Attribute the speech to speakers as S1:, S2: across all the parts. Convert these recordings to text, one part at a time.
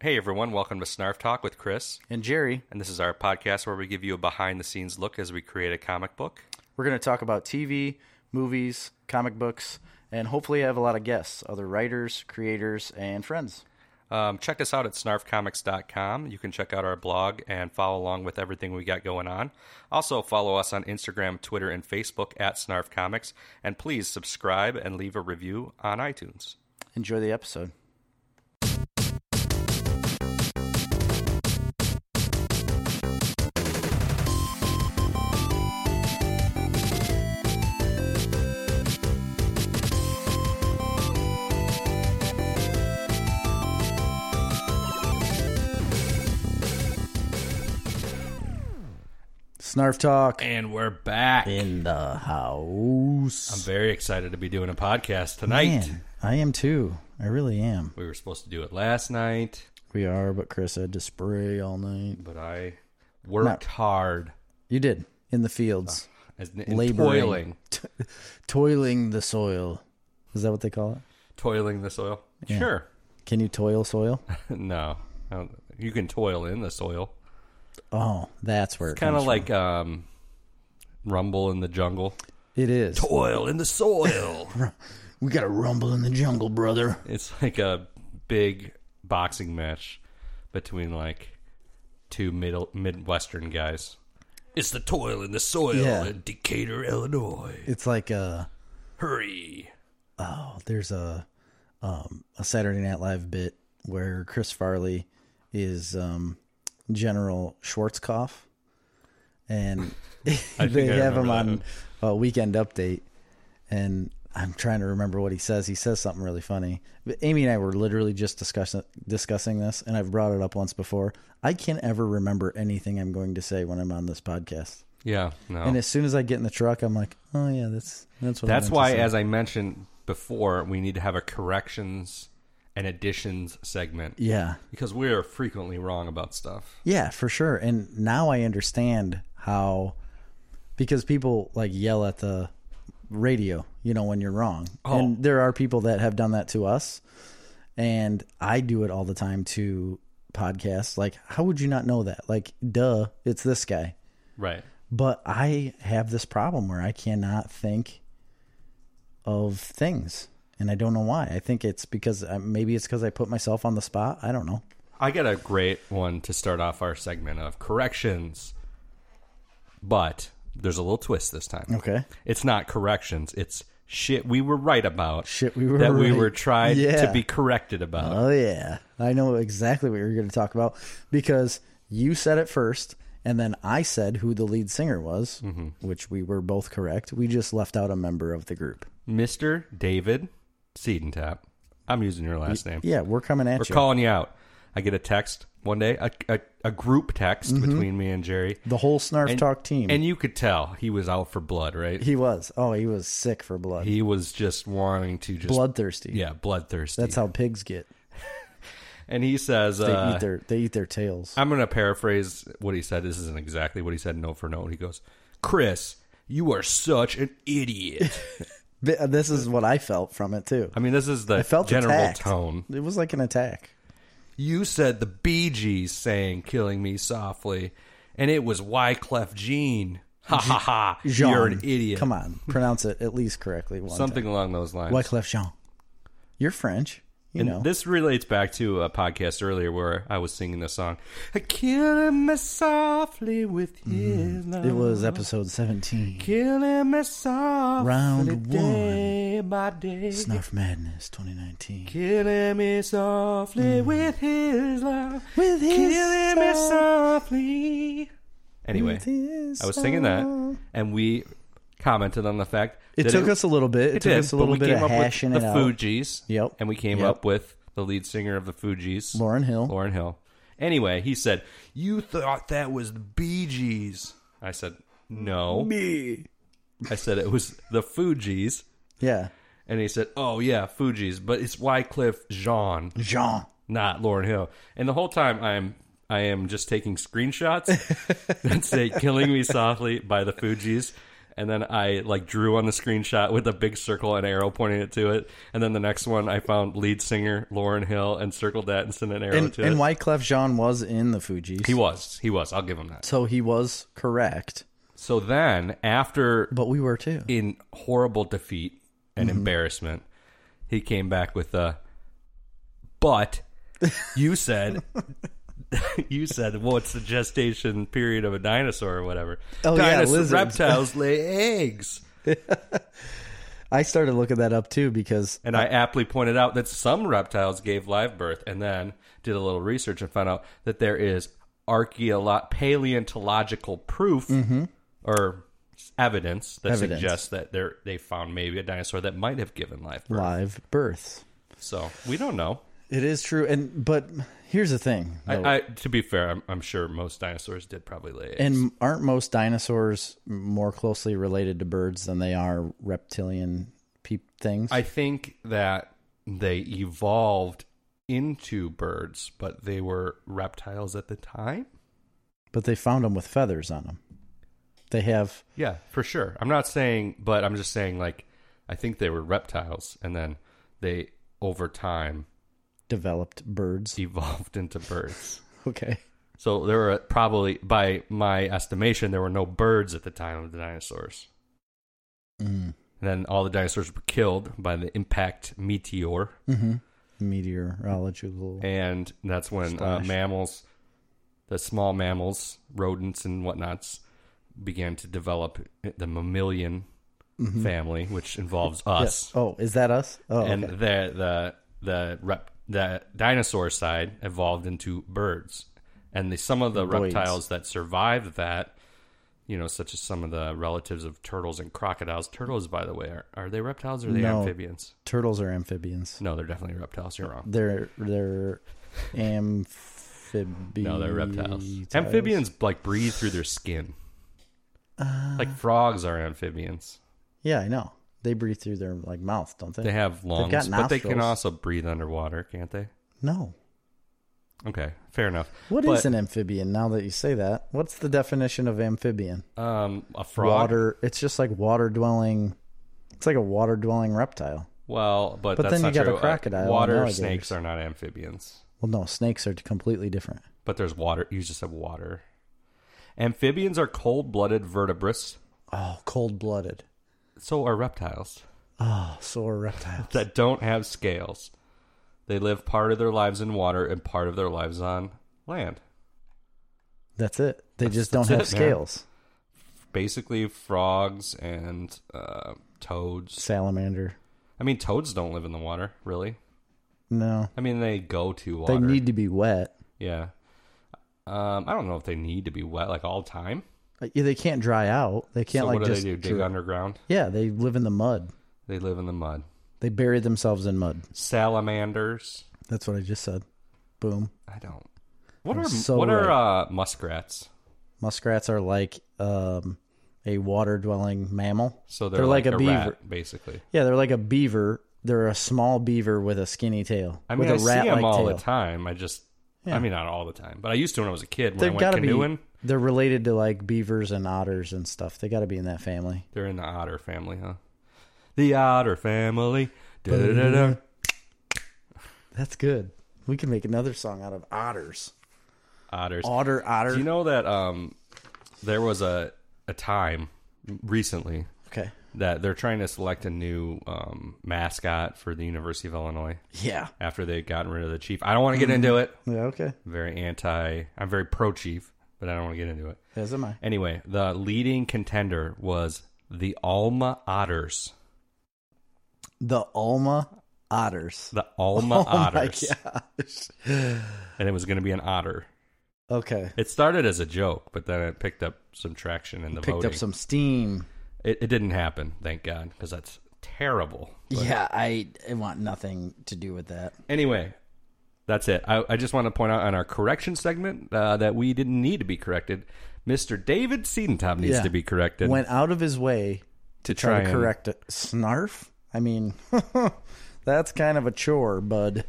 S1: Hey everyone, welcome to Snarf Talk with Chris.
S2: And Jerry,
S1: And this is our podcast where we give you a behind the scenes look as we create a comic book.
S2: we're going to talk about TV, movies, comic books, and hopefully have a lot of guests, other writers, creators, and friends.
S1: Um, check us out at snarfcomics.com. You can check out our blog and follow along with everything we got going on. Also, follow us on Instagram, Twitter, and Facebook at Snarf Comics. And please subscribe and leave a review on iTunes.
S2: Enjoy the episode. Snarf talk
S1: And we're back.
S2: in the house.
S1: I'm very excited to be doing a podcast tonight.
S2: Man, I am too. I really am.
S1: We were supposed to do it last night,
S2: We are, but Chris had to spray all night.
S1: but I worked hard
S2: You did in the fields,
S1: as in
S2: Laboring.
S1: toiling,
S2: toiling the soil. Is that what they call it?
S1: toiling the soil. Sure.
S2: Can you toil soil?
S1: No, I don't- you can toil in the soil.
S2: Oh, that's where it
S1: Kind
S2: comes
S1: of like um, Rumble in the Jungle.
S2: From. It is.
S1: Toil in the soil.
S2: we got a rumble in the jungle, brother.
S1: it's like a big boxing match between like two middle midwestern guys. It's the toil in the soil
S2: Yeah.
S1: in Decatur, Illinois.
S2: It's like a
S1: Hurry!
S2: oh, there's a um, a Saturday Night Live bit where Chris Farley is um, General Schwarzkopf, and they
S1: I
S2: have
S1: remember
S2: him
S1: that
S2: on
S1: one.
S2: a Weekend Update, and I'm trying to remember what he says. He says something really funny. But Amy and I were literally just discussing discussing this, and I've brought it up once before. I can't ever remember anything I'm going to say when I'm on this podcast.
S1: Yeah, no.
S2: And as soon as I get in the truck, I'm like, "Oh yeah, that's that's what." I
S1: That's
S2: meant to
S1: why,
S2: say."
S1: as I mentioned before, we need to have a corrections and additions segment
S2: yeah,
S1: because we are frequently wrong about stuff.
S2: Yeah, for sure. And now I understand how because people like yell at the radio, you know, when you're wrong. And there are people that have done that to us. And I do it all the time to podcasts. Like, how would you not know that? Like, duh, it's this guy.
S1: Right.
S2: But I have this problem where I cannot think of things. And I don't know why. I think it's because I, maybe it's because I put myself on the spot. I don't know.
S1: I got a great one to start off our segment of corrections, but there's a little twist this time.
S2: Okay.
S1: It's not corrections. It's shit we were right about.
S2: Shit we were
S1: that we
S2: right.
S1: were tried
S2: Yeah.
S1: to be corrected about.
S2: Oh yeah, I know exactly what you're going to talk about because you said it first, and then I said who the lead singer was,
S1: Mm-hmm.
S2: which we were both correct. We just left out a member of the group.
S1: Mr. David Seedentap. I'm using your last name.
S2: Yeah, we're coming at
S1: We're
S2: you.
S1: calling you out. I get a text one day, a, a, a group text
S2: Mm-hmm.
S1: between me and Jerry.
S2: the whole Snarf Talk team.
S1: And you could tell he was out for blood, right?
S2: he was. Oh, he was sick for blood,
S1: He was just wanting to just,
S2: bloodthirsty.
S1: yeah, bloodthirsty.
S2: That's how pigs get.
S1: and he says,
S2: They
S1: uh,
S2: eat their they eat their tails.
S1: I'm going to paraphrase what he said. This isn't exactly what he said, note for note. He goes, Chris, you are such an idiot.
S2: Th- This is what I felt from it too.
S1: I mean, this is the
S2: I felt
S1: general
S2: attacked.
S1: tone.
S2: It was like an attack.
S1: You said the Bee Gees sang Killing Me Softly, and it was Wyclef Jean. Ha ha ha. You're an
S2: Jean.
S1: idiot.
S2: Come on, pronounce it at least correctly. One time.
S1: Something along those lines.
S2: Wyclef Jean. You're French. You
S1: and
S2: know.
S1: this relates back to a podcast earlier where I was singing the song, Killing Me Softly with His Love.
S2: Mm. It was episode 17.
S1: Killing me softly
S2: Round
S1: day by day.
S2: Snarf Madness 2019.
S1: Killing me softly with his love.
S2: Mm. With his
S1: Killing me softly. Anyway,
S2: This
S1: I was singing that,
S2: song.
S1: and we commented on the fact
S2: It
S1: that
S2: took us a little bit. It,
S1: it
S2: took
S1: did,
S2: us a
S1: but
S2: little
S1: we
S2: bit
S1: came
S2: of
S1: up with
S2: hashing
S1: the
S2: it out.
S1: Fugees.
S2: Yep.
S1: and we came
S2: Yep.
S1: up with the lead singer of the Fugees,
S2: Lauren Hill.
S1: Lauren Hill. Anyway, he said, "You thought that was the Bee Gees." I said, "No."
S2: Me.
S1: I said it was the Fugees.
S2: Yeah.
S1: And he said, "Oh yeah, Fuji's, but it's Wycliffe Jean,
S2: Jean.
S1: not Lauren Hill." And the whole time I'm I am just taking screenshots that say "Killing Me Softly" by the Fugees, and then I like drew on the screenshot with a big circle and arrow pointing it to it. And then the next one I found lead singer Lauren Hill and circled that and sent an arrow
S2: And,
S1: to
S2: and
S1: it.
S2: Wyclef Jean was in the Fugees.
S1: he was. He was. I'll give him that.
S2: so he was correct,
S1: So then after
S2: but we were too.
S1: in horrible defeat and
S2: Mm-hmm.
S1: embarrassment, he came back with a but you said you said what's the gestation period of a dinosaur or whatever.
S2: Oh, yeah,
S1: Dinos-
S2: lizards.
S1: reptiles lay eggs.
S2: I started looking that up too because
S1: And I aptly pointed out that some reptiles gave live birth and then did a little research and found out that there is archaeolo- paleontological proof or evidence that
S2: Mm-hmm. Evidence.
S1: suggests that there they found maybe a dinosaur that might have given live birth.
S2: live births.
S1: So we don't know.
S2: It is true, and but here's the thing: though.
S1: I, I, to be fair, I'm, I'm sure most dinosaurs did probably lay eggs.
S2: and aren't most dinosaurs more closely related to birds than they are reptilian peep things?
S1: I think that they evolved into birds, but they were reptiles at the time.
S2: but they found them with feathers on them. They have
S1: Yeah, for sure. I'm not saying, but I'm just saying, like, I think they were reptiles, and then they over time
S2: developed birds.
S1: evolved into birds.
S2: Okay.
S1: so there were probably, by my estimation, there were no birds at the time of the dinosaurs. And
S2: Mm.
S1: then all the dinosaurs were killed by the impact meteor,
S2: hmm Meteorological.
S1: and that's when uh,
S2: Splash.
S1: mammals, the small mammals, rodents and whatnots, began to develop the mammalian family, which involves us.
S2: Mm-hmm. Yes. Oh, is that us? Oh,
S1: and
S2: okay.
S1: the the the rep, the dinosaur side evolved into birds, and the, some of the
S2: Boids.
S1: reptiles that survived that, you know, such as some of the relatives of turtles and crocodiles. Turtles, by the way, are, are they reptiles or are they
S2: No.
S1: amphibians?
S2: turtles are amphibians.
S1: No, they're definitely reptiles. You're wrong.
S2: They're they're amphibians.
S1: No, they're reptiles. Amphibians like breathe through their skin. like frogs are amphibians.
S2: Uh, Yeah, I know. They breathe through their like mouth, don't they?
S1: They have lungs, but they can
S2: nostrils.
S1: also breathe underwater, can't they?
S2: no.
S1: Okay, fair enough.
S2: What
S1: But,
S2: is an amphibian? Now that you say that, what's the definition of amphibian?
S1: um a frog?
S2: Water. It's just like water dwelling. It's like a water dwelling reptile.
S1: Well, but,
S2: But
S1: that's
S2: then you
S1: not
S2: got a
S1: true. Uh,
S2: crocodile and
S1: Water
S2: alligators.
S1: snakes are not amphibians,
S2: Well, no, snakes are completely different.
S1: but there's water. You just have water. Amphibians are cold-blooded vertebrates.
S2: Oh, cold blooded.
S1: So are reptiles
S2: Oh, so are reptiles.
S1: that don't have scales. They live part of their lives in water and part of their lives on land.
S2: That's it. They
S1: That's-
S2: just don't have
S1: that's it, man.
S2: scales.
S1: Basically, frogs and uh, toads.
S2: Salamander.
S1: I mean, toads don't live in the water, really.
S2: No.
S1: I mean, they go to water.
S2: They need to be wet.
S1: yeah. Um, I don't know if they need to be wet like all time.
S2: Like, Uh, yeah, They can't dry out. They can't
S1: so
S2: like
S1: what do
S2: just
S1: they do? Dig
S2: dr-
S1: underground?
S2: Yeah, they live in the mud.
S1: They live in the mud.
S2: They bury themselves in mud.
S1: salamanders.
S2: That's what I just said. Boom.
S1: I don't. What
S2: I'm
S1: are
S2: so
S1: what are uh, muskrats?
S2: Muskrats are like um, a water dwelling mammal.
S1: So they're, like, a,
S2: beaver.
S1: rat, basically.
S2: Yeah, they're like a beaver. They're a small beaver with a skinny tail.
S1: I mean, I
S2: with a
S1: see them
S2: rat-like
S1: all
S2: tail.
S1: the time. I just, I mean, not all the time, but I used to when I was a kid when
S2: They've
S1: I went
S2: got to
S1: canoeing.
S2: be. They're related to like beavers and otters and stuff. They got to be in that family.
S1: They're in the otter family, huh? The otter family. Da-da-da-da.
S2: That's good. We can make another song out of otters.
S1: Otters.
S2: Otter, otter.
S1: Do you know that um, there was a a time recently
S2: okay.
S1: that they're trying to select a new um, mascot for the University of Illinois
S2: Yeah.
S1: after they've gotten rid of the chief. I don't want to get into it.
S2: Yeah. Okay.
S1: very anti I'm very pro chief, but I don't want to get into it.
S2: As am I.
S1: Anyway, the leading contender was the Alma Otters.
S2: The Alma otters.
S1: The Alma Otters.
S2: Oh my gosh.
S1: And it was going to be an otter.
S2: Okay.
S1: It started as a joke, but then it picked up some traction in the
S2: Picked
S1: voting.
S2: up some steam.
S1: it, it didn't happen, thank God, because that's terrible.
S2: yeah, I, I want nothing to do with that.
S1: Anyway, that's it. I, I just want to point out on our correction segment uh, that we didn't need to be corrected. Mr. David Seedentop needs
S2: Yeah.
S1: to be corrected
S2: Went out of his way
S1: to
S2: try to
S1: and-
S2: correct it. Snarf? I mean, that's kind of a chore, bud.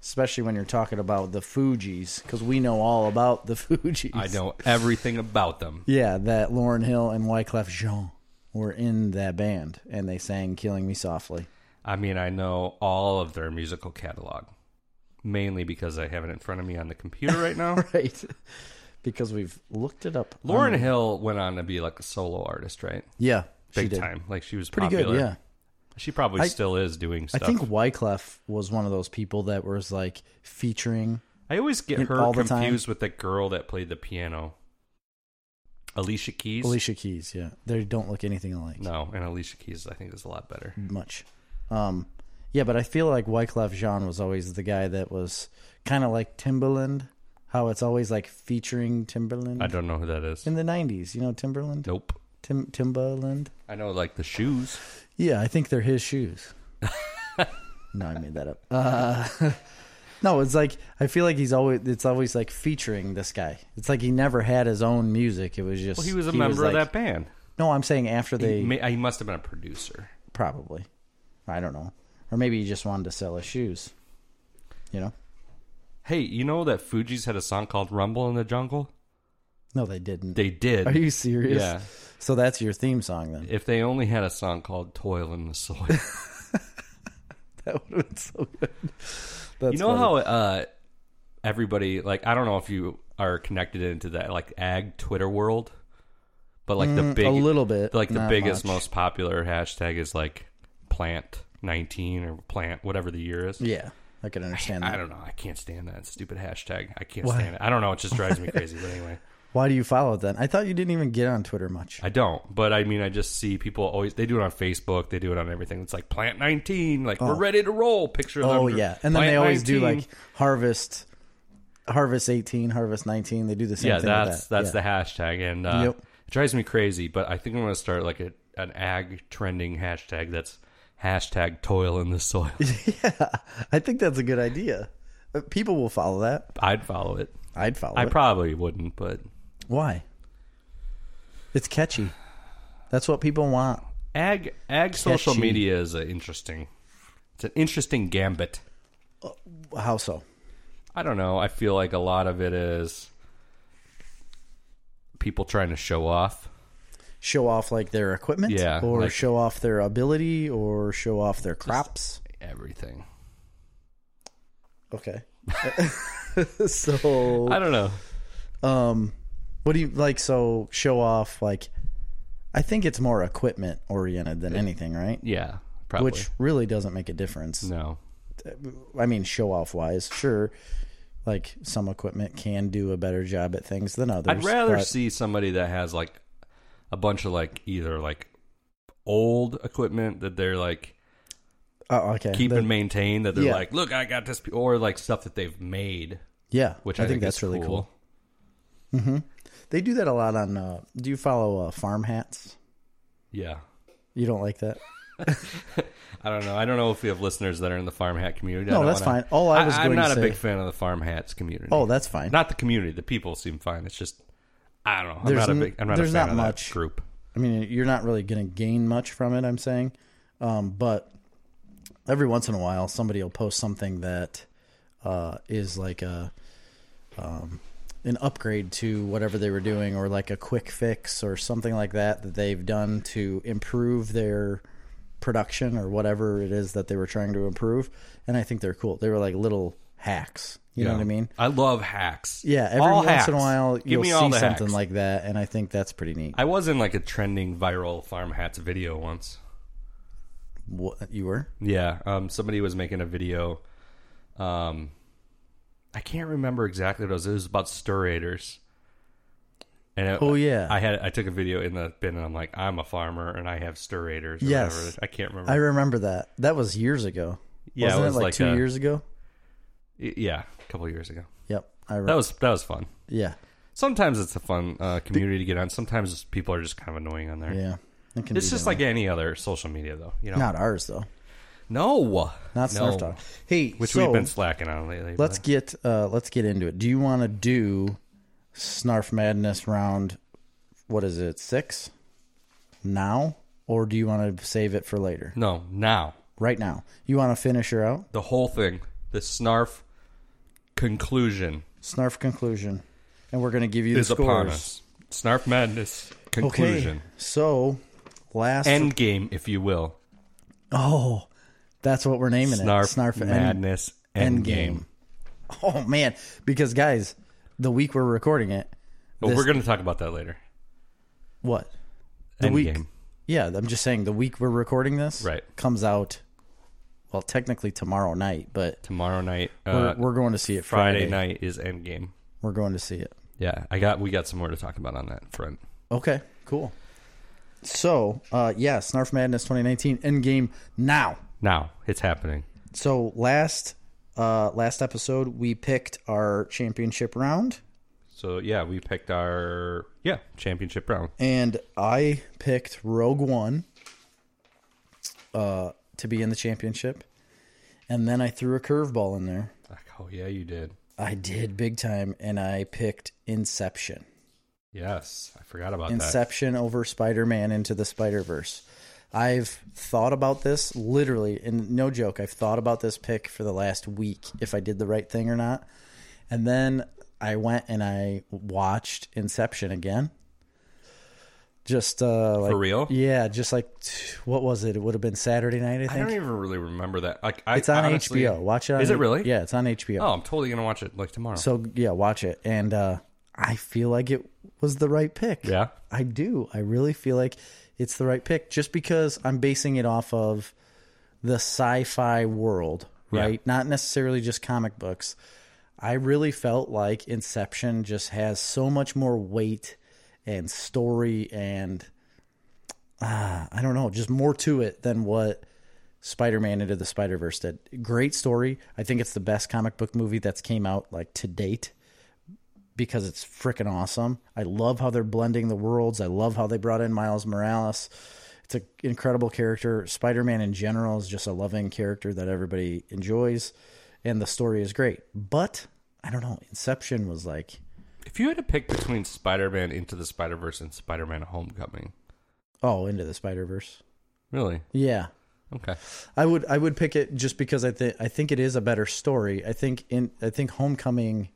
S2: Especially when you're talking about the Fugees, because we know all about the Fugees.
S1: I know everything about them.
S2: Yeah, that Lauren Hill and Wyclef Jean. were in that band and they sang Killing Me Softly.
S1: I mean, I know all of their musical catalog, mainly because I have it in front of me on the computer right now.
S2: Right. Um, Because we've looked it up.
S1: Lauren Hill went on to be like a solo artist, right?
S2: Yeah. she
S1: Big
S2: did.
S1: time. Like she was
S2: Pretty
S1: popular.
S2: good, yeah.
S1: She probably still is doing stuff.
S2: I think Wyclef was one of those people that was like featuring.
S1: I always get
S2: in-
S1: her
S2: all the time.
S1: confused with the girl that played the piano. Alicia Keys?
S2: Alicia Keys, yeah. They don't look anything alike
S1: No, and Alicia Keys I think is a lot better.
S2: much. Um, yeah, but I feel like Wyclef Jean was always the guy that was kind of like Timberland, how it's always like featuring Timberland
S1: I don't know who that is.
S2: in the 90s. You know Timberland?
S1: Nope.
S2: Tim, Timberland?
S1: I know like the shoes.
S2: Yeah, I think they're his shoes. no, I made that up. Uh, no, it's like I feel like he's always it's always like featuring this guy. It's like he never had his own music. It was just
S1: Well, he was a member of
S2: like-
S1: that band.
S2: No, I'm saying after they
S1: He, may, he must have been a producer.
S2: probably, I don't know, or maybe he just wanted to sell his shoes. You know?
S1: Hey, you know that Fuji's had a song called Rumble in the Jungle?
S2: No, they didn't.
S1: They did.
S2: Are you serious?
S1: Yeah.
S2: So that's your theme song then.
S1: If they only had a song called Toil in the Soil.
S2: That would have been so good. That's
S1: you know
S2: funny.
S1: how uh, everybody, like, I don't know if you are connected into that, like, ag Twitter world, but, like, the big,
S2: Mm, a little bit,
S1: like, the
S2: not
S1: biggest,
S2: much.
S1: most popular hashtag is, like, plant 19 or plant, whatever the year is.
S2: Yeah, I can understand that.
S1: I don't know. I can't stand that stupid hashtag. I can't stand it. I don't know. It just drives me crazy. But anyway,
S2: Why do you follow it then? I thought you didn't even get on Twitter much.
S1: I don't. But I mean, I just see people always. They do it on Facebook. They do it on everything. It's like plant nineteen. Like we're ready to roll. Picture. of
S2: Oh
S1: them,
S2: yeah, and then
S1: Plant
S2: they always do
S1: 19.
S2: like harvest, harvest eighteen, harvest nineteen. They do the same
S1: yeah.
S2: thing.
S1: That's
S2: with that.
S1: that's
S2: yeah.
S1: the hashtag, and uh,
S2: Yep.
S1: it drives me crazy. But I think I'm gonna start like a, an ag trending hashtag. That's hashtag toil in the soil.
S2: I think that's a good idea. Uh, People will follow that.
S1: I'd follow it.
S2: I'd follow
S1: I
S2: it.
S1: probably wouldn't, but
S2: Why? It's catchy. That's what people want.
S1: ag ag social
S2: Catchy.
S1: media is a interesting. It's an interesting gambit.
S2: How so?
S1: I don't know. I feel like a lot of it is people trying to show off.
S2: Show off like their equipment,
S1: Yeah,
S2: or
S1: like-
S2: show off their ability, or show off their crops.
S1: everything.
S2: Okay. so
S1: I don't know.
S2: um what do you like so show off like i think it's more equipment oriented than anything right
S1: Yeah, probably.
S2: which really doesn't make a difference
S1: no.
S2: i mean show off wise sure like some equipment can do a better job at things than others
S1: I'd rather
S2: but
S1: see somebody that has like a bunch of like either like old equipment that they're like
S2: oh, okay
S1: keep
S2: The-
S1: and maintain that they're
S2: Yeah.
S1: like, look, I got this, or like stuff that they've made,
S2: yeah
S1: which
S2: i,
S1: I,
S2: think, that's
S1: is
S2: really
S1: cool.
S2: cool. they do that a lot on uh do you follow uh farm hats
S1: Yeah.
S2: you don't like that
S1: I don't know. I don't know if we have listeners that are in the farm hat community. I
S2: No,
S1: don't
S2: that's
S1: wanna-
S2: fine. All I was
S1: I'm
S2: going to
S1: not a
S2: say-
S1: big fan of the farm hats community.
S2: oh that's fine
S1: not the community. The people seem fine. It's just I don't know. I'm
S2: There's
S1: not a
S2: n-
S1: big. I'm not
S2: there's
S1: a fan
S2: not
S1: of
S2: much.
S1: that group.
S2: I mean, you're not really going to gain much from it, I'm saying. Um, but every once in a while, somebody will post something that uh, is like a um, an upgrade to whatever they were doing, or like a quick fix, or something like that that they've done to improve their production or whatever it is that they were trying to improve. And I think they're cool. They were like little hacks. You know
S1: Yeah.
S2: what I mean?
S1: I love hacks.
S2: Yeah. Every
S1: All
S2: once
S1: hacks.
S2: in a while,
S1: Give
S2: you'll
S1: me
S2: see
S1: all
S2: something
S1: the hacks.
S2: like that, and I think that's pretty neat.
S1: I was in like a trending viral farm hats video once.
S2: what you were?
S1: Yeah, um, somebody was making a video. Um, I can't remember exactly what it was. It was about stirrators. And it,
S2: Oh, yeah.
S1: I had I took a video in the bin and I'm like I'm a farmer and I have stirrators. Or
S2: Yes.
S1: whatever. I can't remember.
S2: I remember that. That was years ago.
S1: Yeah, it
S2: Wasn't it,
S1: was
S2: like,
S1: like
S2: two
S1: a-
S2: years ago?
S1: Y- yeah, a couple years ago.
S2: Yep. I remember.
S1: That was that was fun.
S2: yeah.
S1: Sometimes it's a fun uh, community to get on. Sometimes people are just kind of annoying on there.
S2: Yeah. It can
S1: It's
S2: be
S1: just
S2: done.
S1: like any other social media, though. You know,
S2: not ours though.
S1: no,
S2: Not
S1: no.
S2: Snarf Talk. Hey,
S1: which
S2: so
S1: we've been slacking on lately.
S2: let's
S1: but-
S2: get uh let's get into it. Do you want to do Snarf Madness round what is it? 6 now or do you want to save it for later?
S1: no now
S2: Right now. You want to finish her out?
S1: the whole thing, the snarf conclusion
S2: Snarf conclusion. And we're going to give you the
S1: is upon
S2: scores.
S1: us. Snarf madness conclusion.
S2: Okay. So last
S1: Endgame, if you will.
S2: Oh, that's what we're naming
S1: Snarf,
S2: it. Snarf End-
S1: Madness Endgame.
S2: Endgame. Oh man, because guys, the week we're recording it,
S1: But
S2: This-
S1: we're going to talk about that later.
S2: what? The
S1: Endgame.
S2: week. Yeah, I'm just saying the week we're recording this
S1: Right.
S2: comes out well technically tomorrow night, but
S1: Tomorrow night.
S2: we're,
S1: Uh,
S2: we're going to see it
S1: Friday
S2: Friday.
S1: night is Endgame.
S2: We're going to see it.
S1: Yeah, I got. We got some more to talk about on that front.
S2: Okay, cool. So, uh yeah, Snarf Madness 2019 Endgame now.
S1: Now it's happening.
S2: So, last uh last episode we picked our championship round
S1: So yeah, we picked our yeah championship round.
S2: and I picked Rogue One uh, to be in the championship, and then I threw a curveball in there.
S1: Like, oh yeah, you did.
S2: I did big time, and I picked Inception.
S1: Yes, I forgot about that.
S2: Inception over Spider Man into the Spider Verse. I've thought about this literally, and no joke, I've thought about this pick for the last week if I did the right thing or not. And then I went and I watched Inception again. Just uh, like,
S1: For real?
S2: Yeah, just like t- what was it? It would have been Saturday night, I
S1: I
S2: think.
S1: don't even really remember that. Like, I,
S2: it's on
S1: honestly-
S2: HBO. Watch it. On
S1: Is it
S2: H-
S1: really?
S2: Yeah, it's on HBO.
S1: Oh, I'm totally gonna watch it like tomorrow.
S2: So yeah, watch it. And uh, I feel like it was the right pick.
S1: yeah,
S2: I do. I really feel like it's the right pick just because I'm basing it off of the sci fi world,
S1: Yeah.
S2: right? Not necessarily just comic books. I really felt like Inception just has so much more weight and story and uh, I don't know, just more to it than what Spider Man into the Spider Verse did. Great story. I think it's the best comic book movie that's came out like to date because it's freaking awesome. I love how they're blending the worlds. I love how they brought in Miles Morales. It's an incredible character. Spider Man in general is just a loving character that everybody enjoys, and the story is great. But I don't know. Inception was like,
S1: if you had to pick between Spider-Man Into the Spider-Verse and Spider-Man Homecoming,
S2: oh, into the Spider Verse.
S1: really?
S2: Yeah,
S1: Okay.
S2: I would I would pick it just because I think I think it is a better story. I think in I think Homecoming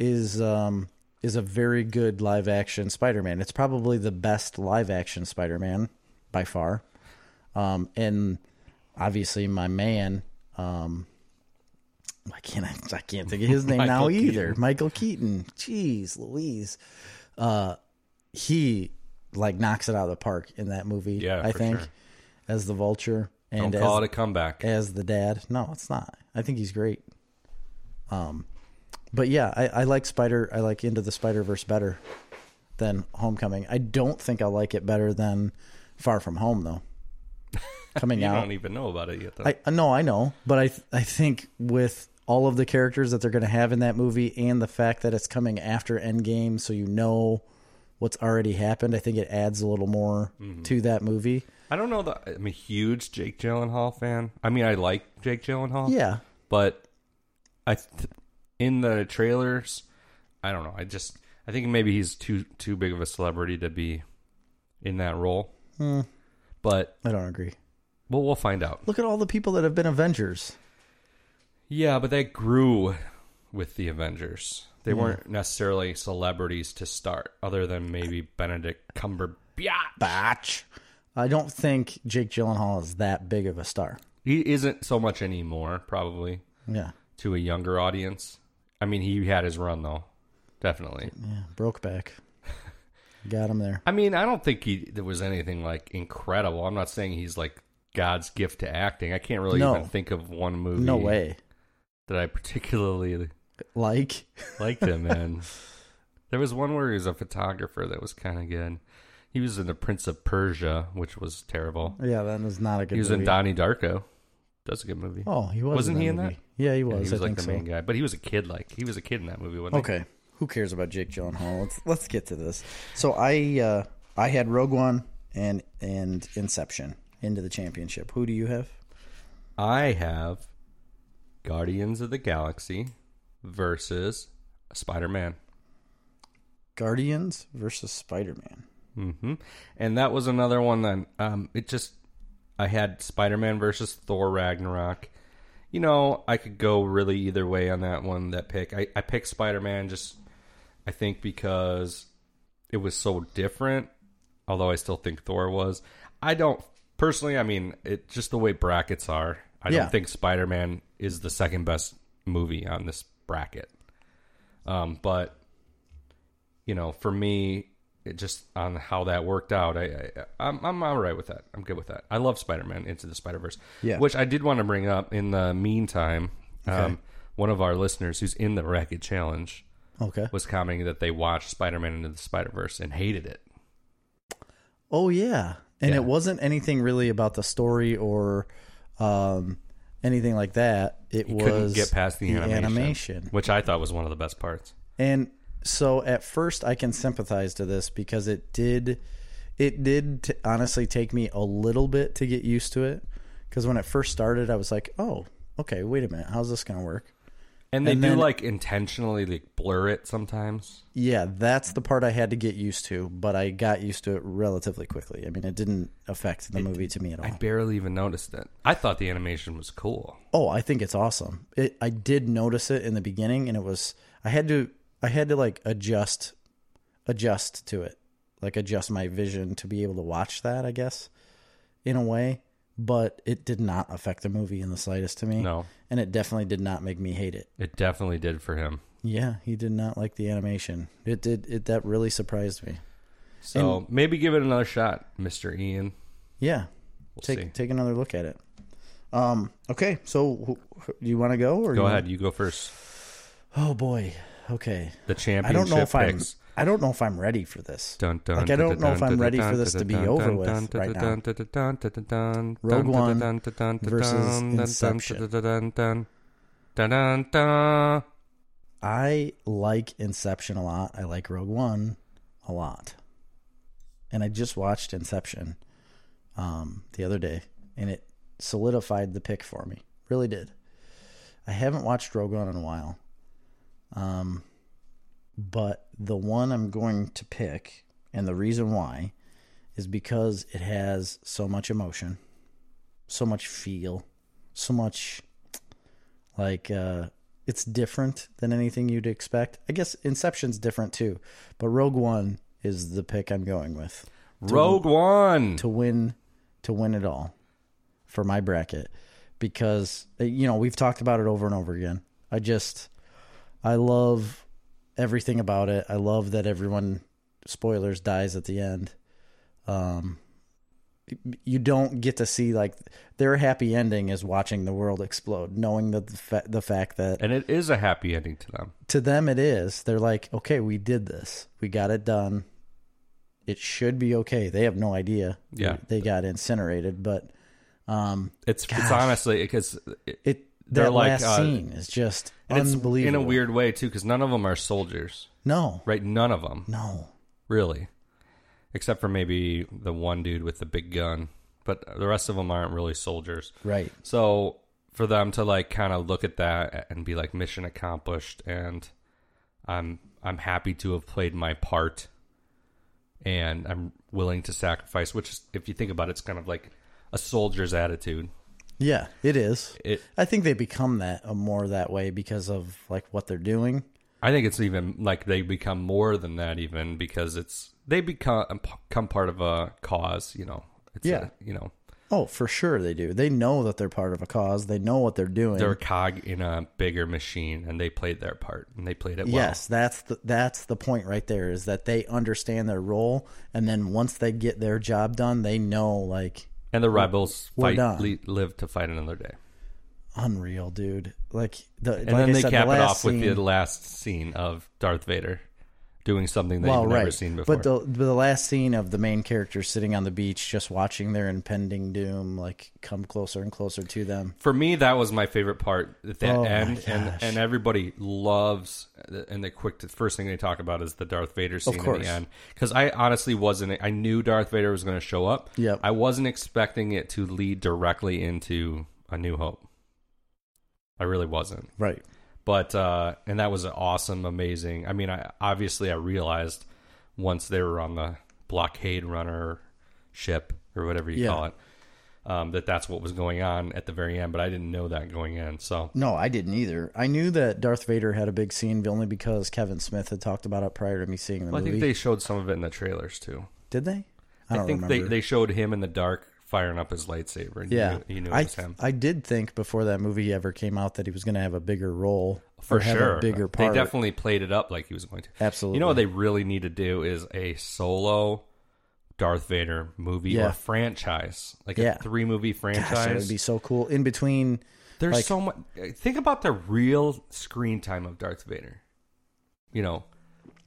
S2: is um is a very good live action Spider Man. It's probably the best live action Spider Man by far. Um and obviously my man um I can't I, I can't think of his name now
S1: Michael
S2: either. Michael Keaton. Jeez Louise. Uh he like knocks it out of the park in that movie,
S1: Yeah,
S2: I
S1: for
S2: think.
S1: sure.
S2: As the vulture
S1: Don't
S2: and as
S1: call it a comeback.
S2: as the dad. No, it's not. I think he's great. Um, but yeah, I, I like Spider. I like Into the Spider Verse better than Homecoming. I don't think I like it better than Far From Home though. Coming
S1: you
S2: out,
S1: don't even know about it yet, though.
S2: I I- no, I know, but I I think with all of the characters that they're going to have in that movie and the fact that it's coming after Endgame, so you know what's already happened. I think it adds a little more
S1: Mm-hmm.
S2: to that movie.
S1: I don't know that I'm a huge Jake Gyllenhaal fan. I mean, I like Jake Gyllenhaal.
S2: Yeah,
S1: but I th- in the trailers, I don't know. I just I think maybe he's too too big of a celebrity to be in that role.
S2: Hmm.
S1: But
S2: I don't agree.
S1: well, we'll find out.
S2: Look at all the people that have been Avengers.
S1: Yeah, but they grew with the Avengers. They weren't necessarily celebrities to start, other than maybe Benedict Cumberbatch.
S2: Batch. I don't think Jake Gyllenhaal is that big of a star.
S1: He isn't so much anymore, probably
S2: Yeah.
S1: to a younger audience. I mean, he had his run though, definitely.
S2: Yeah. Brokeback. Got him there.
S1: I mean, I don't think he there was anything like incredible. I'm not saying he's like God's gift to acting. I can't really
S2: No.
S1: even think of one movie
S2: No way.
S1: that I particularly
S2: Like,
S1: liked him in. There was one where he was a photographer that was kind of good. He was in The Prince of Persia, which was terrible.
S2: yeah, that was not a good
S1: He was
S2: movie.
S1: in Donnie Darko. That's a good movie.
S2: oh, he was.
S1: Wasn't he in that?
S2: movie. Yeah, he was.
S1: Yeah, he was
S2: I
S1: like
S2: think
S1: the
S2: so.
S1: main guy, but he was a kid. Like he was a kid in that movie, wasn't
S2: Okay. Who cares about Jake Gyllenhaal? Let's let's get to this. So I uh, I had Rogue One and and Inception into the championship. Who do you have?
S1: he? I have Guardians of the Galaxy versus Spider Man.
S2: Guardians versus Spider Man.
S1: hmm And that was another one that um, it just I had Spider Man versus Thor Ragnarok. You know, I could go really either way on that one. That pick, I I picked Spider Man just I think because it was so different. Although I still think Thor was. I don't personally. I mean, it just the way brackets are. I
S2: Yeah.
S1: don't think Spider Man is the second best movie on this bracket. Um, but you know, for me, it just on how that worked out, I, I I'm I'm all right with that. I'm good with that. I love Spider Man Into the Spider Verse,
S2: Yeah.
S1: Which I did want to bring up in the meantime. Um, one of our listeners who's in the Racket Challenge
S2: Okay.
S1: was commenting that they watched Spider Man Into the Spider Verse and hated it.
S2: Oh yeah, and
S1: Yeah.
S2: it wasn't anything really about the story or um, anything like that. It was
S1: couldn't get past the, animation,
S2: animation.
S1: which I thought was one of the best parts.
S2: And so at first I can sympathize to this because it did it did t- honestly take me a little bit to get used to it cuz when it first started I was like, "Oh, okay, wait a minute. How's this going to work?"
S1: And they
S2: And
S1: do
S2: then-
S1: like intentionally like blur it sometimes.
S2: Yeah, that's the part I had to get used to, but I got used to it relatively quickly. I mean, it didn't affect the movie to me at all.
S1: I barely even noticed it. I thought the animation was cool.
S2: Oh, I think it's awesome. It, I did notice it in the beginning, and it was I had to I had to like adjust adjust to it, like adjust my vision to be able to watch that. I guess in a way, but it did not affect the movie in the slightest to me.
S1: No,
S2: and it definitely did not make me hate it.
S1: it definitely did for him.
S2: Yeah, he did not like the animation. It did it that really surprised me.
S1: So maybe give it another shot, Mister Ian.
S2: Yeah,
S1: We'll
S2: take
S1: see.
S2: take another look at it. Um. Okay, so wh- wh- you want to go or
S1: Go
S2: you-
S1: ahead, you go first.
S2: Oh boy. Okay.
S1: The
S2: I
S1: championship
S2: don't know if I'm.
S1: picks.
S2: I don't know if I'm ready for this.
S1: Dun, dun,
S2: Like, I don't know if
S1: dun,
S2: I'm
S1: dun,
S2: ready for
S1: dun,
S2: this to
S1: dun,
S2: be
S1: dun,
S2: over
S1: dun,
S2: with
S1: dun,
S2: right
S1: dun,
S2: now.
S1: dun, dun, dun, dun, dun,
S2: Rogue
S1: dun,
S2: One
S1: dun, dun, dun, dun,
S2: versus
S1: dun, dun, dun,
S2: Inception.
S1: dun, dun, dun, dun, dun, dun.
S2: I like Inception a lot. I like Rogue One a lot, and I just watched Inception um, the other day, and it solidified the pick for me. Really did. I haven't watched Rogue One in a while, um, but the one I'm going to pick, and the reason why, is because it has so much emotion, so much feel, so much like uh it's different than anything you'd expect. I guess Inception's different too, but Rogue One is the pick I'm going with
S1: Rogue One.
S2: to win to win it all for my bracket because uh, you know, we've talked about it over and over again. I just I love everything about it. I love that everyone spoilers dies at the end. Um you don't get to see like their happy ending is watching the world explode, knowing that the, fa- the fact that
S1: And it is a happy ending to them.
S2: to them it is they're like okay we did this we got it done it should be okay they have no idea
S1: Yeah.
S2: they, got incinerated but um
S1: It's it's honestly because it,
S2: it
S1: They're
S2: that
S1: like,
S2: last
S1: uh,
S2: scene is just
S1: and it's
S2: unbelievable
S1: in a weird way too because none of them are soldiers,
S2: no
S1: right? None of them
S2: no
S1: really, except for maybe the one dude with the big gun. But the rest of them aren't really soldiers.
S2: right
S1: So for them to like kind of look at that and be like mission accomplished and I'm I'm happy to have played my part and I'm willing to sacrifice which is, if you think about it, it's kind of like a soldier's attitude.
S2: yeah it is
S1: It
S2: i think they become that uh, more that way because of like what they're doing
S1: I think it's even like they become more than that even because it's they become become part of a cause, you know. It's a-
S2: Yeah.
S1: you know,
S2: oh for sure they do they know that they're part of a cause they know what they're doing
S1: they're a cog in a bigger machine and they played their part and they played it well.
S2: Yes, that's the that's the point right there is that they understand their role and then once they get their job done, they know like
S1: And the rebels
S2: We're
S1: fight
S2: done.
S1: li- live to fight another day.
S2: unreal, dude. Like the
S1: And then they
S2: said,
S1: cap
S2: the
S1: it
S2: last
S1: off
S2: scene,
S1: with the last scene of Darth Vader doing something that
S2: well,
S1: you've
S2: right.
S1: never seen before.
S2: But the the last scene of the main character sitting on the beach just watching their impending doom like come closer and closer to them.
S1: For me, that was my favorite part at that
S2: Oh my
S1: end, and
S2: gosh.
S1: and everybody loves uh, and the quick the first thing they talk about is the Darth Vader scene at
S2: course.
S1: the end because I honestly wasn't I knew Darth Vader was going to show up.
S2: Yep.
S1: I wasn't expecting it to lead directly into A New Hope. I really wasn't.
S2: Right.
S1: but uh and that was an awesome amazing i mean i obviously i realized once they were on the blockade runner ship or whatever you
S2: Yeah.
S1: call it um, that that's what was going on at the very end but i didn't know that going in so
S2: No, I didn't either. I knew that Darth Vader had a big scene only because Kevin Smith had talked about it prior to me seeing the
S1: Well, i
S2: movie.
S1: think they showed some of it in the trailers too
S2: Did they? I
S1: I,
S2: don't
S1: think
S2: remember.
S1: they they showed him in the dark firing up his lightsaber. And
S2: yeah,
S1: you, knew- you knew it
S2: I
S1: was him.
S2: I did think before that movie ever came out that he was going to have a bigger role
S1: for
S2: or have
S1: sure.
S2: a bigger part.
S1: They definitely played it up like he was going to.
S2: Absolutely.
S1: You know what they really need to do is a solo Darth Vader movie
S2: Yeah.
S1: or franchise, like
S2: Yeah.
S1: a three movie
S2: Gosh, that
S1: franchise.
S2: would be so cool. In between,
S1: There's
S2: like-
S1: so much. Think about the real screen time of Darth Vader. You know,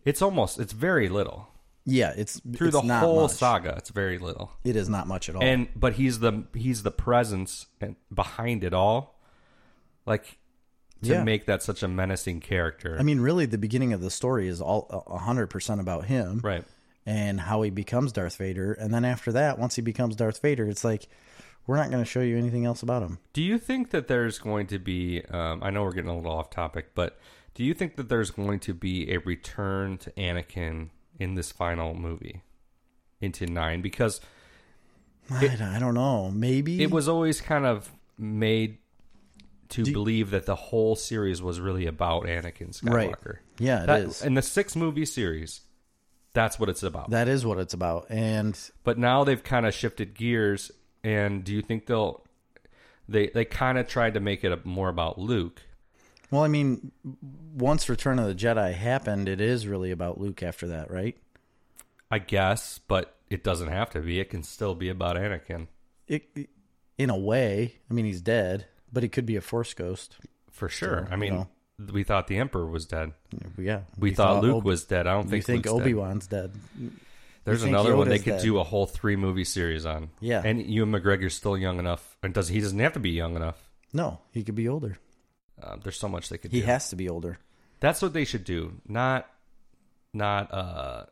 S1: it's almost it's very little
S2: yeah, it's
S1: through
S2: it's
S1: the
S2: not
S1: whole
S2: much. Oh.
S1: saga. It's very little.
S2: It is not much at all.
S1: and but he's the he's the presence and behind it all like to
S2: Yeah.
S1: make that such a menacing character
S2: I mean, really, the beginning of the story is all hundred percent about him
S1: right
S2: and how he becomes Darth Vader. And then after that, once he becomes Darth Vader, it's like we're not going to show you anything else about him.
S1: do you think that there's going to be um, i know we're getting a little off topic but do you think that there's going to be a return to anakin in this final movie into nine because
S2: I, I don't know. Maybe
S1: it was always kind of made to believe that the whole series was really about anakin skywalker
S2: Right. Yeah, it
S1: That-
S2: is.
S1: in the six movie series that's what it's about
S2: that is what it's about. And
S1: but now they've kind of shifted gears and do you think they'll they they kind of tried to make it a, more about luke
S2: well, I mean, once Return of the Jedi happened, it is really about Luke after that, right?
S1: i guess but it doesn't have to be it can still be about anakin
S2: It, in a way, I mean, he's dead, but he could be a Force ghost.
S1: for sure i mean we thought the emperor was dead
S2: Yeah,
S1: we,
S2: You
S1: thought, luke
S2: Ob-
S1: was dead i don't
S2: You
S1: think,
S2: think
S1: Luke's dead.
S2: Obi Wan's dead?
S1: there's
S2: think
S1: another one they
S2: Yoda's
S1: could
S2: dead.
S1: do a whole three movie series on
S2: Yeah.
S1: and ewan mcgregor's still young enough and does he doesn't have to be young enough
S2: No, he could be older.
S1: uh, there's so much they could
S2: He
S1: do
S2: has to be older.
S1: That's what they should do. Not not uh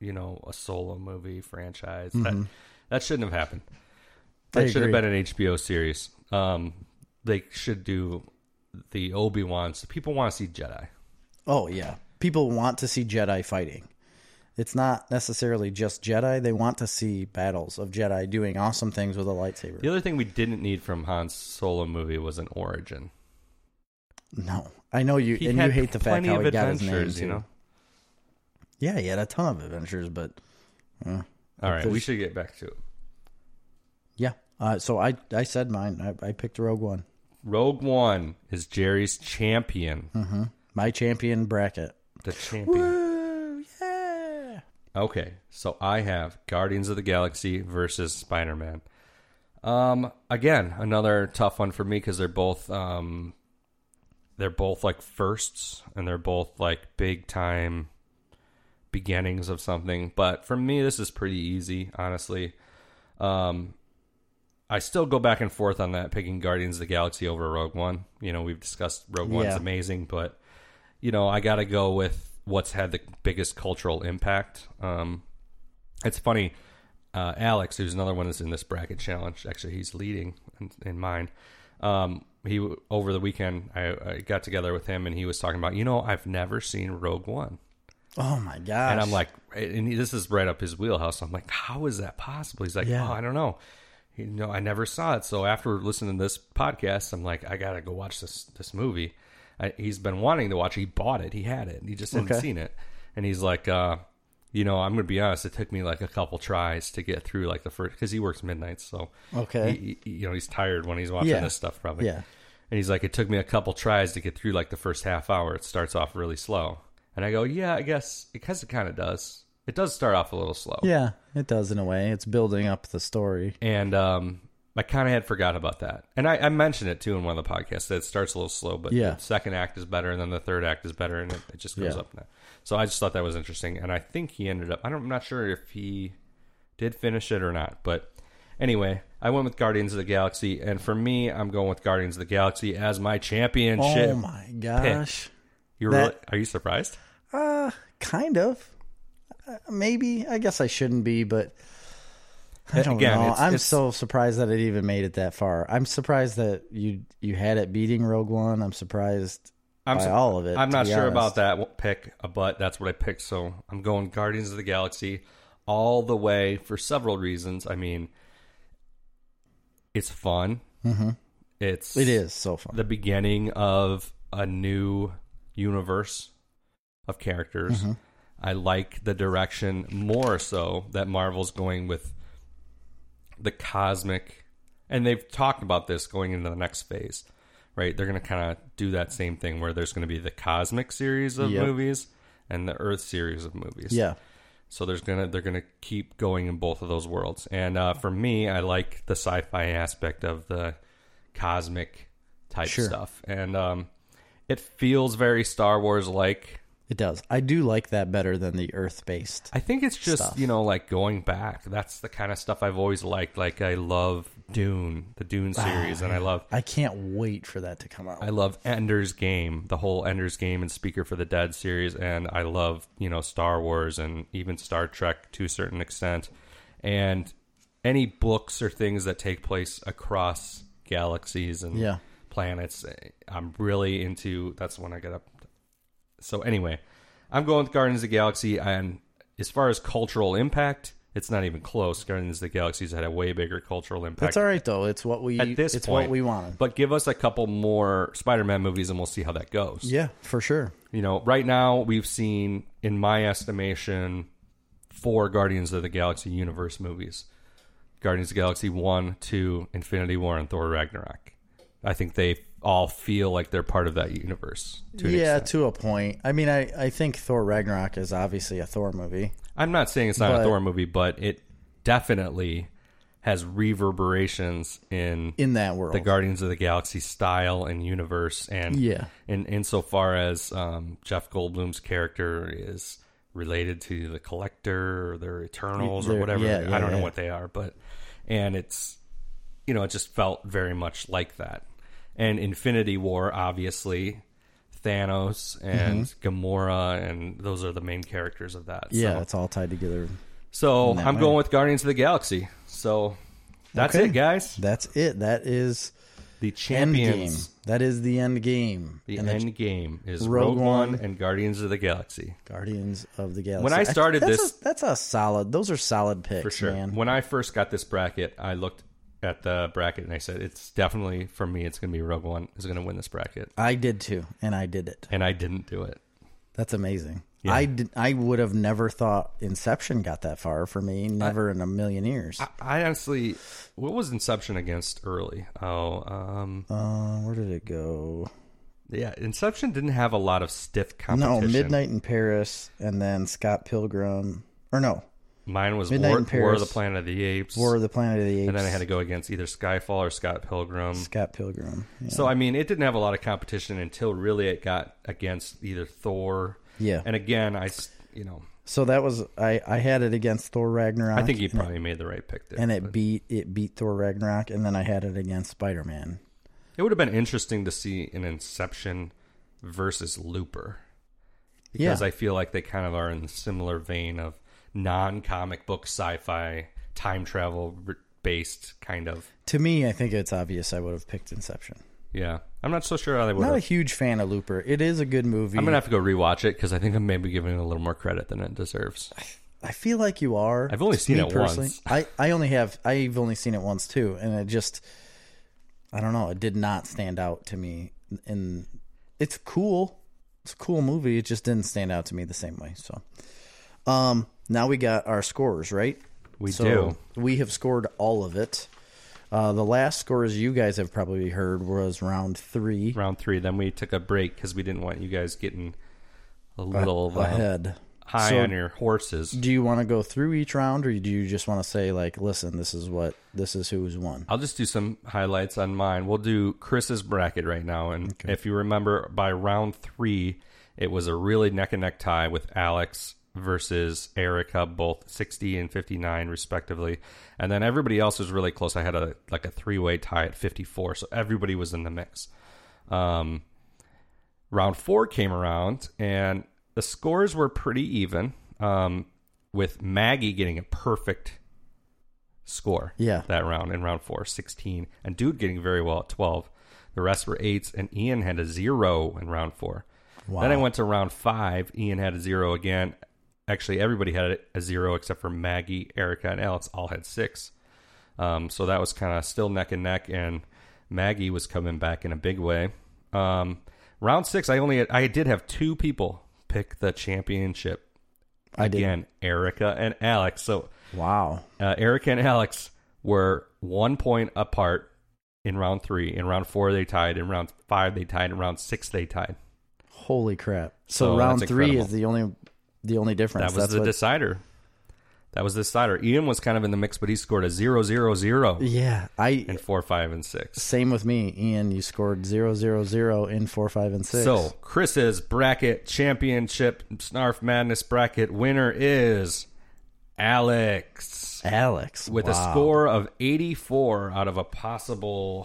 S1: you know, a solo movie franchise. That that shouldn't have happened.
S2: Mm-hmm. I
S1: That should have
S2: agree.
S1: been an HBO series. Um they should do the Obi Wan's people want to see Jedi.
S2: Oh yeah, people want to see Jedi fighting. It's not necessarily just Jedi. They want to see battles of Jedi doing awesome things with a lightsaber.
S1: The other thing we didn't need from Han's solo movie was an origin.
S2: No, I know you, and you hate the fact
S1: plenty
S2: how
S1: of
S2: he got his name.
S1: adventures,
S2: too.
S1: you know.
S2: Yeah, he had a ton of adventures, but
S1: All right, we
S2: there's-
S1: should get back to it.
S2: yeah. Uh, so I, I said mine. I, I picked Rogue One.
S1: Rogue One is Jerry's champion.
S2: Hmm. My champion bracket.
S1: The champion.
S2: Woo, yeah.
S1: Okay, so I have Guardians of the Galaxy versus Spider Man. Um, again, another tough one for me because they're both um, they're both like firsts, and they're both like big time beginnings of something. But for me, this is pretty easy, honestly. Um, I still go back and forth on that, picking Guardians of the Galaxy over Rogue One. You know, we've discussed Rogue One's
S2: Yeah.
S1: amazing, but you know, I got to go with what's had the biggest cultural impact. Um, it's funny, uh, Alex, who's another one that's in this bracket challenge. Actually, he's leading in, in mine. Um, he w- over the weekend, I, I got together with him, and he was talking about, you know, I've never seen Rogue One,
S2: Oh my gosh.
S1: and I'm like, and he, this is right up his wheelhouse. I'm like, how is that possible? He's like,
S2: Yeah.
S1: oh, I don't know. You know, I never saw it. So after listening to this podcast, I'm like, I gotta go watch this this movie. I, he's been wanting to watch. it. He bought it. He had it. He just hadn't
S2: Okay.
S1: seen it. And he's like, uh, you know, I'm gonna be honest. It took me like a couple tries to get through like the first because he works midnights. So
S2: Okay.
S1: he, he- you know, he's tired when he's watching
S2: Yeah.
S1: this stuff probably.
S2: Yeah.
S1: And he's like, it took me a couple tries to get through like the first half hour. It starts off really slow. And I go, yeah, I guess because it kind of does. It does start off a little slow.
S2: yeah, it does in a way. It's building up the story.
S1: And um, I kind of had forgot about that. And I, I mentioned it too in one of the podcasts that it starts a little slow, but
S2: Yeah.
S1: the second act is better, and then the third act is better, and it, it just goes
S2: Yeah.
S1: up. Now. So I just thought that was interesting. And I think he ended up, I don't, I'm not sure if he did finish it or not. But anyway, I went with Guardians of the Galaxy. And for me, I'm going with Guardians of the Galaxy as my championship.
S2: Oh my gosh.
S1: You're
S2: That-
S1: really, are you surprised?
S2: Uh, kind of. Uh, maybe. I guess I shouldn't be, but I don't
S1: Again,
S2: know.
S1: it's-
S2: I'm
S1: it's-
S2: so surprised that it even made it that far. I'm surprised that you you had it beating Rogue One. I'm surprised
S1: I'm
S2: by
S1: sur-
S2: all of it.
S1: I'm
S2: to
S1: not
S2: be
S1: sure about
S2: honest.
S1: that w- pick, uh, but that's what I picked. So I'm going Guardians of the Galaxy all the way for several reasons. I mean, it's fun. Mm-hmm. It's
S2: It is so fun.
S1: the
S2: Mm-hmm.
S1: beginning of a new universe of characters. I like the direction more so that Marvel's going with the cosmic, and they've talked about this going into the next phase, right? They're going to kind of do that same thing where there's going to be the cosmic series of
S2: Yep.
S1: movies and the Earth series of movies.
S2: Yeah.
S1: So there's gonna they're gonna keep going in both of those worlds. And uh, for me, I like the sci-fi aspect of the cosmic type
S2: Sure.
S1: stuff, and um, it feels very Star Wars like.
S2: It does. I do like that better than the earth based.
S1: I think it's just
S2: Stuff.
S1: you know like going back. That's the kind of stuff I've always liked. Like I love Dune, the Dune
S2: Ah,
S1: series, and I love
S2: I can't wait for that to come out.
S1: I love Ender's Game, the whole Ender's Game and Speaker for the Dead series, and I love you know Star Wars and even Star Trek to a certain extent, and any books or things that take place across galaxies and
S2: Yeah.
S1: planets. eh, I'm really into. That's when I get up. So anyway, I'm going with Guardians of the Galaxy, and as far as cultural impact, it's not even close. Guardians of the Galaxy's had a way bigger cultural impact.
S2: That's all right though. It's what we
S1: at this
S2: it's
S1: point,
S2: what we wanted.
S1: But give us a couple more Spider-Man movies, and we'll see how that goes.
S2: Yeah, for sure.
S1: You know, right now we've seen, in my estimation, four Guardians of the Galaxy universe movies: Guardians of the Galaxy One, Two, Infinity War, and Thor Ragnarok. I think they all feel like they're part of that universe. To an
S2: yeah,
S1: extent.
S2: to a point. I mean, I, I think Thor Ragnarok is obviously a Thor movie.
S1: I'm not saying it's not a
S2: But-
S1: Thor movie, but it definitely has reverberations in
S2: in that world.
S1: the Guardians of the Galaxy style and universe, and
S2: Yeah.
S1: in insofar as um, Jeff Goldblum's character is related to the Collector or their Eternals or
S2: They're-
S1: whatever.
S2: yeah, yeah,
S1: I don't know
S2: yeah.
S1: what they are, but and it's you know it just felt very much like that. And Infinity War, obviously, Thanos and Gamora, and those are the main characters of that.
S2: Mm-hmm. yeah,
S1: so,
S2: it's all tied together.
S1: so I'm
S2: way.
S1: going with Guardians of the Galaxy. So that's
S2: Okay.
S1: it, guys.
S2: That's it. That is
S1: The
S2: end
S1: champions.
S2: game. That is the end game.
S1: The
S2: and the
S1: end game is Rogue,
S2: Rogue
S1: One,
S2: One.
S1: and Guardians of the Galaxy.
S2: Guardians of the Galaxy.
S1: When I
S2: th-
S1: started
S2: that's
S1: this-
S2: a, that's a solid. Those are solid picks,
S1: For sure.
S2: man.
S1: When I first got this bracket, I looked at the bracket and I said, "It's definitely for me. It's going to be Rogue One is going to win this bracket,"
S2: I did too, and I did it.
S1: and I didn't do it.
S2: That's amazing. I did, I would have never thought Inception got that far for me. Never in a million years.
S1: I honestly, what was Inception against early? Oh, um,
S2: uh, where did it go?
S1: yeah, Inception didn't have a lot of stiff
S2: No,
S1: competition.
S2: Midnight in Paris, and then Scott Pilgrim, or no,
S1: Mine was
S2: Midnight
S1: War,
S2: in
S1: War of
S2: Paris.
S1: the Planet of the Apes,
S2: War of the Planet of the Apes,
S1: and then I had to go against either Skyfall or Scott Pilgrim.
S2: Scott Pilgrim. Yeah.
S1: So I mean, it didn't have a lot of competition until really it got against either Thor.
S2: Yeah.
S1: And again, I s- you know
S2: So that was I. I had it against Thor Ragnarok.
S1: I think you probably made the right pick there.
S2: and it beat it beat Thor Ragnarok, and then I had it against Spider Man.
S1: it would have been interesting to see an Inception versus Looper because
S2: Yeah.
S1: I feel like they kind of are in the similar vein of non-comic book sci-fi time travel r- based kind of.
S2: To me, I think it's obvious I would have picked Inception.
S1: Yeah, I'm not so sure how they would.
S2: Not a
S1: Have.
S2: huge fan of Looper. It is a good movie.
S1: I'm gonna have to go rewatch it because I think I'm maybe giving it a little more credit than it deserves.
S2: I feel like you are.
S1: I've only
S2: Just
S1: seen
S2: me
S1: it
S2: personally.
S1: once.
S2: I I only have I've only seen it once too, and it just I don't know. It did not stand out to me. And it's cool. It's a cool movie. It just didn't stand out to me the same way. So, um, now we got our scores right.
S1: We
S2: So we have scored all of it. Uh, the last scores you guys have probably heard was round three
S1: round three. Then we took a break because we didn't want you guys getting a little uh,
S2: ahead.
S1: high
S2: So-
S1: on your horses.
S2: Do you want to go through each round, or do you just want to say like, listen, this is what this is who's won?
S1: I'll just do some highlights on mine. We'll do Chris's bracket right now, and if you remember, by round three, it was a really neck and neck tie with Alex versus Erica, both sixty and fifty nine respectively, and then everybody else was really close. I had a like a three way tie at fifty four, so everybody was in the mix. Um, round four came around, and the scores were pretty even, um, with Maggie getting a perfect score
S2: Yeah.
S1: that round in round four, 16, and Dude getting very well at 12. The rest were eights, and Ian had a zero in round four. Then I went to round five. Ian had a zero again. Actually, everybody had a zero except for Maggie, Erica, and Alex all had six. Um, so that was kind of still neck and neck, and Maggie was coming back in a big way. Um, round six, I only I did have two people pick the championship
S2: I did.
S1: Again, Erica and Alex. So
S2: Wow.
S1: uh, Erica and Alex were one point apart in round three. In round four, they tied. In round five, they tied. In round six, they tied.
S2: Holy crap. So,
S1: So
S2: round
S1: that's
S2: three
S1: incredible.
S2: is the only the only difference.
S1: That was
S2: That's
S1: the
S2: what,
S1: decider. That was the decider. Ian was kind of in the mix, but he scored a zero zero zero
S2: Yeah. I
S1: in four, five, and six.
S2: same with me, Ian. You scored zero zero zero in four, five, and six.
S1: So Chris's bracket championship snarf madness bracket winner is Alex
S2: Alex
S1: with a
S2: wow.
S1: score of 84 out of a possible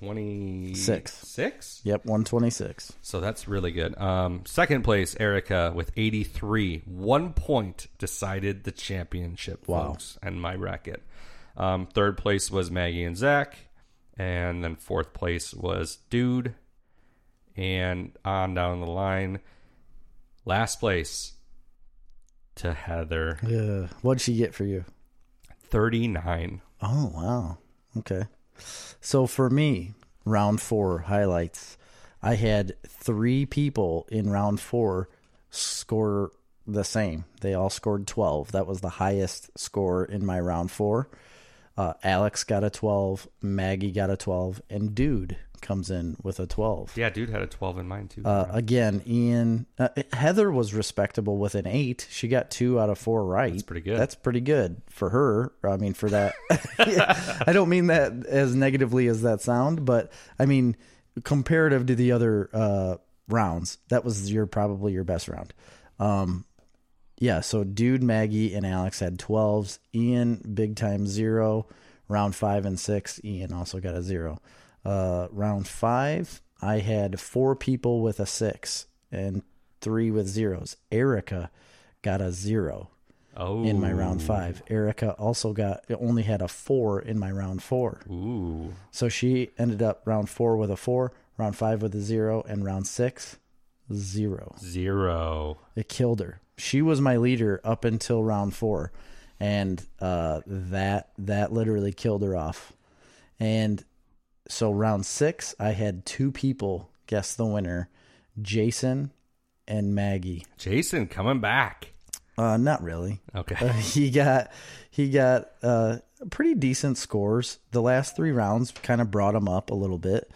S1: 126.
S2: Six. Yep, one twenty six.
S1: So that's really good. Um, second place, Erica with 83. One point decided the championship, folks, and my bracket. Um, third place was Maggie and Zach. And then fourth place was Dude. And on down the line, last place to Heather,
S2: Yeah. What'd she get for you?
S1: 39.
S2: Oh wow. Okay. So for me, round four highlights. I had three people in round four score the same. They all scored twelve. That was the highest score in my round four. Uh, Alex got a twelve. Maggie got a twelve, and dude comes in with a twelve.
S1: Yeah, Dude had a 12 in mine, too.
S2: Uh, again, Ian uh, Heather was respectable with an eight. She got two out of four right. That's
S1: pretty good.
S2: That's pretty good for her. I mean, for that, I don't mean that as negatively as that sound, but I mean comparative to the other uh, rounds, that was your probably your best round. Um, yeah. So, dude, Maggie and Alex had twelves. Ian, big time zero. Round five and six, Ian also got a zero. Uh, round five, I had four people with a six and three with zeros. Erica got a zero
S1: oh.
S2: in my round five. Erica also got only had a four in my round four.
S1: Ooh.
S2: So she ended up round four with a four, round five with a zero, and round six, zero.
S1: Zero.
S2: It killed her. She was my leader up until round four, and uh, that that literally killed her off. And so round six, I had two people guess the winner, Jason and Maggie.
S1: Jason coming back.
S2: Uh, not really.
S1: Okay.
S2: Uh, he got he got uh, pretty decent scores. The last three rounds kind of brought him up a little bit,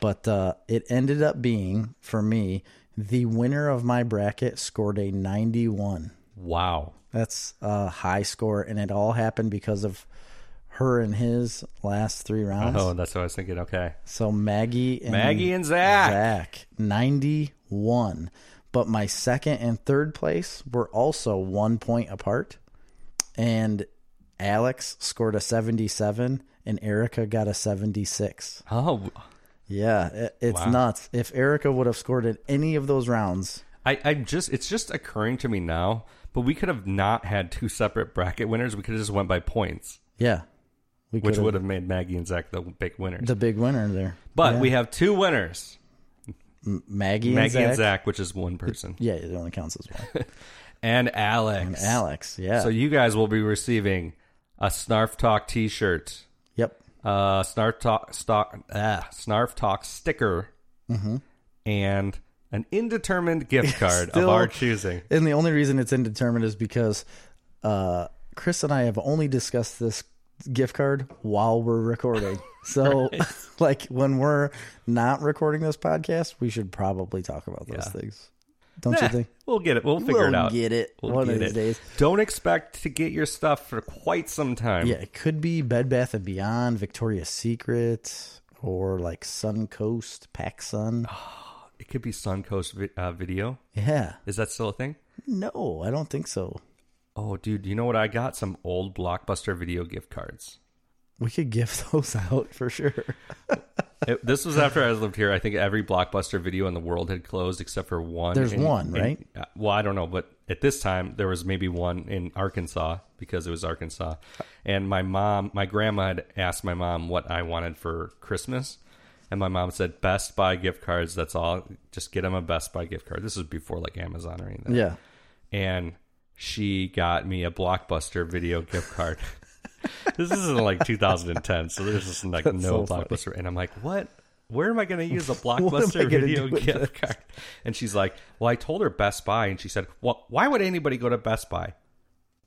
S2: but uh, it ended up being for me the winner of my bracket scored a 91.
S1: Wow.
S2: That's a high score, and it all happened because of her and his last three rounds.
S1: Oh, that's what I was thinking. Okay.
S2: So Maggie and
S1: Maggie and Zach.
S2: Zach, 91. But my second and third place were also one point apart. And Alex scored a 77 and Erica got a 76.
S1: Oh,
S2: Yeah, it, it's nuts. If Erica would have scored at any of those rounds,
S1: I, I'm just, it's just occurring to me now, but we could have not had two separate bracket winners. We could have just went by points,
S2: yeah, we
S1: which
S2: could've-
S1: would have made Maggie and Zach the big winners.
S2: the big winner there.
S1: but we have two winners
S2: Maggie,
S1: Maggie
S2: and Zach.
S1: and Zach, which is one person,
S2: Yeah, it only counts as one.
S1: and Alex.
S2: Alex, yeah.
S1: So you guys will be receiving a Snarf Talk t shirt,
S2: yep.
S1: uh, Snarf Talk, stock, uh, Snarf Talk sticker,
S2: Mm-hmm.
S1: and an indeterminate gift card of
S2: Still-
S1: our choosing.
S2: And the only reason it's indeterminate is because uh, Chris and I have only discussed this gift card while we're recording. So, like, when we're not recording this podcast, we should probably talk about those things. Don't you
S1: Eh,
S2: think?
S1: We'll get it. We'll figure
S2: we'll
S1: it out.
S2: get it
S1: We'll
S2: one of
S1: get
S2: these days.
S1: Don't expect to get your stuff for quite some time.
S2: Yeah, it could be Bed Bath and Beyond, Victoria's Secret, or like Suncoast, PacSun.
S1: It could be Suncoast vi- uh, Video.
S2: Yeah.
S1: Is that still a thing?
S2: No, I don't think so.
S1: Oh, dude, you know what? I got some old Blockbuster Video gift cards.
S2: We could give those out for sure.
S1: It- this was after I lived here. I think every Blockbuster Video in the world had closed except for one.
S2: There's
S1: in-
S2: one,
S1: in-
S2: right?
S1: uh, well, I don't know, but at this time there was maybe one in Arkansas because it was Arkansas. And my mom, my grandma had asked my mom what I wanted for Christmas, and my mom said Best Buy gift cards. That's all. Just get them a Best Buy gift card. This was before like Amazon or anything.
S2: Yeah.
S1: And she got me a Blockbuster Video gift card. This is in like 2010, so there's just like no
S2: so funny.
S1: blockbuster, and I'm like, what? where am I going to use a
S2: I
S1: blockbuster
S2: gonna
S1: video
S2: do with
S1: gift card? And she's like, well, I told her Best Buy, and she said, well, why would anybody go to Best Buy?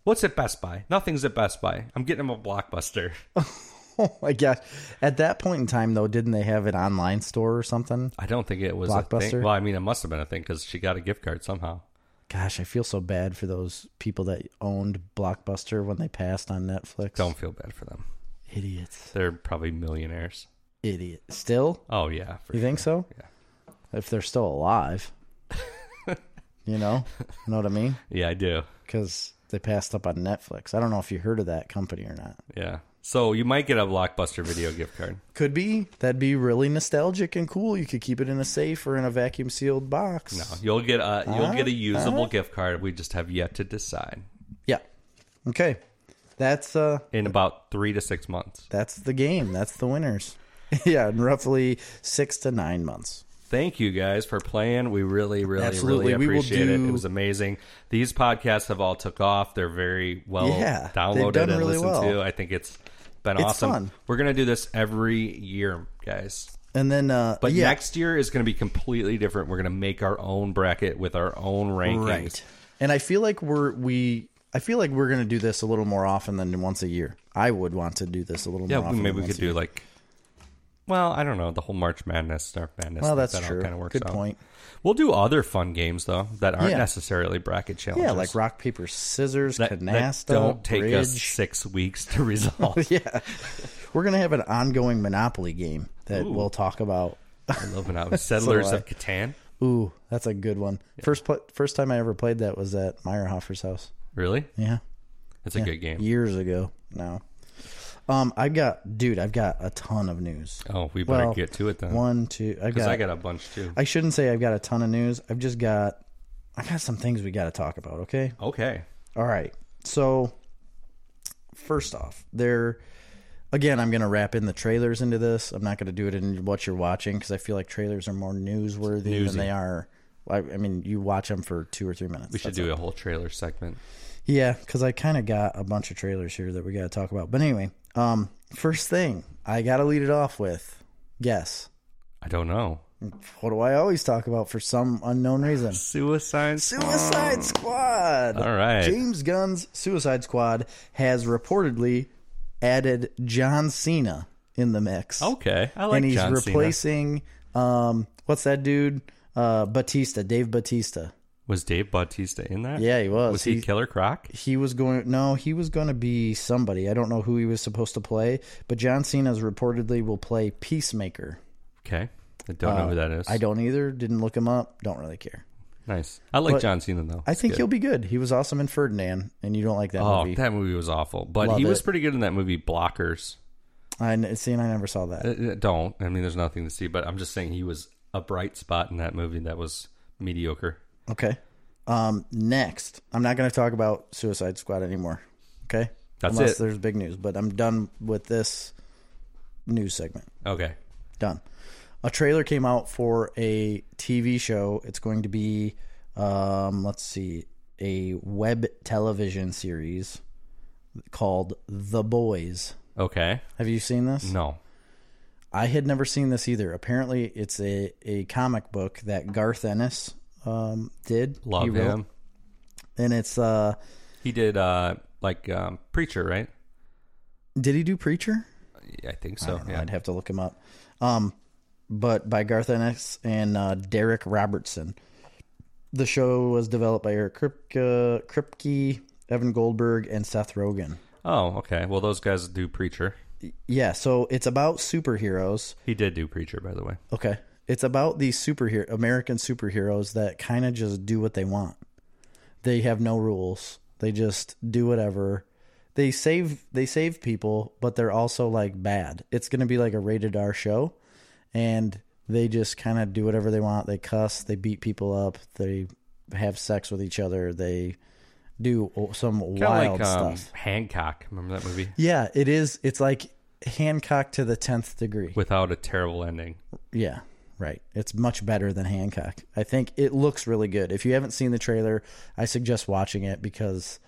S1: What's at Best Buy? Nothing's at Best Buy. I'm getting him a blockbuster.
S2: Oh my gosh! At that point in time, though, didn't they have an online store or something?
S1: I don't think it was a thing.
S2: Blockbuster?
S1: Well, I mean, it must have been a thing because she got a gift card somehow.
S2: Gosh, I feel so bad for those people that owned Blockbuster when they passed on Netflix.
S1: Don't feel bad for them.
S2: Idiots!
S1: They're probably millionaires.
S2: Idiot. Still,
S1: Oh yeah, for
S2: you think so?
S1: Yeah.
S2: If they're still alive, you know, know what I mean?
S1: Yeah, I do.
S2: Because they passed up on Netflix. I don't know if you heard of that company or not.
S1: Yeah. So you might get a blockbuster video gift card.
S2: Could be. That'd be really nostalgic and cool. You could keep it in a safe or in a vacuum sealed box.
S1: No, you'll get a you'll get a usable gift card. We just have yet to decide
S2: Yeah. Okay. That's uh
S1: in about three to six months.
S2: that's the game. That's the winners. yeah, in roughly six to nine months.
S1: Thank you guys for playing. We really, really,
S2: Absolutely.
S1: really
S2: We will
S1: appreciate it. It
S2: do-
S1: was amazing. These podcasts have all took off. They're very well
S2: Yeah, they've
S1: downloaded
S2: done
S1: and
S2: really
S1: listened to.
S2: well.
S1: I think it's been
S2: It's
S1: awesome.
S2: fun.
S1: We're gonna do this every year, guys.
S2: And then uh
S1: But
S2: yeah,
S1: next year is going to be completely different. We're going to make our own bracket with our own rankings.
S2: right. And I feel like we're we I feel like we're gonna do this a little more often than once a year. I would want to do this a little
S1: Yeah,
S2: more often.
S1: maybe
S2: than
S1: we
S2: once
S1: could
S2: a year.
S1: do like. Well, I don't know the whole March Madness, Snarf Madness.
S2: Well,
S1: thing,
S2: that's
S1: that all
S2: true.
S1: kinda works
S2: Good
S1: out.
S2: point.
S1: We'll do other fun games though that aren't
S2: Yeah.
S1: necessarily bracket challenges.
S2: Yeah, like rock, paper, scissors,
S1: that, that
S2: canasta,
S1: don't take
S2: bridge.
S1: us six weeks to resolve.
S2: yeah. We're gonna have an ongoing Monopoly game that we'll talk about.
S1: I love when I was Settlers
S2: So
S1: of Catan.
S2: Ooh, that's a good one. First pla first time I ever played that was at Meyerhofer's house.
S1: Really,
S2: Yeah,
S1: it's a good game.
S2: years ago now. Um, I've got, dude, I've got a ton of news.
S1: Oh, we better
S2: Well,
S1: get to it then,
S2: One, two, I've
S1: because
S2: got,
S1: I
S2: I
S1: got a bunch too.
S2: shouldn't say I've got a ton of news. I've just got, I got some things we got to talk about. Okay.
S1: okay,
S2: All right. So, first off, there. Again, I'm going to wrap in the trailers into this. I'm not going to do it in what you're watching because I feel like trailers are more newsworthy than they are. I, I mean, you watch them for two or three minutes.
S1: we should do a whole trailer segment.
S2: Yeah, because I kind of got a bunch of trailers here that we got to talk about. But anyway, um, first thing I got to lead it off with. Guess
S1: I don't know.
S2: what do I always talk about for some unknown reason?
S1: Suicide.
S2: Suicide Squad.
S1: All right.
S2: James Gunn's Suicide Squad has reportedly added John Cena in the mix.
S1: Okay, I like
S2: and he's
S1: John Cena.
S2: replacing um, what's that dude? Uh, Batista, Dave Batista.
S1: Was Dave Bautista in that?
S2: Yeah, he was.
S1: Was he, Killer Croc?
S2: he was going no he was going to be somebody i don't know who he was supposed to play but john cena's reportedly will play peacemaker
S1: Okay. I don't know who that is.
S2: Uh, i don't either didn't look him up don't really care
S1: nice. I like John Cena though.
S2: i think he'll be good he was awesome in ferdinand and you don't like that
S1: Oh,
S2: movie
S1: that movie was awful, but
S2: Love
S1: he was
S2: it.
S1: pretty good in that movie Blockers.
S2: i n- see and i never saw that
S1: Uh, uh, Don't. I mean, there's nothing to see, but I'm just saying he was a bright spot in that movie that was mediocre.
S2: okay um next i'm not going to talk about suicide squad anymore okay
S1: That's
S2: unless
S1: it.
S2: there's big news but i'm done with this news segment
S1: Okay.
S2: done. A trailer came out for a TV show. It's going to be, um, let's see, a web television series called The Boys.
S1: Okay.
S2: Have you seen this?
S1: No.
S2: I had never seen this either. Apparently, it's a, a comic book that Garth Ennis um, did.
S1: Love
S2: He wrote-
S1: him.
S2: And it's, uh,
S1: He did uh like um Preacher, right?
S2: did he do Preacher?
S1: Yeah, I think so. yeah.
S2: I'd have to look him up. Um, but by Garth Ennis and uh, Derek Robertson. The show was developed by Eric Kripke, Kripke, Evan Goldberg, and Seth Rogen.
S1: Oh, okay. Well, those guys do Preacher.
S2: Yeah, so it's about superheroes.
S1: He did do Preacher, by the way.
S2: Okay. It's about these superhero American superheroes that kind of just do what they want. They have no rules. They just do whatever. They save they save people, but they're also like bad. It's going to be like a rated R show and they just kind of do whatever they want. They cuss, they beat people up, they have sex with each other, they do some
S1: Kind
S2: wild
S1: of like um,
S2: stuff.
S1: Hancock. Remember that movie?
S2: Yeah, it is. It's like Hancock to the 10th degree.
S1: Without a terrible ending.
S2: Yeah, right. It's much better than Hancock. I think it looks really good. If you haven't seen the trailer, I suggest watching it because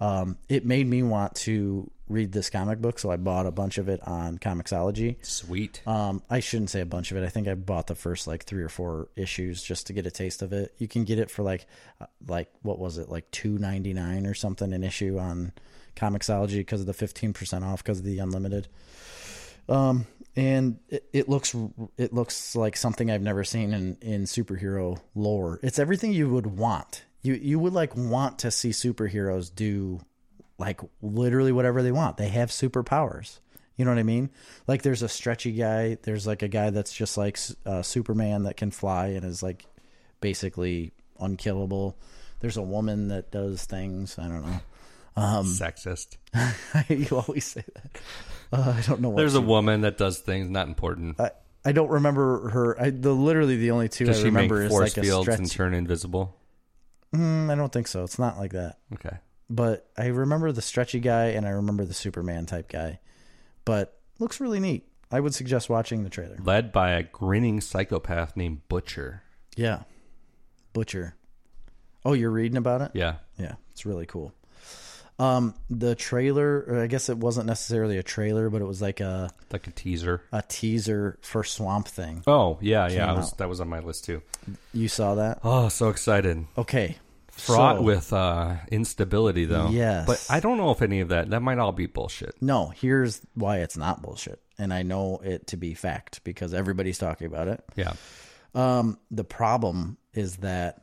S2: um, it made me want to read this comic book, so I bought a bunch of it on Comixology.
S1: Sweet.
S2: Um, I shouldn't say a bunch of it. I think I bought the first like three or four issues just to get a taste of it. You can get it for like, uh, like what was it, like two ninety nine or something an issue on Comixology because of the fifteen percent off because of the unlimited. Um, and it, it looks it looks like something I've never seen in in superhero lore. It's everything you would want. You you would like want to see superheroes do like literally whatever they want. They have superpowers. You know what I mean? Like there's a stretchy guy. There's like a guy that's just like uh, Superman that can fly and is like basically unkillable. There's a woman that does things. I don't know. Um,
S1: Sexist.
S2: you always say that. Uh, I don't know. What
S1: There's a
S2: she-
S1: woman that does things not important.
S2: I, I don't remember her. I the literally the only two
S1: Does
S2: I
S1: she make
S2: remember is
S1: force
S2: like a
S1: fields
S2: stretch.
S1: and turn invisible?
S2: Mm, I don't think so. It's not like that.
S1: Okay.
S2: But I remember the stretchy guy and I remember the Superman type guy. But looks really neat. I would suggest watching the trailer.
S1: Led by a grinning psychopath named Butcher.
S2: Yeah. Butcher. Oh, you're reading about it?
S1: Yeah.
S2: Yeah, it's really cool. Um, the trailer, or I guess it wasn't necessarily a trailer, but it was like a,
S1: Like a teaser.
S2: a teaser for Swamp Thing.
S1: Oh, yeah, yeah. I was,
S2: out.
S1: that was on my list too.
S2: You saw that?
S1: Oh, so excited.
S2: Okay.
S1: Fraught
S2: So-
S1: with uh, instability, though.
S2: Yes.
S1: But I don't know if any of that, that might all be bullshit.
S2: No, here's why it's not bullshit. And I know it to be fact because everybody's talking about it.
S1: Yeah.
S2: Um, the problem is that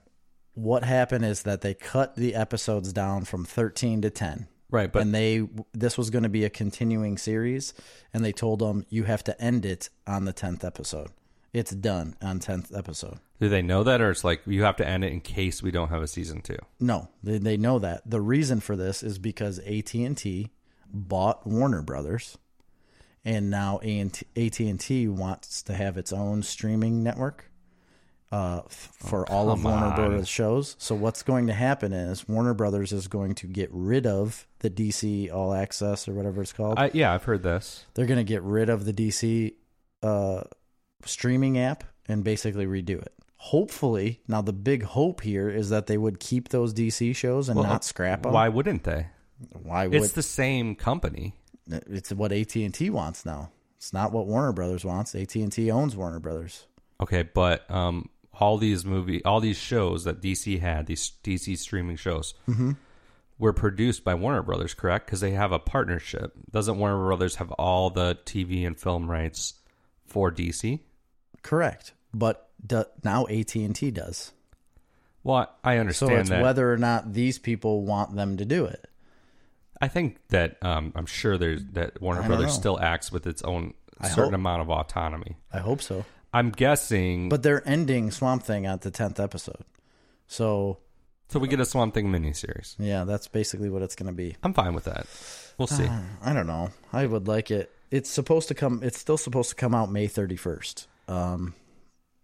S2: what happened is that they cut the episodes down from 13 to 10.
S1: Right. But
S2: and they this was going to be a continuing series and they told them you have to end it on the 10th episode it's done on 10th episode
S1: do they know that? Or it's like you have to end it in case we don't have a season two?
S2: no they, they know that the reason for this is because at&t bought warner brothers and now AT- at&t wants to have its own streaming network uh, f- for all of
S1: Oh, come
S2: warner
S1: on.
S2: brothers shows so what's going to happen is warner brothers is going to get rid of the dc all access or whatever it's called
S1: I, yeah, I've heard this.
S2: they're going to get rid of the DC uh, streaming app and basically redo it. Hopefully, now the big hope here is that they would keep those DC shows and not scrap them.
S1: Why wouldn't they?
S2: Why would
S1: It's the same company.
S2: it's what AT and T wants now? It's not what Warner Brothers wants. AT and T owns Warner Brothers.
S1: Okay, but um, all these movie, all these shows that DC had, these DC streaming shows,
S2: Mm-hmm.
S1: were produced by Warner Brothers, correct? Because they have a partnership. Doesn't Warner Brothers have all the TV and film rights for DC?
S2: Correct, but do, now AT and T does.
S1: Well, I
S2: So
S1: understand
S2: it's
S1: that.
S2: whether or not these people want them to do it.
S1: I think that um, I'm sure there's that Warner
S2: I don't
S1: Brothers
S2: know.
S1: still acts with its own
S2: I
S1: certain
S2: hope-
S1: amount of autonomy.
S2: I hope so.
S1: I'm guessing.
S2: But they're ending Swamp Thing at the tenth episode, so
S1: so we get a Swamp Thing miniseries.
S2: yeah, that's basically what it's going to be.
S1: I'm fine with that. We'll see.
S2: I don't know. I would like it. It's supposed to come. It's still supposed to come out May thirty first. Um,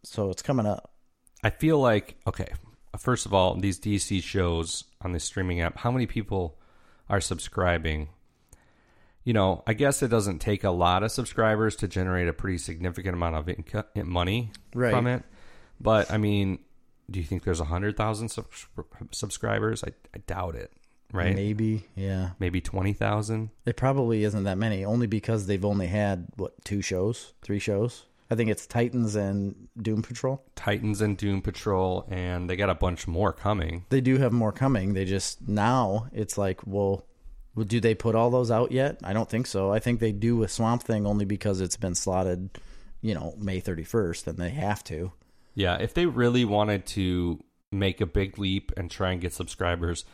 S2: so it's coming up.
S1: I feel like okay. First of all, these DC shows on the streaming app, how many people are subscribing? You know, I guess it doesn't take a lot of subscribers to generate a pretty significant amount of income, money
S2: Right.
S1: from it. But I mean, do you think there's a hundred thousand subs- subscribers? I, I doubt it. Right? Maybe,
S2: Maybe. Yeah.
S1: twenty thousand.
S2: It probably isn't that many, only because they've only had what two shows, three shows. I think it's Titans and Doom Patrol.
S1: Titans and Doom Patrol, and they got a bunch more coming.
S2: They do have more coming. They just now it's like, well, well, do they put all those out yet? I don't think so. I think they do with Swamp Thing only because it's been slotted, you know, May thirty first, and they have to.
S1: Yeah, if they really wanted to make a big leap and try and get subscribers,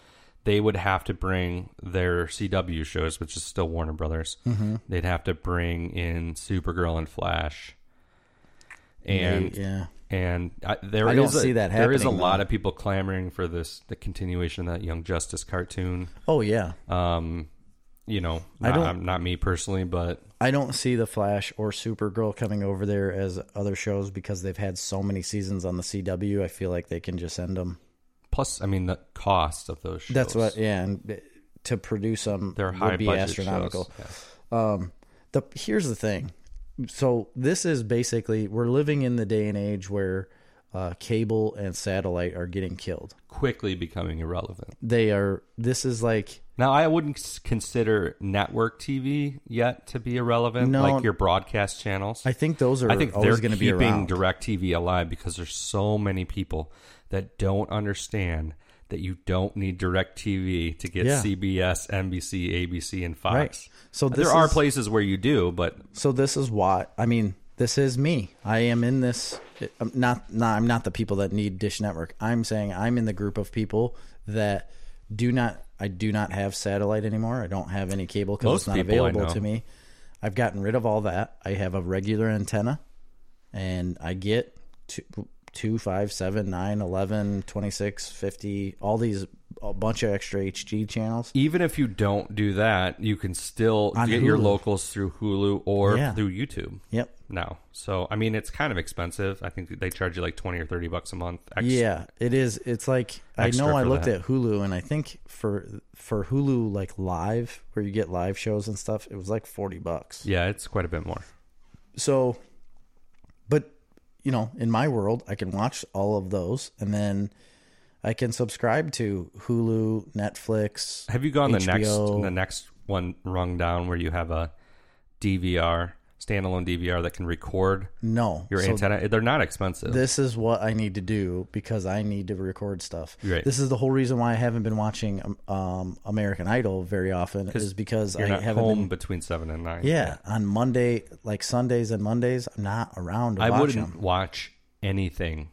S1: they would have to bring their CW shows, which is still Warner Brothers.
S2: Mm-hmm.
S1: They'd have to bring in Supergirl and Flash. And
S2: yeah,
S1: and I, there
S2: I don't
S1: is a-
S2: see that
S1: there is a
S2: happening,
S1: lot
S2: though.
S1: of people clamoring for this the continuation of that Young Justice cartoon.
S2: oh yeah.
S1: Um, you know,
S2: I
S1: not,
S2: don't-
S1: not me personally, but
S2: I don't see the Flash or Supergirl coming over there as other shows because they've had so many seasons on the CW. I feel like they can just end them.
S1: plus, I mean, the cost of those shows.
S2: That's what, yeah, and uh, to produce them
S1: they're high
S2: would be
S1: budget
S2: astronomical.
S1: shows. Yeah.
S2: Um, the here's the thing. So this is basically we're living in the day and age where uh, cable and satellite are getting killed.
S1: quickly becoming irrelevant.
S2: They are. This is like
S1: Now, I wouldn't s- consider network TV yet to be irrelevant,
S2: No.
S1: like your broadcast channels.
S2: I think those are.
S1: I think they're
S2: always
S1: going
S2: going to be
S1: keeping
S2: around.
S1: DirecTV alive because there's so many people that don't understand that you don't need DirecTV to get
S2: Yeah.
S1: CBS, NBC, ABC, and Fox.
S2: Right. So this
S1: there are
S2: is-
S1: places where you do, but
S2: so this is why i mean this is me i am in this i'm not, not i'm not the people that need dish network i'm saying i'm in the group of people that do not i do not have satellite anymore i don't have any cable because it's
S1: Most
S2: not
S1: people I
S2: available
S1: know.
S2: to me i've gotten rid of all that i have a regular antenna and i get two, two five seven nine eleven twenty six fifty all these a bunch of extra hg channels
S1: even if you don't do that, you can still get your
S2: Hulu.
S1: locals through Hulu or
S2: Yeah.
S1: through YouTube.
S2: yep
S1: No. So I mean, it's kind of expensive. I think they charge you like twenty or thirty bucks a month. Ex-
S2: Yeah, it is. It's like I
S1: Extra
S2: know I
S1: for
S2: looked
S1: that.
S2: at Hulu, and I think for for Hulu like live, where you get live shows and stuff, it was like forty bucks.
S1: Yeah, it's quite a bit more.
S2: So, but you know, in my world, I can watch all of those, and then I can subscribe to Hulu, Netflix.
S1: Have you gone the
S2: HBO.
S1: next the next one rung down where you have a DVR standalone DVR that can record
S2: No,
S1: your antenna? They're not expensive.
S2: this is what I need to do because I need to record stuff.
S1: Right.
S2: This is the whole reason why I haven't been watching um, American Idol very often is because I
S1: You're not
S2: haven't been
S1: home between seven and nine.
S2: Yeah, on Monday, like Sundays and Mondays, I'm not around to
S1: I
S2: watch
S1: wouldn't
S2: them.
S1: watch anything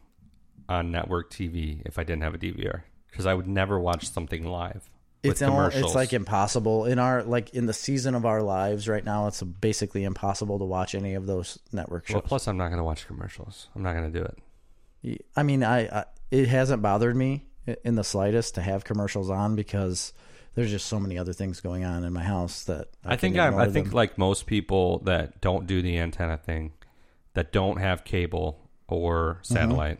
S1: on network TV if I didn't have a DVR because I would never watch something live with
S2: It's all,
S1: commercials.
S2: it's like impossible in our like in the season of our lives right now. It's basically impossible to watch any of those network
S1: well,
S2: shows.
S1: plus I'm not going to watch commercials. I'm not going to do it.
S2: I mean, I, I it hasn't bothered me in the slightest to have commercials on because there's just so many other things going on in my house that I,
S1: I think
S2: can
S1: I'm, I
S2: ignore
S1: think
S2: them.
S1: like most people that don't do the antenna thing, that don't have cable or
S2: Mm-hmm.
S1: satellite,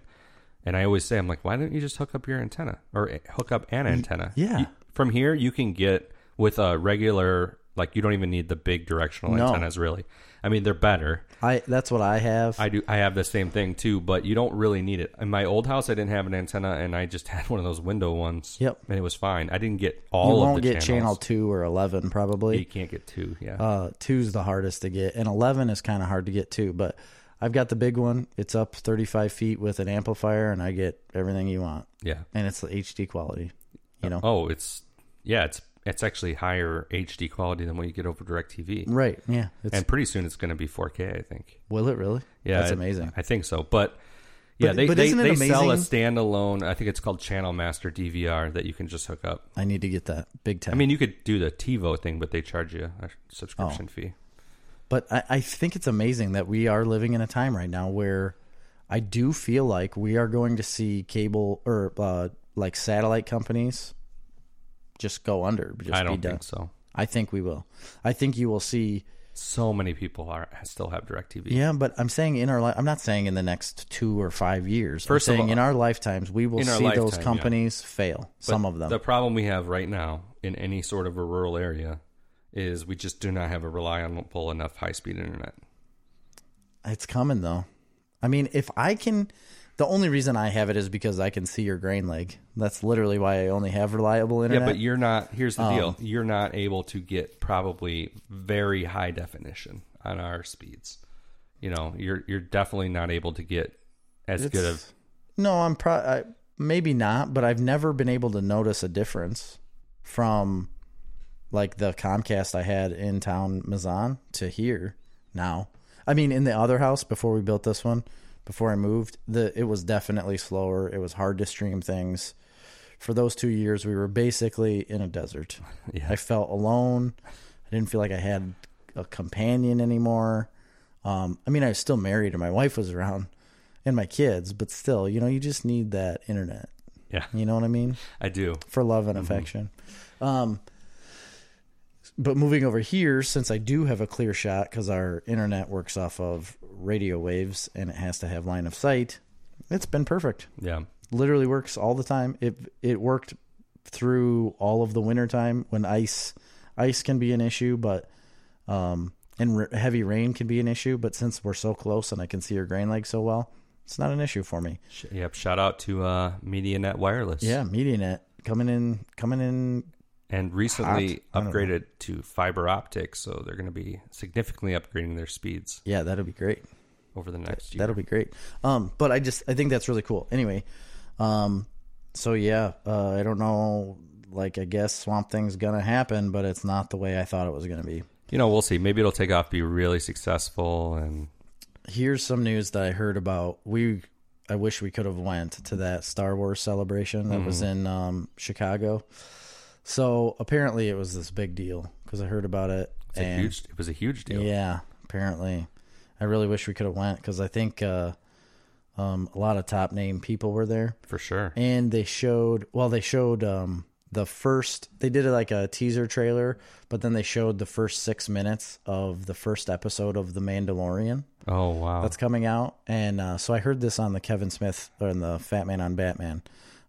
S1: and I always say I'm like, why don't you just hook up your antenna or eh, hook up an antenna?
S2: yeah.
S1: You- from here you can get with a regular like you don't even need the big directional
S2: No.
S1: antennas really. I mean they're better.
S2: I that's what I have.
S1: I do I have the same thing too, but you don't really need it. In my old house I didn't have an antenna and I just had one of those window ones.
S2: Yep.
S1: and it was fine. I didn't get
S2: you
S1: all of
S2: won't
S1: the
S2: get channel
S1: channels.
S2: two or eleven probably.
S1: You can't get two. Yeah.
S2: Uh, two's the hardest to get, and eleven is kind of hard to get too. But I've got the big one. It's up thirty five feet with an amplifier, and I get everything you want,
S1: yeah.
S2: and it's the HD quality. You know,
S1: Oh, it's yeah, it's it's actually higher HD quality than what you get over DirecTV,
S2: right? Yeah. It's,
S1: and pretty soon it's going to be 4K. I think.
S2: will it really?
S1: Yeah,
S2: that's
S1: I-
S2: amazing.
S1: I think so, but yeah,
S2: But-
S1: they
S2: but
S1: they,
S2: isn't it
S1: they sell a
S2: amazing?
S1: standalone. I think it's called Channel Master DVR that you can just hook up.
S2: I need to get that big time.
S1: I mean, you could do the TiVo thing, but they charge you a subscription
S2: Oh,
S1: fee.
S2: but I, I think it's amazing that we are living in a time right now where I do feel like we are going to see cable or uh, like satellite companies just go under. Just
S1: I
S2: be
S1: don't
S2: done.
S1: think so.
S2: I think we will. I think you will see.
S1: So many people are still have DirecTV.
S2: Yeah, but I'm saying in our li- I'm not saying in the next two or five years.
S1: First
S2: I'm
S1: of
S2: saying
S1: all-
S2: in our lifetimes we will
S1: In our
S2: see those
S1: lifetime, yeah.
S2: companies fail. some of them.
S1: The problem we have right now in any sort of a rural area is we just do not have a reliable enough high speed internet.
S2: It's coming though. I mean, if I can, the only reason I have it is because I can see your grain leg. That's literally why I only have reliable internet. Um.
S1: Yeah, but you're not. Here's the deal: you're not able to get probably very high definition on our speeds. You know, you're you're definitely not able to get as good of.
S2: no, I'm pro. I, maybe not, but I've never been able to notice a difference from like the Comcast I had in town Mazan to here now. I mean, in the other house before we built this one, before I moved, the it was definitely slower. It was hard to stream things. For those two years, we were basically in a desert.
S1: Yeah.
S2: I felt alone. I didn't feel like I had a companion anymore. Um, I mean, I was still married and my wife was around and my kids, but still, you know, you just need that internet.
S1: Yeah,
S2: You know what I mean?
S1: I do.
S2: for love and affection. Um, but moving over here, since I do have a clear shot because our internet works off of radio waves and it has to have line of sight, it's been perfect.
S1: Yeah,
S2: Literally works all the time. It it worked through all of the winter time when ice ice can be an issue, but um, and r- heavy rain can be an issue. But since we're so close and I can see your grain leg so well, It's not an issue for me.
S1: Sh- Yep. Shout out to uh, MediaNet Wireless.
S2: Yeah, MediaNet coming in, coming in.
S1: And recently
S2: Hot. I don't know.
S1: upgraded to fiber optic, so they're going to be significantly upgrading their speeds
S2: Yeah, that'll be great.
S1: over the next year.
S2: That'll be great. Um, but I just I think that's really cool. Anyway, um, so yeah, uh, I don't know. Like I guess Swamp Thing's gonna happen, but it's not the way I thought it was gonna be.
S1: You know, we'll see. Maybe it'll take off, be really successful, and
S2: Here's some news that I heard about. We I wish we could have went to that Star Wars celebration that was
S1: Mm-hmm.
S2: in um, Chicago. So apparently it was this big deal because I heard about it.
S1: it's a huge. It was a huge deal.
S2: Yeah, apparently. I really wish we could have went because I think uh, um, a lot of top name people were there,
S1: For sure.
S2: and they showed. Well, they showed um, the first. They did like a teaser trailer, but then they showed the first six minutes of the first episode of The Mandalorian
S1: oh wow.
S2: that's coming out, and uh, so I heard this on the Kevin Smith or on the Fat Man on Batman.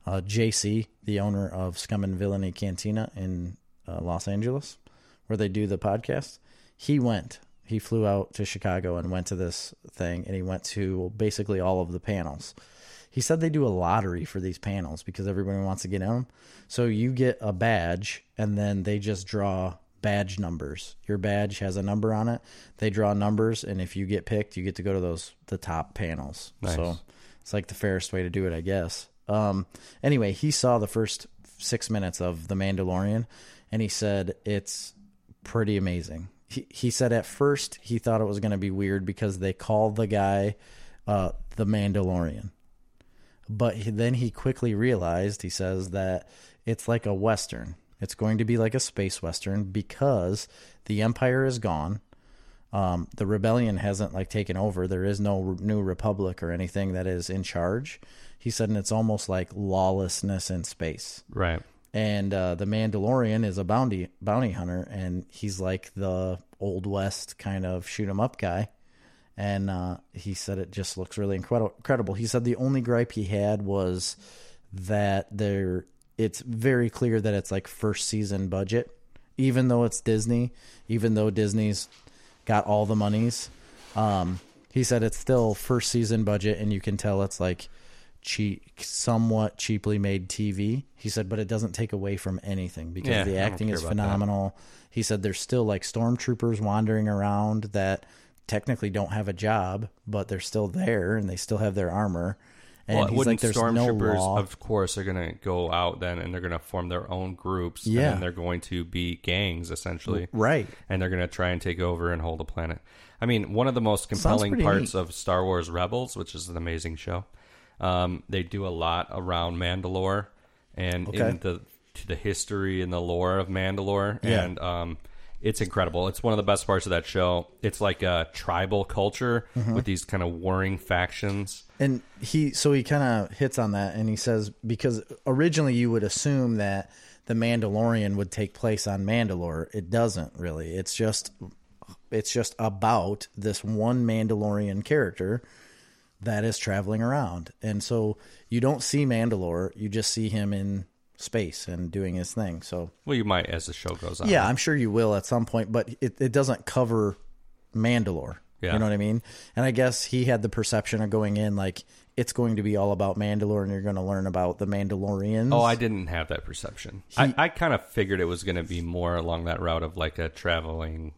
S2: Uh, JC, the owner of Scum and Villainy Cantina in uh, Los Angeles, where they do the podcast, he went. He flew out to Chicago and went to this thing, and he went to basically all of the panels. He said they do a lottery for these panels because everybody wants to get in them. So you get a badge, and then they just draw badge numbers. Your badge has a number on it. They draw numbers, and if you get picked, you get to go to those the top panels. So it's like the fairest way to do it, I guess. Um, anyway, he saw the first six minutes of The Mandalorian, and he said it's pretty amazing. He, he said at first he thought it was going to be weird because they call the guy uh, the Mandalorian but he, then he quickly realized he says that it's like a western it's going to be like a space western because the empire is gone um, the rebellion hasn't like taken over there is no re- new republic or anything that is in charge he said and it's almost like lawlessness in space
S1: right.
S2: and uh, the mandalorian is a bounty bounty hunter and he's like the old west kind of shoot 'em up guy and uh, he said it just looks really incredi- incredible. He said the only gripe he had was that there, it's very clear that it's like first season budget, even though it's Disney, even though Disney's got all the monies. Um, he said it's still first season budget, and you can tell it's like cheap, somewhat cheaply made TV. He said, but it doesn't take away from anything because
S1: Yeah, I
S2: the
S1: don't
S2: acting
S1: care
S2: is
S1: about that.
S2: phenomenal phenomenal. He said there's still like stormtroopers wandering around that technically don't have a job, but they're still there and they still have their armor. And
S1: Well,
S2: he's like,
S1: wouldn't
S2: there's no
S1: stormtroopers,
S2: law.
S1: of course, are going to go out then, and they're going to form their own groups.
S2: Yeah.
S1: And then they're going to be gangs essentially.
S2: right.
S1: and they're going to try and take over and hold the planet. I mean, one of the most compelling
S2: pretty
S1: parts of Star Wars Rebels, which is an amazing show, um, they do a lot around Mandalore and in
S2: Okay.
S1: the to the history and the lore of Mandalore,
S2: Yeah.
S1: and um, it's incredible. It's one of the best parts of that show. It's like a tribal culture
S2: Mm-hmm.
S1: with these kind of warring factions.
S2: And he, so he kind of hits on that and he says, because originally you would assume that the Mandalorian would take place on Mandalore. It doesn't really. It's just, it's just about this one Mandalorian character that is traveling around. And so you don't see Mandalore, you just see him in space and doing his thing. So
S1: Well, you might as the show goes on.
S2: yeah, I'm sure you will at some point, but it, it doesn't cover Mandalore.
S1: Yeah.
S2: You know what I mean? And I guess he had the perception of going in like it's going to be all about Mandalore and you're going to learn about the Mandalorians.
S1: Oh, I didn't have that perception. I, I kind of figured it was going to be more along that route of like a traveling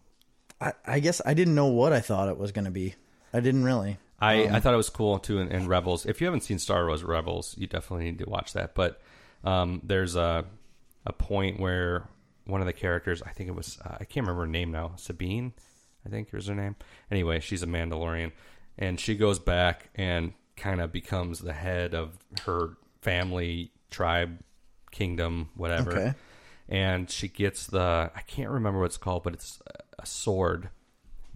S2: I, I guess I didn't know what I thought it was going to be. I didn't really.
S1: I,
S2: Um,
S1: I thought it was cool too in, in Rebels. If you haven't seen Star Wars Rebels, you definitely need to watch that. But um, there's a a point where one of the characters, I think it was uh, I can't remember her name now, Sabine, I think was her name. Anyway, she's a Mandalorian, and she goes back and kind of becomes the head of her family, tribe, kingdom, whatever.
S2: Okay.
S1: And she gets the I can't remember what it's called, but it's a- a sword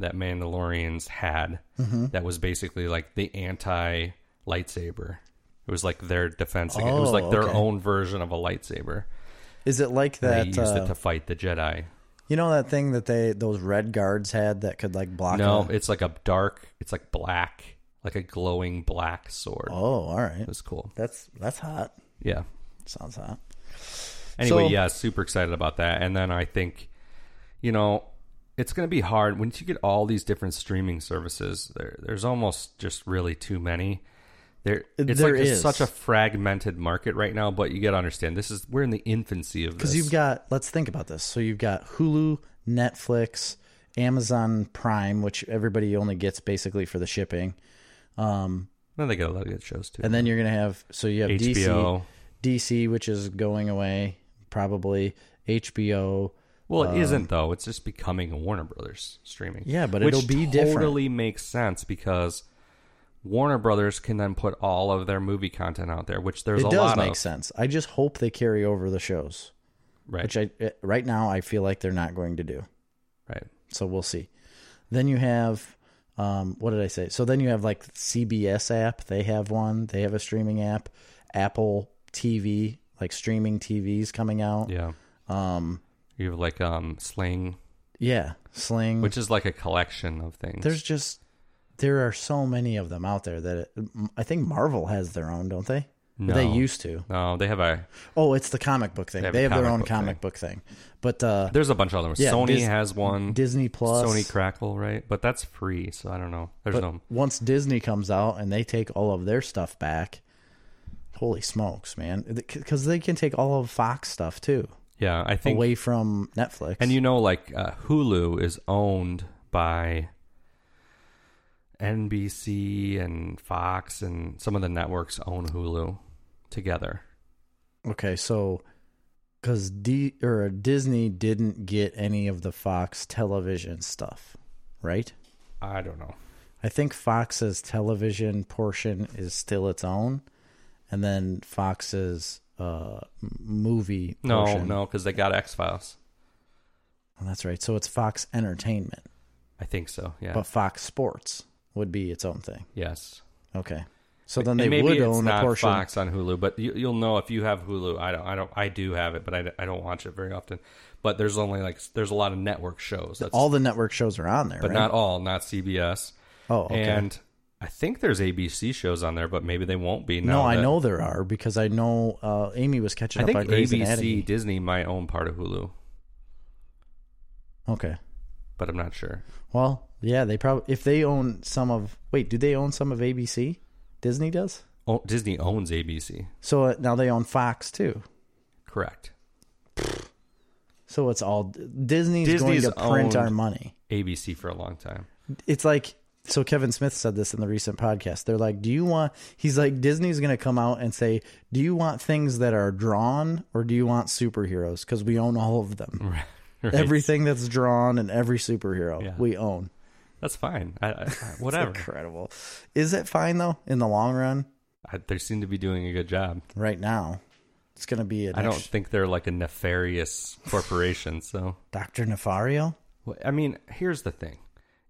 S1: that Mandalorians had
S2: Mm-hmm.
S1: that was basically like the anti lightsaber. It was like their defense. against it was
S2: Oh,
S1: like their
S2: okay.
S1: own version of a lightsaber.
S2: Is it like
S1: They
S2: that?
S1: used
S2: uh,
S1: it to fight the Jedi.
S2: you know that thing that they those red guards had that could like block.
S1: No,
S2: a-
S1: it's like a dark. It's like black, like a glowing black sword.
S2: oh, all right.
S1: It was cool.
S2: That's that's hot.
S1: Yeah.
S2: Sounds hot.
S1: Anyway,
S2: So-
S1: yeah, super excited about that. And then I think, you know, it's going to be hard once you get all these different streaming services. There, there's almost just really too many. There, it's
S2: There
S1: like there's
S2: is.
S1: such a fragmented market right now, but you got to understand this is we're in the infancy of this.
S2: Because you've got, let's think about this. So you've got Hulu, Netflix, Amazon Prime, which everybody only gets basically for the shipping.
S1: no, they got a lot of good shows too.
S2: And then you're going to have, so you have
S1: HBO.
S2: DC, DC, which is going away, probably HBO.
S1: Well, it not though. It's just becoming a Warner Brothers streaming.
S2: uh, Yeah, but
S1: Which
S2: it'll be different.
S1: totally makes sense because Warner Brothers can then put all of their movie content out there, which there's
S2: It
S1: a
S2: does
S1: lot
S2: make
S1: of.
S2: sense. I just hope they carry over the shows,
S1: Right,
S2: which I eh, right now I feel like they're not going to do.
S1: right.
S2: So we'll see. Then you have, um, what did I say? So then you have like CBS app. They have one. They have a streaming app. Apple TV, like streaming TVs coming out.
S1: Yeah.
S2: Um,
S1: You have like um Sling,
S2: yeah, Sling.
S1: which is like a collection of things.
S2: Hmm. There's just there are so many of them out there that it, I think Marvel has their own, don't they? Or They
S1: No.
S2: used to.
S1: no, they have a
S2: Oh, it's the comic book thing. They
S1: have
S2: have,
S1: a
S2: their
S1: comic
S2: own
S1: book
S2: comic
S1: thing.
S2: book thing. But uh,
S1: there's a bunch of other ones.
S2: Yeah,
S1: Sony
S2: Dis-
S1: has one.
S2: Disney Plus,
S1: Sony Crackle, right? But that's free, so I don't know. There's
S2: But
S1: no
S2: once Disney comes out and they take all of their stuff back, holy smokes, man! Because they can take all of Fox stuff too,
S1: Yeah, I think
S2: away from Netflix.
S1: And you know, like uh, Hulu is owned by NBC and Fox, and some of the networks own Hulu together.
S2: okay? So because D or Disney didn't get any of the Fox television stuff, right?
S1: I don't know.
S2: I think Fox's television portion is still its own, and then Fox's uh, m- movie.
S1: No,
S2: portion.
S1: no, because they got X Files.
S2: Oh, that's right. So it's Fox Entertainment,
S1: I think so. Yeah.
S2: but Fox Sports would be its own thing.
S1: yes.
S2: Okay. So then they
S1: And maybe
S2: would
S1: it's
S2: own a
S1: not
S2: portion.
S1: Fox on Hulu, but you, you'll know if you have Hulu. I don't. I don't. I do have it, but I, d- I don't watch it very often. But there's only like there's a lot of network shows. That's
S2: All the network shows are on there,
S1: but
S2: right?
S1: not all, not CBS.
S2: oh, okay.
S1: And I think there's ABC shows on there, but maybe they won't be. Now
S2: no, I
S1: that-
S2: know there are because I know uh, Amy was catching
S1: I
S2: up
S1: think
S2: on Grey's
S1: ABC,
S2: Anatomy.
S1: Disney might own part of Hulu,
S2: Okay.
S1: but I'm not sure.
S2: Well, yeah, they probably if they own some of. Wait, do they own some of ABC? Disney does.
S1: Oh, Disney owns ABC,
S2: So uh, now they own Fox too.
S1: correct?
S2: So it's all Disney's,
S1: Disney's
S2: going to print
S1: owned-
S2: our money.
S1: ABC for a long time.
S2: It's like so Kevin Smith said this in the recent podcast. They're like, "Do you want he's like Disney's going to come out and say, "Do you want things that are drawn or do you want superheroes because we own all of them.
S1: Right?
S2: Everything that's drawn and every superhero
S1: Yeah.
S2: we own."
S1: That's fine. I, I, whatever.
S2: Incredible. Is it fine though in the long run
S1: I, they seem to be doing a good job.
S2: right now? It's going to be a
S1: I don't think they're like a nefarious corporation. So,
S2: Dr. Nefario?
S1: Well, I mean, here's the thing: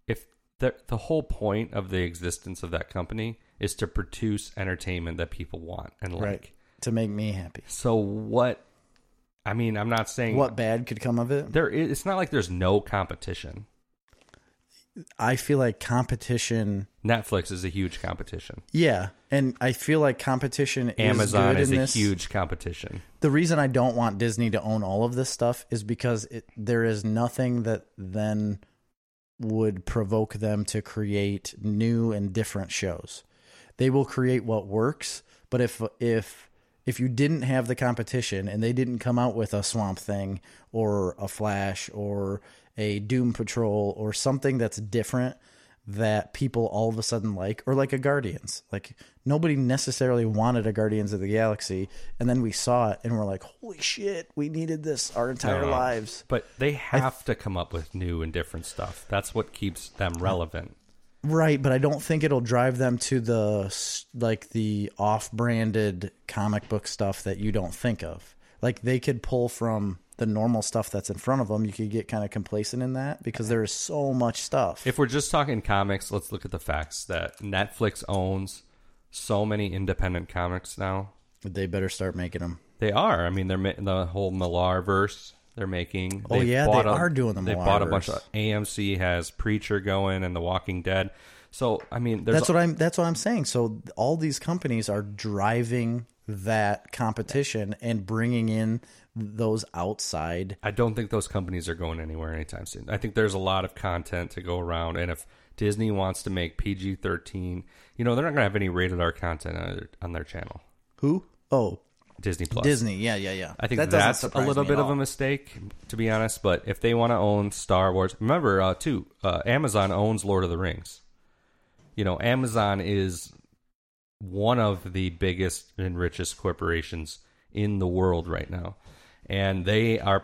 S1: if the the whole point of the existence of that company is to produce entertainment that people want and like,
S2: Right. To make me happy.
S1: so what? I mean, I'm not saying
S2: What bad could come of it?
S1: there is. It's not like there's no competition.
S2: I feel like competition
S1: Netflix is a huge competition.
S2: Yeah, and I feel like competition is
S1: Amazon
S2: good
S1: is
S2: in
S1: a
S2: this.
S1: huge competition.
S2: The reason I don't want Disney to own all of this stuff is because it, there is nothing that then would provoke them to create new and different shows. They will create what works, but if if if you didn't have the competition and they didn't come out with a Swamp Thing or a Flash or a Doom Patrol or something that's different that people all of a sudden like or like a Guardians. Like nobody necessarily wanted a Guardians of the Galaxy and then we saw it and we're like, "Holy shit, we needed this our entire
S1: No.
S2: lives."
S1: But they have to come up with new and different stuff. That's what keeps them relevant.
S2: Right, but I don't think it'll drive them to the s- like the off-branded comic book stuff that you don't think of. Like they could pull from the normal stuff that's in front of them. You could get kind of complacent in that because there is so much stuff.
S1: If we're just talking comics, let's look at the facts that Netflix owns so many independent comics now.
S2: they better start making them.
S1: They are. I mean, they're ma- the whole Millar verse. They're making.
S2: Oh,
S1: they've
S2: yeah, they
S1: bought
S2: are doing the
S1: They bought a
S2: Millarverse.
S1: bunch of AMC has Preacher going and The Walking Dead. So I mean, there's
S2: That's what I'm that's what I'm saying. So all these companies are driving that competition and bringing in those outside.
S1: I don't think those companies are going anywhere anytime soon. I think there's a lot of content to go around, and if Disney wants to make PG thirteen, you know they're not going to have any rated R content on their, on their channel.
S2: Who? Oh,
S1: Disney Plus.
S2: Disney. Yeah, yeah, yeah.
S1: I think
S2: doesn't
S1: that's a
S2: surprise
S1: little
S2: me at
S1: bit of
S2: all.
S1: a mistake, to be honest. But if they want to own Star Wars, remember uh, too, uh, Amazon owns Lord of the Rings. You know, Amazon is one of the biggest and richest corporations in the world right now, and they are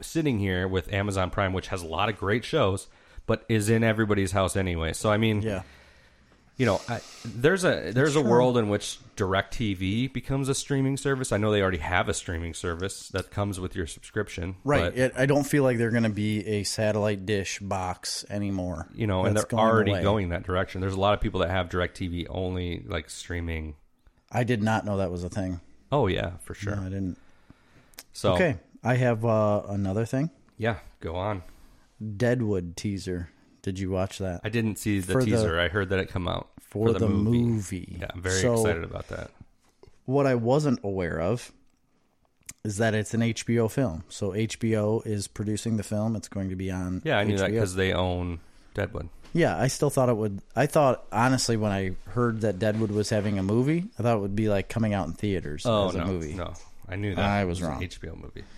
S1: sitting here with Amazon Prime, which has a lot of great shows, but is in everybody's house anyway. So I mean,
S2: Yeah.
S1: you know, I, there's a there's a world in which DirecTV becomes a streaming service. I know they already have a streaming service that comes with your subscription,
S2: Right.
S1: but,
S2: It, I don't feel like they're going to be a satellite dish box anymore.
S1: you know, and
S2: That's
S1: they're already
S2: away.
S1: going that direction. There's a lot of people that have DirecTV only like streaming.
S2: I did not know that was a thing.
S1: Oh yeah, for sure.
S2: I didn't.
S1: So
S2: Okay. I have uh, another thing.
S1: yeah, go on.
S2: Deadwood teaser. Did you watch that?
S1: I didn't see the
S2: For the-
S1: teaser. I heard that it come out
S2: for the movie.
S1: Yeah, I'm very
S2: So-
S1: excited about that.
S2: What I wasn't aware of is that it's an HBO film. So HBO is producing the film. It's going to be on.
S1: Yeah, I knew that
S2: HBO.
S1: because they own Deadwood.
S2: Yeah, I still thought it would. I thought honestly when I heard that Deadwood was having a movie, I thought it would be like coming out in theaters
S1: Oh
S2: as
S1: no,
S2: a movie.
S1: no, I knew that.
S2: I was
S1: It an
S2: wrong.
S1: HBO movie.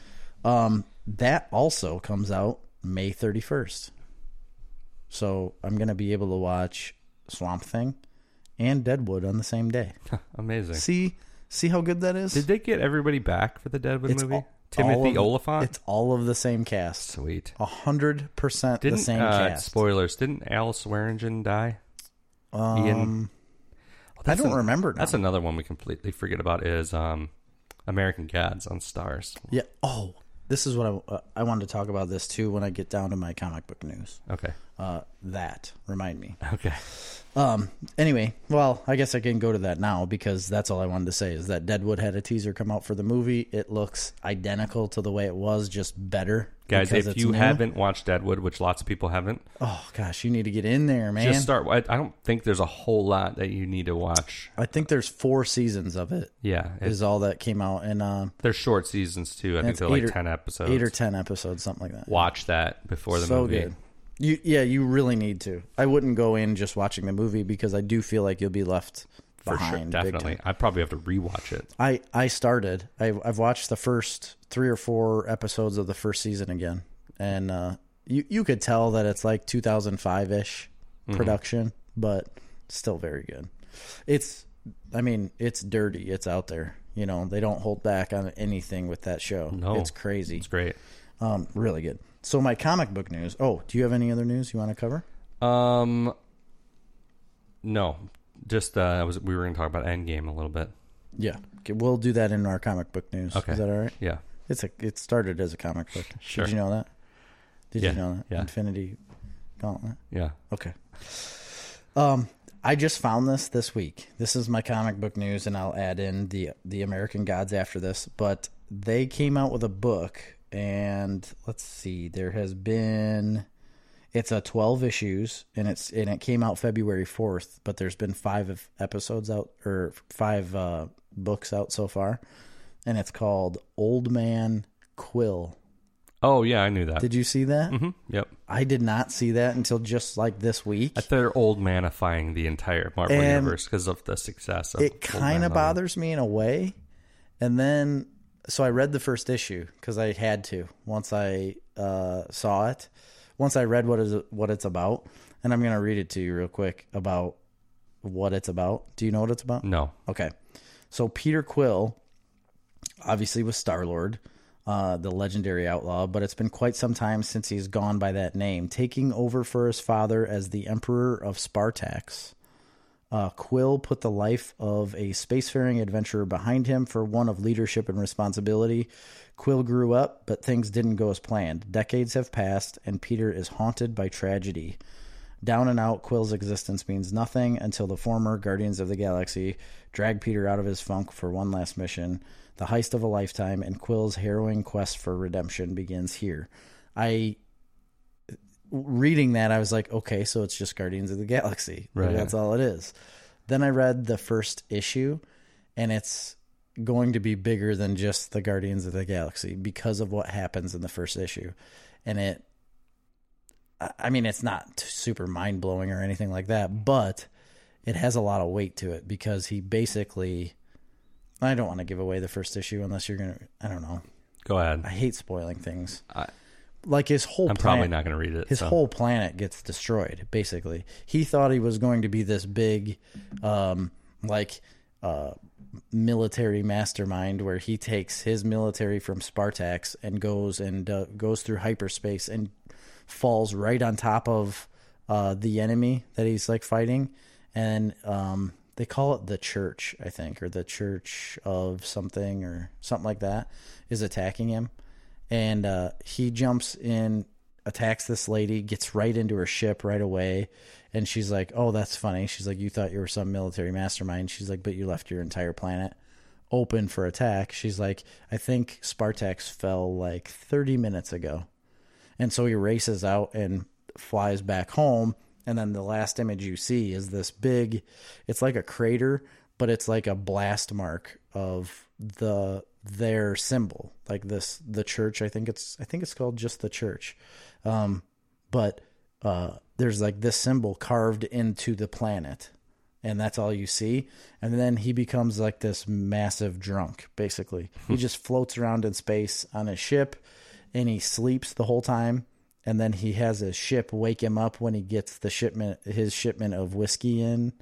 S2: Um, that also comes out May 31st. So I'm going to be able to watch Swamp Thing and Deadwood on the same day.
S1: Amazing.
S2: see, see how good that is?
S1: Did they get everybody back for the Deadwood movie?
S2: all-
S1: Timothy
S2: all of-
S1: Oliphant.
S2: It's all of the same cast.
S1: Sweet.
S2: A hundred percent the
S1: Didn't
S2: same
S1: uh,
S2: cast.
S1: spoilers? Didn't Al Swearingen die?
S2: um,
S1: Ian- Oh,
S2: I
S1: that's
S2: don't
S1: an-
S2: remember. Now.
S1: That's another one we completely forget about is um, American Gods on Stars.
S2: yeah. Oh, this is what I uh, I wanted to talk about this too when I get down to my comic book news.
S1: Okay.
S2: Uh, that remind me.
S1: Okay.
S2: Um. Anyway, well, I guess I can go to that now because that's all I wanted to say is that Deadwood had a teaser come out for the movie. It looks identical to the way it was, just better.
S1: Guys,
S2: because
S1: if
S2: it's
S1: you
S2: new.
S1: haven't watched Deadwood, which lots of people haven't,
S2: oh gosh, you need to get in there, man.
S1: just start. I, I don't think there's a whole lot that you need to watch.
S2: I think there's four seasons of it.
S1: Yeah, it-
S2: Is all that came out, and um,
S1: they're short seasons too. I think
S2: it's
S1: they're
S2: eight
S1: like
S2: or-
S1: ten episodes.
S2: eight or ten episodes, something like that.
S1: Watch that before the
S2: so
S1: movie.
S2: good. You yeah, you really need to. I wouldn't go in just watching the movie because I do feel like you'll be left
S1: For
S2: behind.
S1: sure,
S2: big time.
S1: definitely. I probably have to rewatch it.
S2: I I started. I I've watched the first three or four episodes of the first season again, and uh, you you could tell that it's like 2005 ish
S1: Mm-hmm.
S2: production, but still very good. It's I mean it's dirty. It's out there. You know they don't hold back on anything with that show.
S1: No.
S2: it's crazy.
S1: It's great.
S2: Um, really good. So my comic book news. Oh, do you have any other news you want to cover?
S1: Um, no, just uh, I was we were going to talk about Endgame a little bit.
S2: Yeah, Okay, we'll do that in our comic book news.
S1: Okay.
S2: Is that all right?
S1: Yeah,
S2: It's a it started as a comic book.
S1: Sure.
S2: Did you know that? Did
S1: Yeah,
S2: you know that?
S1: yeah.
S2: Infinity Gauntlet.
S1: yeah.
S2: Okay. Um, I just found this this week. This is my comic book news, and I'll add in the the American Gods after this. But they came out with a book, and let's see, there has been it's a twelve issues, and it's and it came out February fourth. But there's been five of episodes out or five uh, books out so far, and it's called Old Man Quill.
S1: Oh yeah, I knew that.
S2: Did you see that?
S1: hmm Yep.
S2: I did not see that until just like this week.
S1: I think they're old manifying the entire Marvel
S2: And
S1: universe because of the success. Of
S2: it
S1: Old
S2: kind
S1: Man
S2: of bothers me in a way and then so i read the first issue because i had to once i uh, saw it once i read what is what it's about and i'm going to read it to you real quick about what it's about do you know what it's about
S1: Logan. No.
S2: Okay. So Peter Quill obviously was Star Lord, uh, the legendary outlaw, but it's been quite some time since he's gone by that name, taking over for his father as the Emperor of Spartax. Uh, Quill put the life of a spacefaring adventurer behind him for one of leadership and responsibility. Quill grew up, but things didn't go as planned. Decades have passed, and Peter is haunted by tragedy. Down and out, Quill's existence means nothing until the former Guardians of the Galaxy drag Peter out of his funk for one last mission. The heist of a lifetime and Quill's harrowing quest for redemption begins here. I reading that I was like, okay, so it's just Guardians of the Galaxy. Like,
S1: Right.
S2: That's all it is. Then I read the first issue and it's going to be bigger than just the Guardians of the Galaxy because of what happens in the first issue. And it, I I mean, it's not t- super mind blowing or anything like that, but it has a lot of weight to it because he basically, I don't want to give away the first issue unless you're going to, I don't know.
S1: Go ahead.
S2: I hate spoiling things.
S1: I-
S2: like his whole
S1: I'm
S2: plan-
S1: probably not going to read it.
S2: his
S1: so.
S2: whole planet gets destroyed basically he thought he was going to be this big um like uh military mastermind where he takes his military from spartax and goes and uh, goes through hyperspace and falls right on top of uh the enemy that he's like fighting and um they call it the church i think or the church of something or something like that is attacking him and uh, he jumps in, attacks this lady, gets right into her ship right away, and she's like, "Oh, that's funny." She's like, "You thought you were some military mastermind." She's like, "But you left your entire planet open for attack." She's like, "I think Spartax fell like 30 minutes ago," and so he races out and flies back home. And then the last image you see is this big, it's like a crater, but it's like a blast mark of the their symbol like this the church i think it's i think it's called just the church um but uh there's like this symbol carved into the planet and that's all you see and then he becomes like this massive drunk basically he just floats around in space on his ship and he sleeps the whole time and then he has his ship wake him up when he gets the shipment his shipment of whiskey in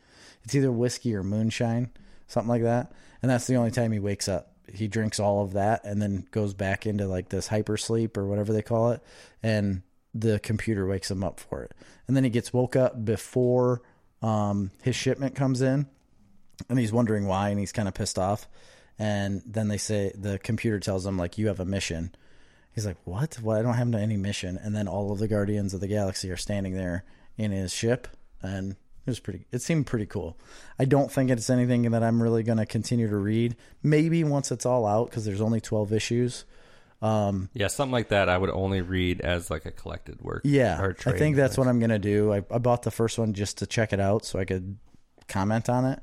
S2: it's either whiskey or moonshine something like that and that's the only time he wakes up he drinks all of that and then goes back into like this hypersleep or whatever they call it and the computer wakes him up for it and then he gets woke up before um, his shipment comes in and he's wondering why and he's kind of pissed off and then they say the computer tells him like you have a mission he's like what well i don't have any mission and then all of the guardians of the galaxy are standing there in his ship and it was pretty it seemed pretty cool i don't think it's anything that i'm really going to continue to read maybe once it's all out because there's only 12 issues
S1: Yeah, something like that. I would only read as like a collected work.
S2: Yeah,
S1: or
S2: I
S1: trade.
S2: think that's what I'm gonna do. I, I bought the first one just to check it out so I could comment on it.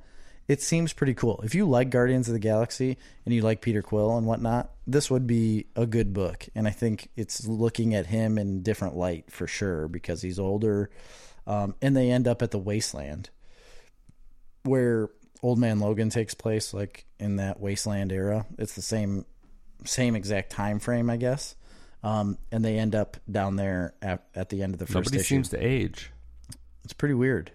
S2: It seems pretty cool. If you like Guardians of the Galaxy and you like Peter Quill and whatnot, this would be a good book. And I think it's looking at him in different light for sure because he's older, um, and they end up at the wasteland where Old Man Logan takes place, like in that wasteland era. It's the same same exact time frame, I guess. Um, and they end up down there at, at the end of the first
S1: nobody
S2: issue.
S1: seems to age.
S2: it's pretty weird.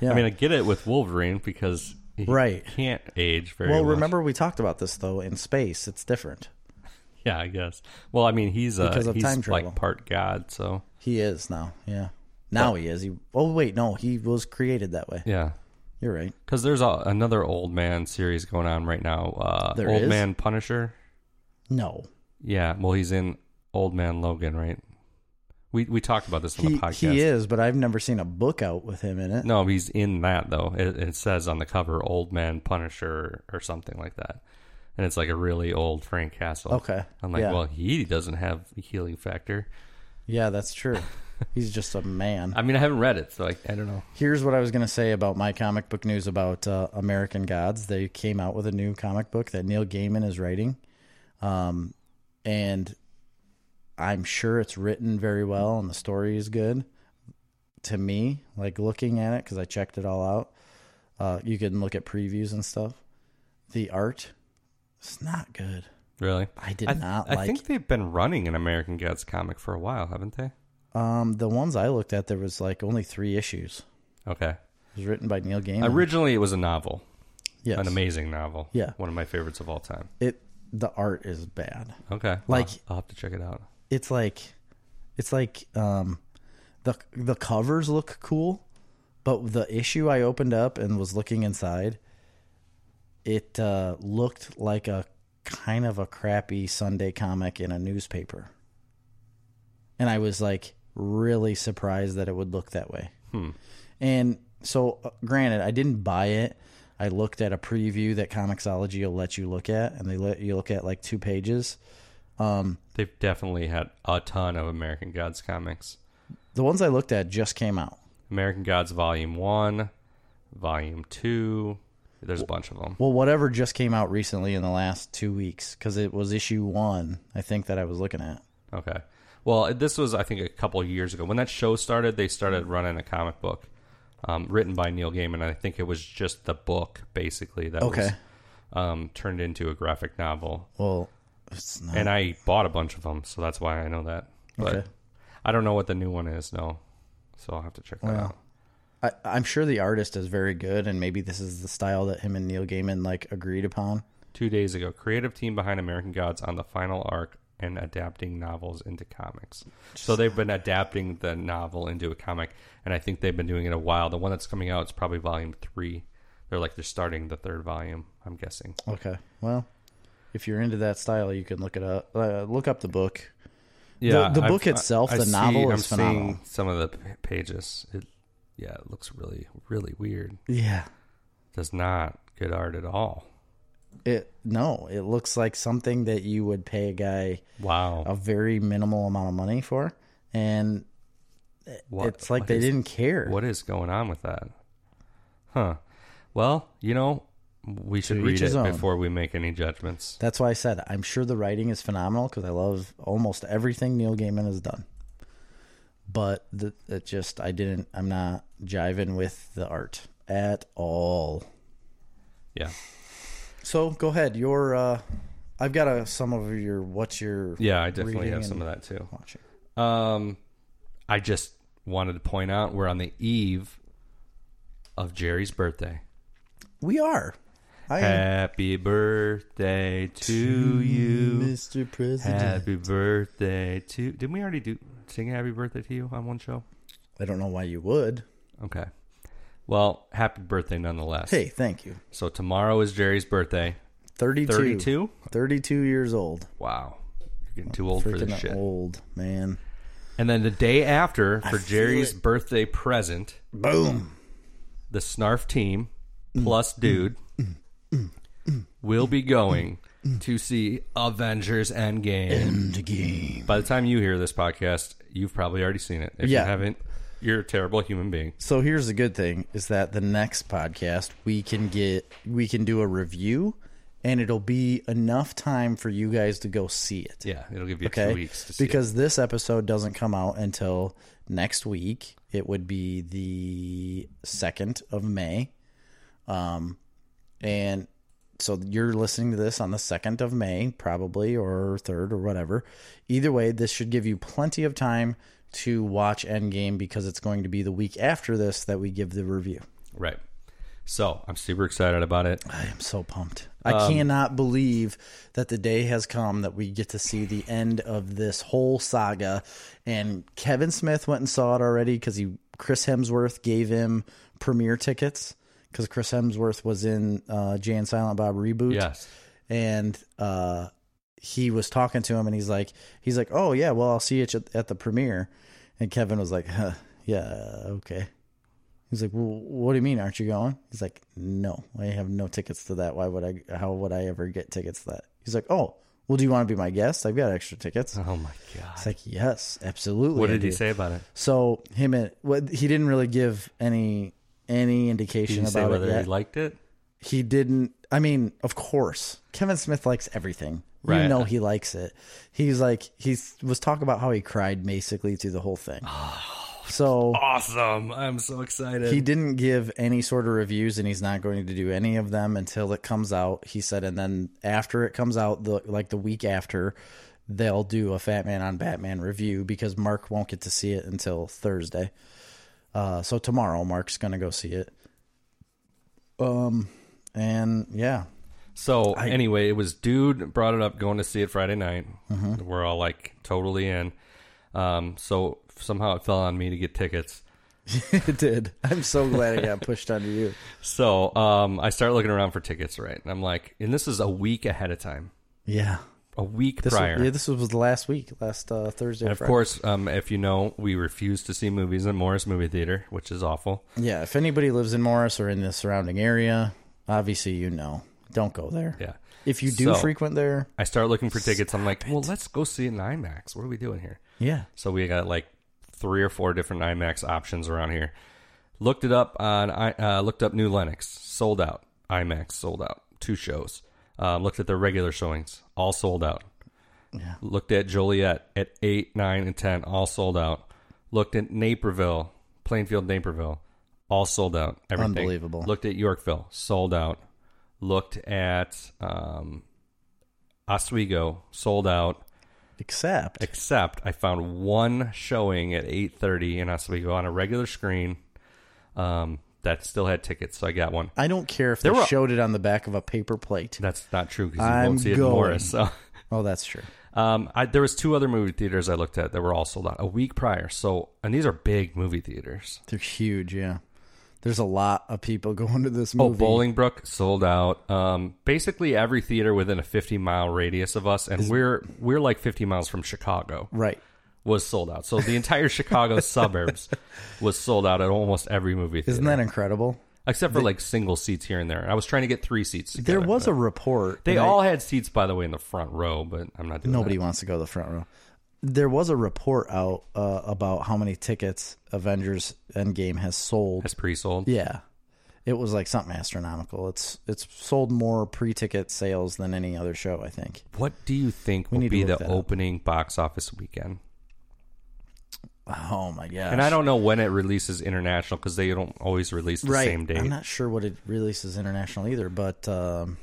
S2: Yeah.
S1: I mean, I get it with Wolverine because he
S2: Right.
S1: can't age very
S2: well,
S1: much.
S2: remember we talked about this though in space. It's different.
S1: Yeah, I guess. Well, I mean, he's uh,
S2: Because of
S1: he's
S2: time travel.
S1: like part god, so
S2: He is now. Yeah. Now he is. He. Oh wait, no. He was created that way.
S1: yeah.
S2: You're right.
S1: Because there's a, another old man series going on right now. Uh,
S2: There
S1: old
S2: is?
S1: man Punisher.
S2: No.
S1: Yeah, well, he's in Old Man Logan, right? We we talked about this on
S2: He,
S1: the podcast.
S2: he is, but I've never seen a book out with him in it.
S1: No, he's in that though. It, it says on the cover "Old Man Punisher" or something like that, and it's like a really old Frank Castle.
S2: Okay.
S1: I'm like,
S2: Yeah.
S1: well, he doesn't have the healing factor.
S2: Yeah, that's true. He's just a man.
S1: I mean, I haven't read it, so I, I don't know.
S2: Here's what I was going to say about my comic book news about uh, American Gods. They came out with a new comic book that Neil Gaiman is writing. Um, and I'm sure it's written very well and the story is good to me, like looking at it, because I checked it all out. Uh, you can look at previews and stuff. The art, it's not good.
S1: Really,
S2: I did
S1: th-
S2: not
S1: I
S2: like
S1: think they've been running an American Gods comic for a while, haven't they?
S2: um, the ones I looked at. There was like only three issues.
S1: Okay.
S2: It was written by Neil Gaiman.
S1: Originally, it was a novel,
S2: yes.
S1: an amazing novel.
S2: Yeah.
S1: one of my favorites of all time.
S2: it the art is bad.
S1: Okay,
S2: Like-
S1: I'll, I'll have to check it out.
S2: It's like it's like um the the covers look cool, but the issue I opened up and was looking inside, it uh looked like a kind of a crappy Sunday comic in a newspaper. And I was like really surprised that it would look that way. And so, uh, granted, I didn't buy it. I looked at a preview that Comixology will let you look at, and they let you look at like two pages.
S1: They've definitely had a ton of American Gods comics.
S2: The ones I looked at just came out.
S1: American Gods Volume 1, Volume 2, There's a bunch of them.
S2: Well, whatever just came out recently in the last two weeks, because it was issue one, I think, that I was looking at.
S1: Okay. Well, this was I think a couple of years ago when that show started. They started running a comic book um, written by Neil Gaiman. And I think it was just the book basically that
S2: Okay.
S1: was um, turned into a graphic novel.
S2: Well, it's not.
S1: And I bought a bunch of them, so that's why I know that. But
S2: Okay.
S1: I don't know what the new one is, no. So I'll have to check that out.
S2: I, I'm sure the artist is very good, and maybe this is the style that him and Neil Gaiman like agreed upon.
S1: Two days ago, creative team behind American Gods on the final arc and adapting novels into comics. So they've been adapting the novel into a comic, and I think they've been doing it a while. The one that's coming out is probably volume three. They're like they're starting the third volume. I'm guessing.
S2: Okay. Well, if you're into that style, you can look it up. Uh, look up the book.
S1: Yeah,
S2: the
S1: I've-
S2: book itself, the novel is
S1: I'm
S2: phenomenal.
S1: Seeing some of the p- pages, it, yeah, it looks really, really weird.
S2: Yeah.
S1: Does not good art at all.
S2: It no, it looks like something that you would pay a guy
S1: Wow,
S2: a very minimal amount of money for, and
S1: What-
S2: it's like
S1: what
S2: they
S1: is-
S2: didn't care.
S1: What is going on with that? Huh. Well, you know, we should
S2: To
S1: read
S2: each
S1: it
S2: his own.
S1: before we make any judgments.
S2: That's why I said I'm sure the writing is phenomenal because I love almost everything Neil Gaiman has done. But the, it just I didn't I'm not jiving with the art at all.
S1: Yeah.
S2: So go ahead. Your uh, I've got a, some of your what's your
S1: Yeah, I definitely
S2: Reading
S1: have some
S2: and-
S1: of that too.
S2: watching.
S1: Um, I just wanted to point out we're on the eve of Jerry's birthday.
S2: We are. I am
S1: Happy birthday to you.
S2: Mr. President.
S1: Happy birthday to. Didn't we already do sing happy birthday to you on one show?
S2: I don't know why you would.
S1: Okay. Well, happy birthday nonetheless.
S2: Hey, thank you.
S1: So tomorrow is Jerry's birthday.
S2: 32.
S1: 32?
S2: 32 years old.
S1: Wow. You're getting too old for this
S2: Freaking
S1: shit.
S2: old, man.
S1: And then the day after, for
S2: feel
S1: Jerry's
S2: it.
S1: birthday present,
S2: Boom.
S1: the Snarf team plus dude will be going to see Avengers Endgame.
S2: End game.
S1: By the time you hear this podcast, you've probably already seen it. If
S2: Yeah.
S1: you haven't, you're a terrible human being.
S2: So here's the good thing is that the next podcast we can get we can do a review and it'll be enough time for you guys to go see it.
S1: Yeah, it'll give you
S2: Okay.
S1: two weeks to see it.
S2: because this episode doesn't come out until next week. It would be the second of May. Um and so you're listening to this on the second of May, probably, or third or whatever. Either way, this should give you plenty of time to watch Endgame because it's going to be the week after this that we give the review.
S1: Right. So I'm super excited about it.
S2: I am so pumped. I cannot believe that the day has come that we get to see the end of this whole saga. And Kevin Smith went and saw it already because he Chris Hemsworth gave him premiere tickets because Chris Hemsworth was in uh, Jay and Silent Bob reboot
S1: Yes.
S2: and uh, he was talking to him, and he's like, he's like, oh yeah, well I'll see you at, at the premiere, and Kevin was like, huh, yeah, okay. He's like, well, what do you mean? Aren't you going? He's like, no, I have no tickets to that. Why would I? How would I ever get tickets to that? He's like, oh, well, do you want to be my guest? I've got extra tickets.
S1: Oh my god.
S2: It's like, yes, absolutely.
S1: What
S2: I
S1: did he
S2: do."
S1: say about it?
S2: So him and what he didn't really give any any indication
S1: Did he
S2: about
S1: say
S2: it
S1: whether
S2: yet
S1: he liked it?
S2: he didn't i mean of course kevin smith likes everything
S1: Right.
S2: you know he likes it he's like he was talking about how he cried basically through the whole thing so
S1: Awesome. I'm so excited.
S2: he didn't give any sort of reviews and he's not going to do any of them until it comes out he said and then after it comes out the like the week after they'll do a fat man on batman review because mark won't get to see it until thursday uh, so tomorrow mark's gonna go see it um and yeah
S1: So anyway, it was dude brought it up going to see it Friday night.
S2: Mm-hmm.
S1: We're all like totally in. Um, so somehow it fell on me to get tickets.
S2: it did. I'm so glad it got pushed onto you.
S1: So um, I start looking around for tickets, right? And I'm like, and this is a week ahead of time,
S2: Yeah.
S1: a week
S2: This
S1: prior.
S2: Was, yeah, this was the last week, last uh, Thursday.
S1: of course, um, if you know, we refuse to see movies in Morris Movie Theater, which is awful.
S2: Yeah, if anybody lives in Morris or in the surrounding area, obviously you know, don't go there.
S1: Yeah.
S2: If you
S1: So-
S2: do frequent there,
S1: I start looking for tickets. I'm like, well, let's go see it in IMAX. What are we doing here?
S2: yeah,
S1: So we got like three or four different IMAX options around here. Looked it up on I uh, looked up New Lennox, sold out. IMAX sold out. Two shows. Um, looked at their regular showings, all sold out.
S2: Yeah.
S1: Looked at Joliet at 8, 9, and 10, all sold out. Looked at Naperville, Plainfield, Naperville, all sold out. Everything.
S2: Unbelievable.
S1: Looked at Yorkville, sold out. Looked at um, Oswego, sold out.
S2: Except
S1: Except I found one showing at 8.30 in Oswego on a regular screen um, that still had tickets, so I got one.
S2: I don't care if
S1: There
S2: they
S1: were-
S2: showed it on the back of a paper plate.
S1: That's not true because you
S2: I'm
S1: won't see it
S2: going.
S1: in Morris. So.
S2: Oh, that's true.
S1: Um, I, there was two other movie theaters I looked at that were all sold out a week prior. So, and these are big movie theaters.
S2: They're huge. Yeah. There's a lot of people going to this movie.
S1: Oh, Bolingbrook sold out. Um, basically every theater within a 50 mile radius of us, and we're we're like 50 miles from Chicago,
S2: Right.
S1: was sold out. So the entire Chicago suburbs was sold out at almost every movie theater,
S2: Isn't that incredible?
S1: except for like single seats here and there. I was trying to get three seats.
S2: There
S1: Together,
S2: was
S1: but-
S2: a report.
S1: They
S2: that I-
S1: all had seats, by the way, in the front row, but I'm not doing that.
S2: nobody wants to go to the front row. There was a report out uh, about how many tickets Avengers Endgame has sold.
S1: That's pre-sold.
S2: Yeah, it was like something astronomical. It's it's sold more pre-ticket sales than any other show. I think
S1: What do you think will
S2: need to
S1: be
S2: look
S1: the
S2: that up.
S1: opening box office weekend?
S2: Oh my gosh.
S1: And I don't know when it releases international because they don't always release the
S2: right.
S1: same date.
S2: I'm not sure what it releases international either, but um,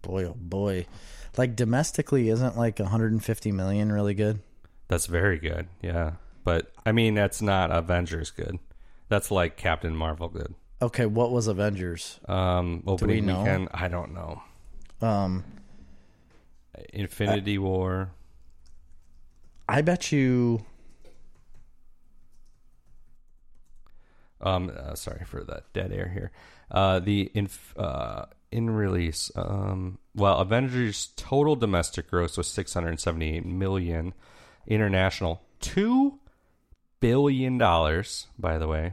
S2: boy oh boy. Like domestically isn't like 150 million really good?
S1: That's very good. Yeah. But I mean, that's not Avengers good. That's like Captain Marvel good.
S2: Okay, what was Avengers?
S1: Um,
S2: we
S1: opening
S2: know?
S1: weekend, I don't know.
S2: Um
S1: Infinity War.
S2: I bet you
S1: Um, uh, sorry for that dead air here. Uh, the inf- uh, in release. Um, well, Avengers total domestic gross was 678 million. International two billion dollars. By the way,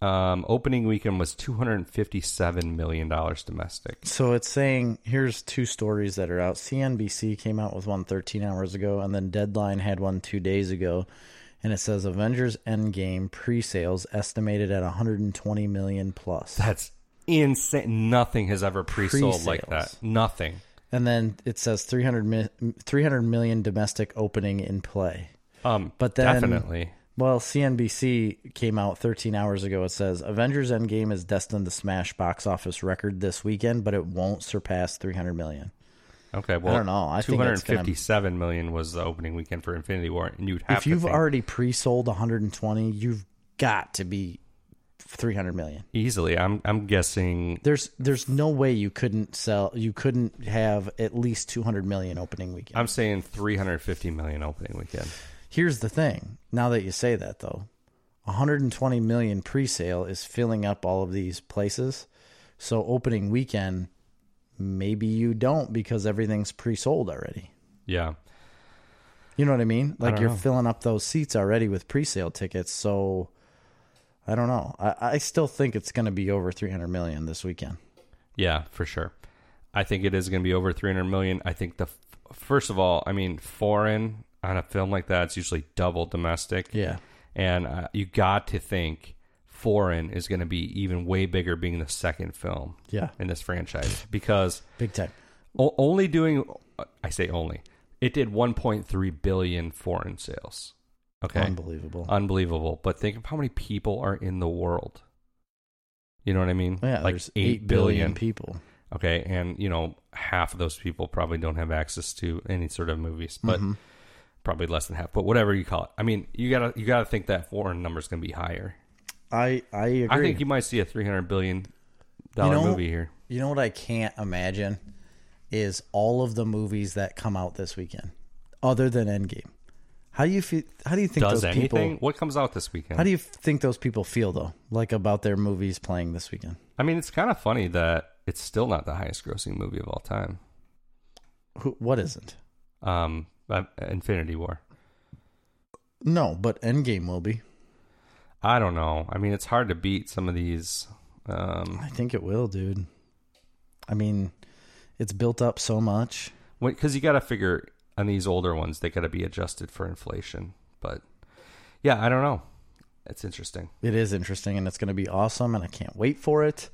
S1: um, opening weekend was 257 million dollars domestic.
S2: So it's saying here's two stories that are out. CNBC came out with one 13 hours ago, and then Deadline had one two days ago. And it says Avengers Endgame pre sales estimated at 120 million plus.
S1: That's insane. Nothing has ever pre-sold like
S2: Pre-sales.
S1: that. Nothing.
S2: And then it says 300, mi- 300 million domestic opening in play.
S1: Um,
S2: But then-
S1: definitely.
S2: Well, CNBC came out 13 hours ago. It says Avengers Endgame is destined to smash box office record this weekend, but it won't surpass 300 million.
S1: Okay, well,
S2: don't know. I
S1: two
S2: think
S1: hundred
S2: it's gonna-
S1: fifty-seven million was the opening weekend for Infinity War, and you'd have
S2: If
S1: to
S2: you've
S1: think
S2: already pre sold 120, you've got to be 300 million.
S1: easily. I'm I'm guessing
S2: There's there's no way you couldn't sell you couldn't have at least 200 million opening weekend.
S1: I'm saying three hundred fifty million opening weekend.
S2: Here's the thing. Now that you say that though, 120 million pre-sale is filling up all of these places. So opening weekend maybe you don't because everything's pre-sold already.
S1: Yeah,
S2: You know what I mean? Like
S1: don't
S2: you're
S1: know.
S2: filling up those seats already with pre-sale tickets, so I don't know. I, I still think it's going to be over 300 million this weekend.
S1: yeah, for sure. I think it is going to be over three hundred million. I think the f- first of all, I mean, foreign on a film like that, it's usually double domestic.
S2: Yeah.
S1: and uh, you got to think foreign is going to be even way bigger, being the second film.
S2: Yeah.
S1: in this franchise because.
S2: Big time.
S1: O- only doing i say only it did 1.3 billion foreign sales okay
S2: Unbelievable.
S1: unbelievable but think of how many people are in the world you know what i mean
S2: yeah,
S1: like
S2: there's 8 billion,
S1: billion.
S2: people.
S1: okay and you know half of those people probably don't have access to any sort of movies but
S2: Mm-hmm.
S1: probably less than half but whatever you call it i mean you gotta you gotta think that foreign number's gonna be higher
S2: I I agree.
S1: i think you might see a 300 billion dollar
S2: know-
S1: movie here
S2: You know what I can't imagine is all of the movies that come out this weekend, other than Endgame. How do you feel? How do you think
S1: does
S2: those
S1: anything
S2: people?
S1: what comes out this weekend
S2: How do you think those people feel though, like about their movies playing this weekend?
S1: I mean, it's kind of funny that it's still not the highest grossing movie of all time.
S2: Who, what isn't?
S1: Um, uh, Infinity War.
S2: No, but Endgame will be.
S1: I don't know. I mean, it's hard to beat some of these. Um,
S2: I think it will, dude. I mean, it's built up so much.
S1: because you got to figure on these older ones, they got to be adjusted for inflation. But yeah, I don't know. It's interesting.
S2: It is interesting, and it's going to be awesome, and I can't wait for it.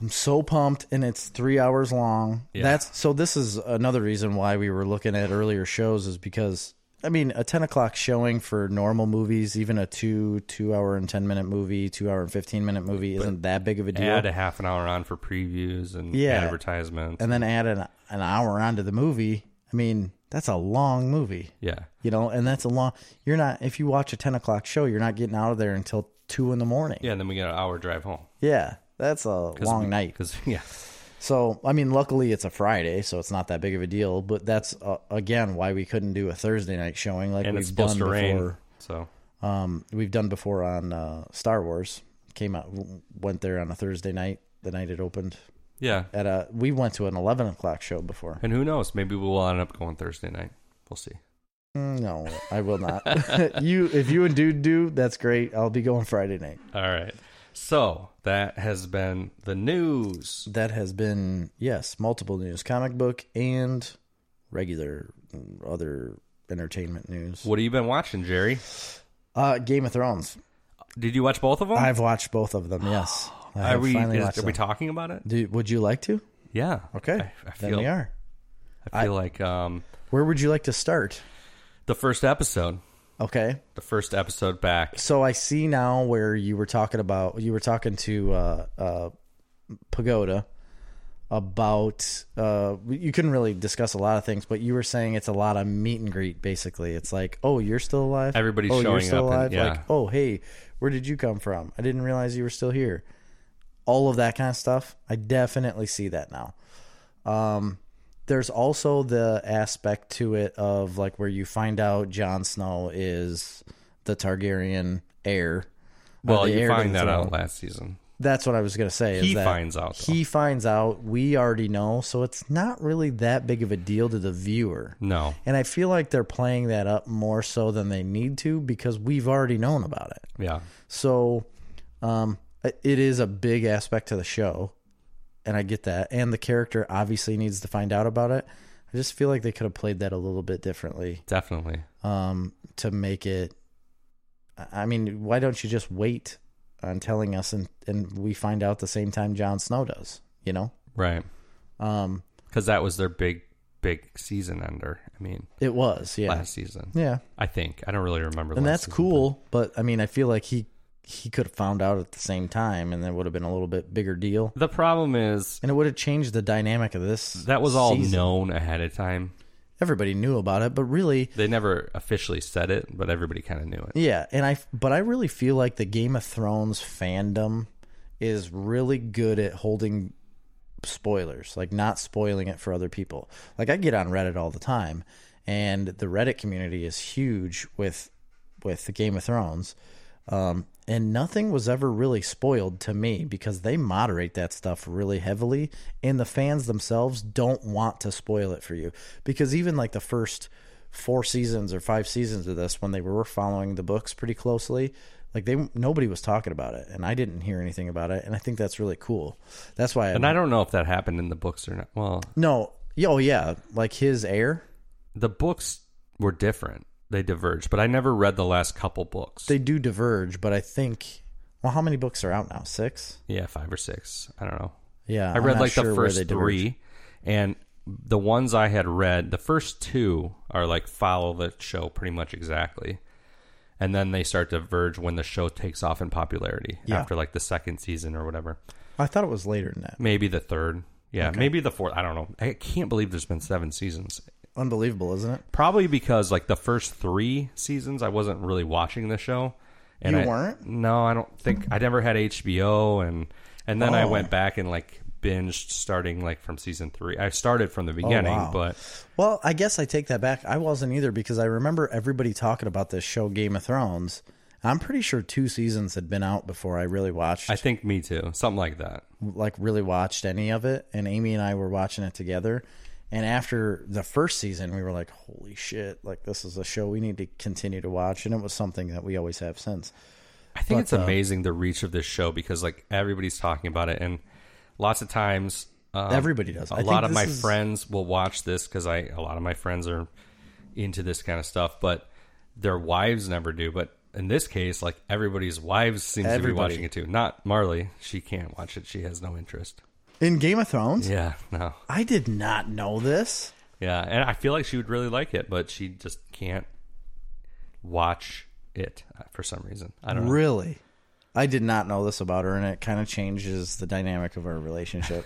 S2: I'm so pumped, and it's three hours long.
S1: Yeah.
S2: That's so. This is another reason why we were looking at earlier shows is because I mean a 10 o'clock showing for normal movies, even a two two hour and 10 minute movie, two hour and 15 minute movie, isn't that big of a deal.
S1: Add a half an hour on for previews and
S2: Yeah.
S1: advertisements.
S2: and then add an an hour onto the movie. I mean, that's a long movie.
S1: yeah.
S2: You know, and that's a long. You're not if you watch a 10 o'clock show, you're not getting out of there until two in the morning.
S1: Yeah, and then we get an hour drive home.
S2: Yeah, that's a long night.
S1: Because, yeah.
S2: So, I mean, luckily it's a Friday, so it's not that big of a deal. But that's uh, again why we couldn't do a Thursday night showing like
S1: And
S2: we've
S1: it's
S2: done
S1: supposed to
S2: before.
S1: rain. So,
S2: Um, we've done before on uh, Star Wars. Came out, w- went there on a Thursday night, the night it opened.
S1: yeah.
S2: At a, we went to an eleven o'clock show before.
S1: And who knows? Maybe we'll end up going Thursday night. We'll see.
S2: Mm, No, I will not. you, if you and Dude do, that's great. I'll be going Friday night.
S1: All right. So, that has been the news.
S2: That has been yes, multiple news, comic book and regular mm, other entertainment news.
S1: What have you been watching, Jerry?
S2: Uh, Game of Thrones.
S1: Did you watch both of them?
S2: I've watched both of them. Yes, I
S1: are
S2: have
S1: we,
S2: finally
S1: is-
S2: watched
S1: are we
S2: them.
S1: talking about it?
S2: Do- would you like to?
S1: Yeah.
S2: Okay,
S1: I, I
S2: then we
S1: feel,
S2: are.
S1: I feel like um,
S2: Where would you like to start?
S1: the first episode,
S2: Okay,
S1: the first episode back.
S2: so I see now where you were talking about. You were talking to uh, uh, Pagoda about. Uh, you couldn't really discuss a lot of things, but you were saying it's a lot of meet and greet. Basically, it's like, oh, you're still alive.
S1: Everybody's
S2: oh, you're
S1: showing
S2: still
S1: up and-
S2: alive.
S1: yeah.
S2: Like, oh, hey, where did you come from? I didn't realize you were still here. All of that kind of stuff. I definitely see that now. Um, there's also the aspect to it of like where you find out Jon Snow is the Targaryen heir. or
S1: Well,
S2: the
S1: you
S2: heir to
S1: find
S2: the
S1: that
S2: throne.
S1: out last season.
S2: That's what I was gonna say.
S1: He
S2: is that
S1: finds out, though.
S2: He finds out. We already know, so it's not really that big of a deal to the viewer.
S1: No.
S2: And I feel like they're playing that up more so than they need to because we've already known about it.
S1: Yeah.
S2: So um, it is a big aspect to the show, and I get that. And the character obviously needs to find out about it. I just feel like they could have played that a little bit differently
S1: Definitely.
S2: um, to make it. I- I mean, why don't you just wait on telling us and, and we find out the same time Jon Snow does, you know?
S1: Right.
S2: Um,
S1: Because that was their big, big season ender. I mean,
S2: it was, yeah.
S1: last season.
S2: Yeah.
S1: I think. I don't really remember
S2: and
S1: last
S2: that's
S1: season,
S2: cool. But I mean, I feel like he he could have found out at the same time, and that would have been a little bit bigger deal,
S1: but- The problem is
S2: and it would have changed the dynamic of this.
S1: that was all
S2: season.
S1: known ahead of time.
S2: Everybody knew about it, but really,
S1: They never officially said it, but everybody kind of knew it.
S2: yeah. And I but I really feel like the Game of Thrones fandom is really good at holding spoilers, like not spoiling it for other people. Like I get on Reddit all the time, and the Reddit community is huge with with the Game of Thrones. Um, and nothing was ever really spoiled to me because they moderate that stuff really heavily, and the fans themselves don't want to spoil it for you because even like the first four seasons or five seasons of this, when they were following the books pretty closely, like they nobody was talking about it, and I didn't hear anything about it, and I think that's really cool. That's why
S1: And I don't know if that happened in the books or not. Well,
S2: no. Yeah, Oh yeah, like his heir.
S1: the books were different. They diverged, but I never read the last couple books.
S2: They do diverge, but I think. Well, how many books are out now? Six.
S1: yeah, five or six. I don't know.
S2: Yeah,
S1: I read like the first
S2: three.
S1: three, and the ones I had read, the first two are like follow the show pretty much exactly, and then they start to verge when the show takes off in popularity
S2: Yeah.
S1: after like the second season or whatever,
S2: I thought it was later than that.
S1: maybe the third, yeah, maybe the fourth. I don't know. I can't believe there's been seven seasons.
S2: Unbelievable, isn't it?
S1: Probably because like the first three seasons, I wasn't really watching the show. And
S2: You
S1: I-
S2: weren't?
S1: No, I don't think I never had HBO, and and then I
S2: Oh.
S1: went back and like binged starting like from season three. I started from the beginning,
S2: wow.
S1: but
S2: Well, I guess I take that back. I wasn't either because I remember everybody talking about this show, Game of Thrones. I'm pretty sure two seasons had been out before I really watched,
S1: I think me too, something like that.
S2: like really watched any of it. And Amy and I were watching it together. And after the first season, we were like, "Holy shit! Like this is a show we need to continue to watch." And it was something that we always have since.
S1: I think it's amazing the reach of this show because like everybody's talking about it, and lots of times um,
S2: Everybody does.
S1: A
S2: I think
S1: lot of
S2: this
S1: my
S2: is-
S1: friends will watch this because I a lot of my friends are into this kind of stuff, but their wives never do. But in this case, like everybody's wives seems to be
S2: Everybody.
S1: watching it too. Not Marley; she can't watch it; she has no interest.
S2: in Game of Thrones.
S1: Yeah, no.
S2: I did not know this.
S1: Yeah, and I feel like she would really like it, but she just can't watch it uh, for some reason. I don't know.
S2: Really? I did not know this about her, and it kind of changes the dynamic of our relationship.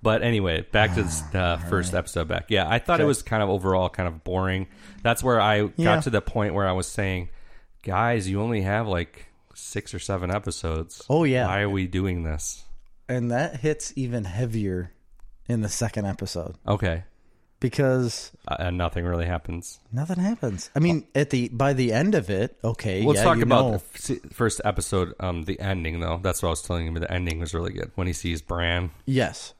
S1: But anyway, back to
S2: Ah,
S1: this, uh, first episode back. Yeah, I thought it was kind of overall kind of boring. That's where I
S2: Yeah.
S1: got to the point where I was saying, guys, you only have like six or seven episodes.
S2: Oh, yeah.
S1: Why are we doing this?
S2: and that hits even heavier in the second episode
S1: Okay.
S2: because
S1: Uh, and nothing really happens.
S2: nothing happens. I mean, at the by the end of it, okay.
S1: Let's
S2: yeah,
S1: talk
S2: you
S1: about
S2: know.
S1: the f- s- first episode, um, the ending, though. That's what I was telling you. The ending was really good when he sees Bran.
S2: Yes.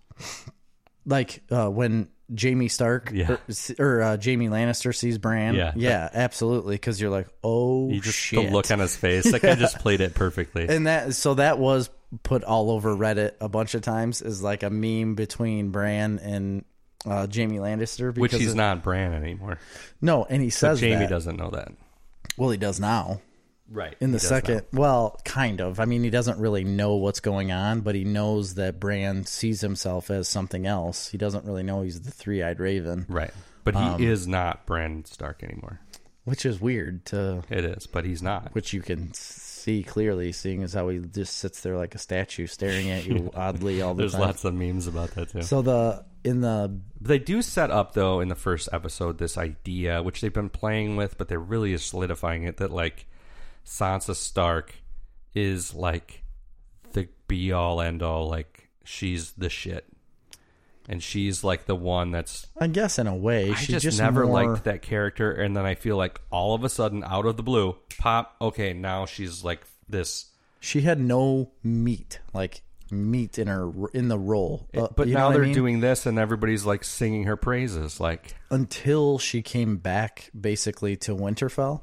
S2: Like uh, when Jamie Stark
S1: Yeah.
S2: or, or uh, Jamie Lannister sees Bran.
S1: Yeah.
S2: Yeah, absolutely. Because you're like, oh,
S1: You just
S2: shit.
S1: the look on his face. Like, I just played it perfectly.
S2: and that, so that was put all over Reddit a bunch of times as like a meme between Bran and uh, Jamie Lannister.
S1: Which
S2: because
S1: he's
S2: of-
S1: not Bran anymore.
S2: No, and he says
S1: Jamie
S2: that.
S1: doesn't know that.
S2: Well, he does now.
S1: Right.
S2: In the second, well, kind of. I mean, he doesn't really know what's going on, but he knows that Bran sees himself as something else. He doesn't really know he's the three eyed raven,
S1: Right. But he
S2: Um,
S1: is not Bran Stark anymore.
S2: which is weird to
S1: It is, but he's not.
S2: which you can see clearly, seeing as how he just sits there like a statue, staring at you oddly all the
S1: There's
S2: time.
S1: lots of memes about that too.
S2: So the in the
S1: They do set up though in the first episode this idea, which they've been playing with, but they're really solidifying it that like Sansa Stark is like the be all end all, like she's the shit. And she's like the one that's
S2: I guess in a way, she
S1: I just, never liked that character, and then I feel like all of a sudden, out of the blue, pop. Okay, now she's like this,
S2: She had no meat, like meat in her in the role. Uh,
S1: Eh, but
S2: you know
S1: now
S2: what I
S1: they're
S2: mean?
S1: doing this, and everybody's like singing her praises. Like,
S2: until she came back basically to Winterfell.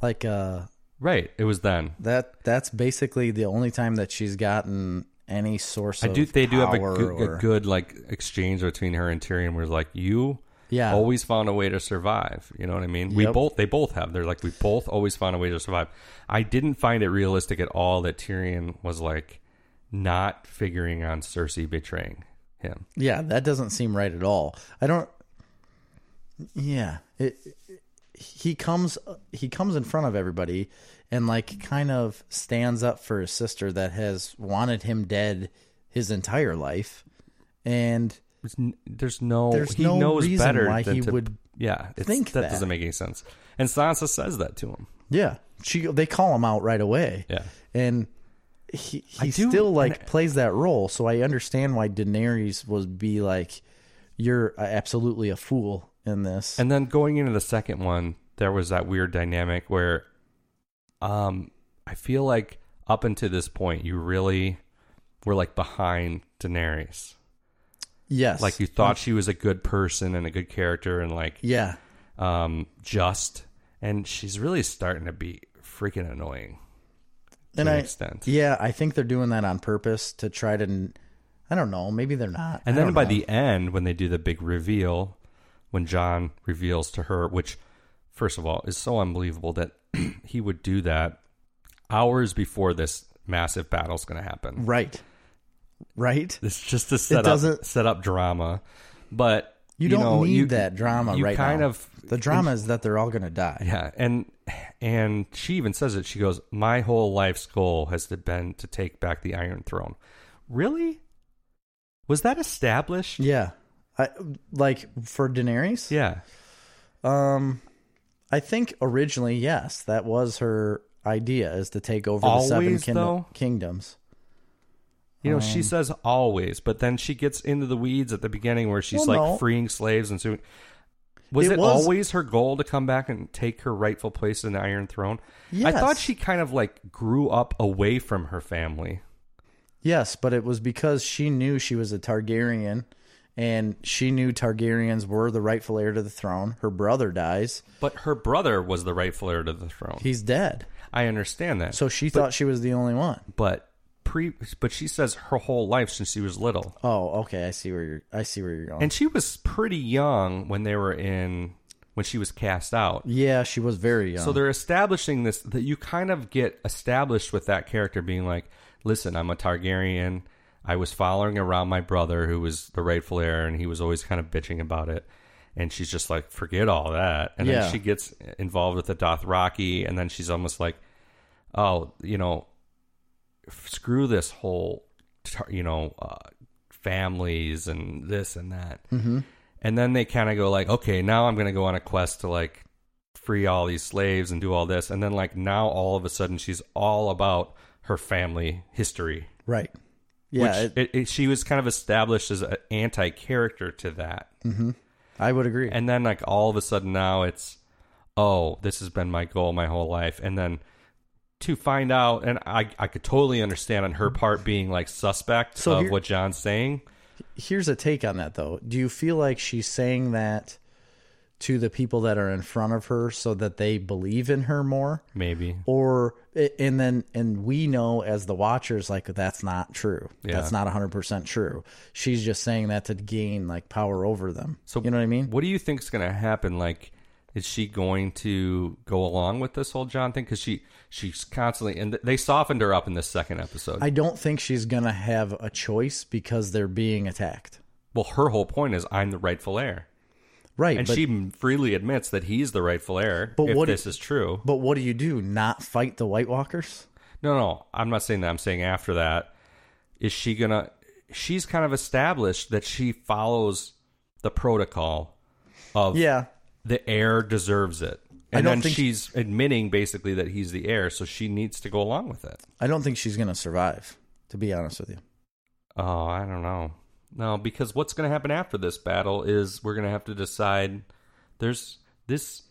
S2: Like uh
S1: right? It was then.
S2: that that's basically the only time that she's gotten any source
S1: I
S2: of
S1: do. They do have a
S2: power
S1: good,
S2: or-
S1: a good like exchange between her and Tyrion, where like you.
S2: Yeah.
S1: Always found a way to survive. You know what I mean? We
S2: Yep.
S1: both, they both have. They're like, we both always found a way to survive. I didn't find it realistic at all that Tyrion was like not figuring on Cersei betraying him.
S2: Yeah, that doesn't seem right at all. I don't. Yeah, it, he comes he comes in front of everybody and like kind of stands up for his sister that has wanted him dead his entire life, and
S1: There's n- there's no
S2: There's
S1: he
S2: no
S1: knows
S2: reason
S1: better
S2: why
S1: than
S2: he
S1: to-
S2: would
S1: yeah it's-
S2: think
S1: that,
S2: that.
S1: doesn't make any sense and Sansa says that to him
S2: yeah, she they call him out right away.
S1: Yeah.
S2: and he he
S1: do-
S2: still like plays that role, so I understand why Daenerys was be like, "You're absolutely a fool in this."
S1: and then going into the second one there was that weird dynamic where um I feel like up until this point you really were like behind Daenerys
S2: yes,
S1: like you thought she was a good person and a good character and like
S2: yeah.
S1: um just and she's really starting to be freaking annoying to
S2: and
S1: an
S2: I,
S1: extent.
S2: Yeah, I think they're doing that on purpose to try to. I don't know. Maybe they're not.
S1: And
S2: I
S1: then
S2: don't
S1: by
S2: know.
S1: the end, when they do the big reveal, when John reveals to her, which, first of all, is so unbelievable that he would do that hours before this massive battle's going to happen.
S2: right, right.
S1: It's just to set up
S2: doesn't-
S1: set up drama, but
S2: You, don't
S1: know,
S2: need
S1: you-
S2: that drama
S1: you
S2: right
S1: kind
S2: now.
S1: of
S2: the drama is that they're all going to die.
S1: yeah, and and she even says it. She goes, "My whole life's goal has to- been to take back the Iron Throne." Really? Was that established?
S2: Yeah, I, like for Daenerys.
S1: Yeah.
S2: Um, I think originally, yes, that was her idea is to take over the seven
S1: Always,
S2: kin-
S1: though?
S2: kingdoms.
S1: You know,
S2: Um,
S1: she says always, but then she gets into the weeds at the beginning where she's
S2: Well,
S1: like
S2: no.
S1: freeing slaves and suing. Was it,
S2: It was-
S1: always her goal to come back and take her rightful place in the Iron Throne? I
S2: Yes.
S1: thought she kind of like grew up away from her family.
S2: Yes, but it was because she knew she was a Targaryen and she knew Targaryens were the rightful heir to the throne. Her brother dies.
S1: But her brother was the rightful heir to the throne.
S2: He's dead.
S1: I understand that.
S2: So she thought she was the only one.
S1: but pre but she says her whole life since she was little.
S2: Oh, okay. I see where you're I see where you're going.
S1: And she was pretty young when they were in when she was cast out.
S2: yeah, she was very young.
S1: So they're establishing this that you kind of get established with that character being like, listen, I'm a Targaryen. I was following around my brother who was the rightful heir, and he was always kind of bitching about it. And she's just like, forget all that. And
S2: Yeah.
S1: then she gets involved with the Dothraki, and then she's almost like, oh, you know, screw this whole, tar- you know, uh, families and this and that. Mm-hmm. And then they kind of go like, okay, now I'm going to go on a quest to like free all these slaves and do all this. And then like now all of a sudden she's all about her family history.
S2: Right. Yeah,
S1: Which
S2: it,
S1: it, it, she was kind of established as an anti character to that.
S2: I would agree.
S1: And then, like, all of a sudden now it's, oh, this has been my goal my whole life. And then to find out, and I, I could totally understand on her part being like suspect
S2: So
S1: of
S2: here-
S1: what John's saying.
S2: Here's a take on that though. Do you feel like she's saying that to the people that are in front of her so that they believe in her more?
S1: Maybe.
S2: or and then and we know as the watchers like that's not true that's not 100% true she's just saying that to gain like power over them so you know what i mean
S1: What do you think's going to happen? Like, is she going to go along with this whole John thing? Because she she's constantly and th- they softened her up in this second episode.
S2: i don't think she's gonna have a choice because they're being attacked
S1: well, her whole point is I'm the rightful heir,
S2: right
S1: and
S2: but,
S1: she m- freely admits that he's the rightful heir.
S2: But
S1: if
S2: what-
S1: this is true?
S2: but what do you do not fight the white walkers
S1: No, no, I'm not saying that. I'm saying after that, is she gonna? She's kind of established that she follows the protocol of
S2: yeah
S1: the heir deserves it.
S2: I
S1: And
S2: don't
S1: then
S2: think-
S1: she's admitting basically that he's the heir, so she needs to go along with it.
S2: i don't think she's gonna survive to be honest with you
S1: Oh, I don't know. No, because what's going to happen after this battle is we're going to have to decide. There's this.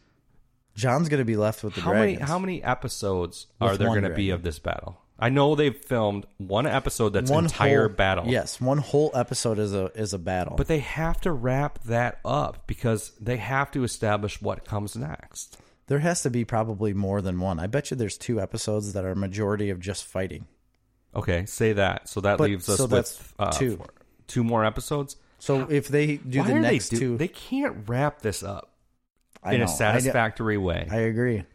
S2: john's gonna be left with the
S1: How many
S2: dragons
S1: how many episodes
S2: With
S1: are there
S2: one
S1: going to be
S2: dragon.
S1: of this battle? I know they've filmed one episode that's entire
S2: whole,
S1: battle.
S2: yes one whole episode is a is a battle
S1: but they have to wrap that up because they have to establish what comes next.
S2: There has to be probably more than one. I bet you there's two episodes that are majority of just fighting.
S1: Okay, say that. So that
S2: But-
S1: leaves us
S2: so
S1: with
S2: that's
S1: uh,
S2: two.
S1: four- two more episodes.
S2: So if they do
S1: Why
S2: the
S1: are
S2: next
S1: they do-
S2: two,
S1: They can't wrap this up
S2: I
S1: in
S2: know,
S1: a
S2: I d-
S1: satisfactory way.
S2: I, agree.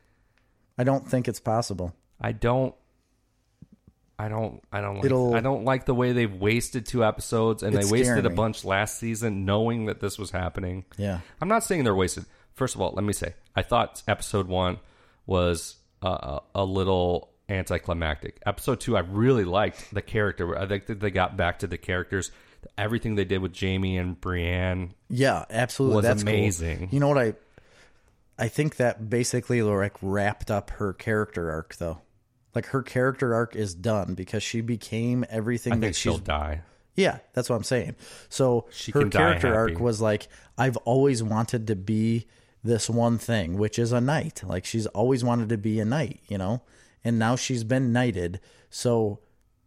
S2: I don't think it's possible.
S1: I don't. I don't. I don't. Like,
S2: It'll-
S1: I don't like the way they've wasted two episodes, and they
S2: It's
S1: wasted
S2: scaring
S1: a
S2: me.
S1: bunch last season, knowing that this was happening.
S2: Yeah,
S1: I'm not saying they're wasted. First of all, let me say I thought episode one was uh, a little anticlimactic. Episode two, I really liked the character. I think that they got back to the characters. Everything they did with Jamie and Brienne.
S2: yeah, absolutely.
S1: Was
S2: That's cool.
S1: amazing.
S2: You know what I? I think that basically like wrapped up her character arc, though. Like her character arc is done because she became everything
S1: I think
S2: that she's
S1: she'll die.
S2: Yeah, that's what I'm saying. So
S1: She
S2: her
S1: can die
S2: character arc
S1: happy.
S2: was like, I've always wanted to be this one thing, which is a knight. Like she's always wanted to be a knight, you know? And now she's been knighted. So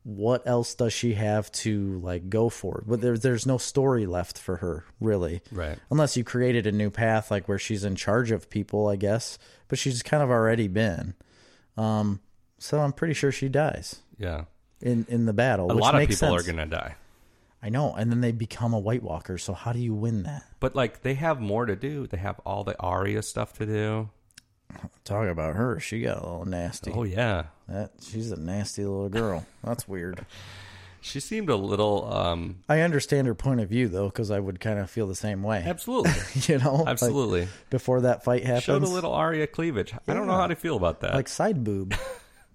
S2: what else does she have to like go for? But there, there's no story left for her, really.
S1: Right.
S2: Unless you created a new path like where she's in charge of people, I guess. But she's kind of already been. Um so I'm pretty sure she dies
S1: Yeah.
S2: in in the battle.
S1: A
S2: which
S1: lot of
S2: makes
S1: people
S2: sense.
S1: are gonna die.
S2: I know. And then they become a White Walker. So how do you win that?
S1: But like they have more to do. They have all the Arya stuff to do.
S2: Talk about her. She got a little nasty.
S1: Oh yeah.
S2: That she's a nasty little girl. That's weird.
S1: She seemed a little um
S2: I understand her point of view though, because I would kind of feel the same way.
S1: absolutely.
S2: You know, Like,
S1: Absolutely.
S2: before that fight happens,
S1: Showed a little Arya cleavage. I don't know how to feel about that.
S2: like side boob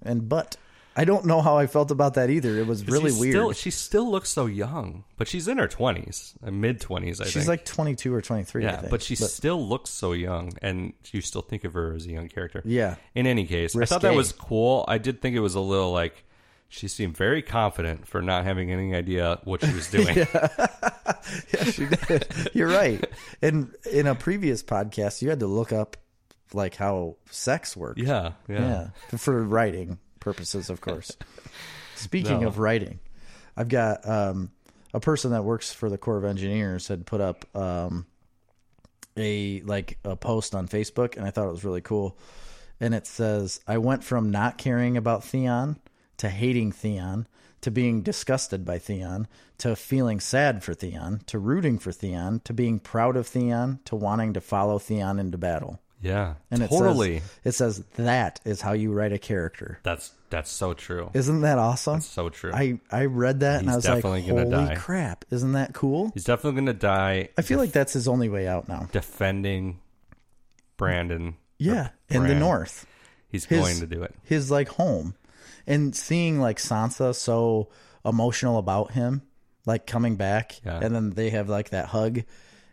S2: and butt. I don't know how I felt about that either. It was
S1: 'Cause
S2: really
S1: she's
S2: weird.
S1: Still, she still looks so young, but she's in her 20s, mid 20s I
S2: she's
S1: think.
S2: like 22 or 23. I
S1: yeah,
S2: think.
S1: but she still looks so young and you still think of her as a young character.
S2: yeah,
S1: In any case, I thought that
S2: Risque.
S1: was cool. I did think it was a little like she seemed very confident for not having any idea what she was doing.
S2: yeah, she did. You're right. And in a previous podcast, you had to look up like how sex works.
S1: yeah.
S2: Yeah. For writing purposes, of course. Speaking
S1: No.
S2: of writing, I've got um, a person that works for the Corps of Engineers had put up um, a like a post on Facebook, and I thought it was really cool. And it says, "I went from not caring about Theon to hating Theon." To being disgusted by Theon, to feeling sad for Theon, to rooting for Theon, to being proud of Theon, to wanting to follow Theon into battle.
S1: Yeah.
S2: And
S1: totally.
S2: it says, it says that is how you write a character.
S1: that's that's so true.
S2: Isn't that awesome?
S1: so true.
S2: I I read that and
S1: He's
S2: I was like,
S1: definitely gonna
S2: holy
S1: die.
S2: crap! Isn't that cool?
S1: He's definitely gonna die
S2: I feel like that's his only way out now.
S1: defending Brandon.
S2: Yeah, in the
S1: Bran.
S2: north,
S1: He's
S2: His-
S1: going to do it.
S2: his like home, and seeing like Sansa so emotional about him, like coming back,
S1: Yeah.
S2: and then they have like that hug,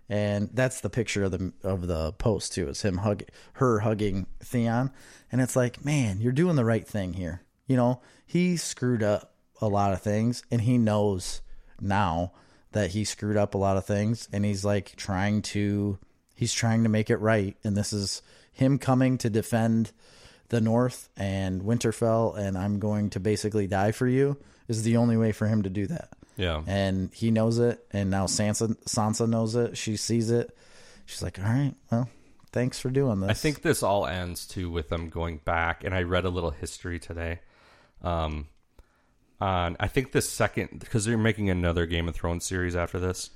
S2: and that's the picture of the of the post too. Is him hug her hugging Theon, and it's like, man, you're doing the right thing here. You know, he screwed up a lot of things, and he knows now that he screwed up a lot of things, and he's like trying to he's trying to make it right, and this is him coming to defend the North and Winterfell, and I'm going to basically die for you is the only way for him to do that.
S1: Yeah.
S2: And he knows it, and now Sansa Sansa knows it. She sees it. She's like, "All right, well, thanks for doing this."
S1: I think this all ends too with them going back, and I read a little history today. Um, on I think the second because they're making another Game of Thrones series after this,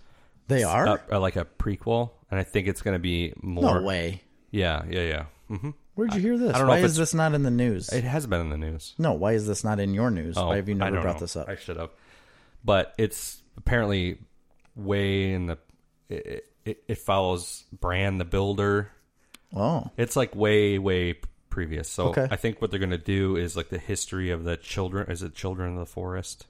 S2: they are.
S1: uh, uh, like a prequel, and I think it's going to be
S2: no
S1: more.
S2: way.
S1: Yeah, yeah, yeah. hmm
S2: Where'd you hear this?
S1: I don't know
S2: why
S1: if
S2: is
S1: it's-
S2: this not in the news?
S1: It has been in the news.
S2: no, why is this not in your news?
S1: Oh,
S2: why have you
S1: I
S2: never
S1: don't
S2: brought
S1: know.
S2: this up?
S1: I should have. But it's apparently way in the. It, it, it follows Bran the Builder.
S2: oh,
S1: It's like way, way previous. So
S2: Okay.
S1: I think what they're going to do is like the history of the children. Is it Children of the Forest?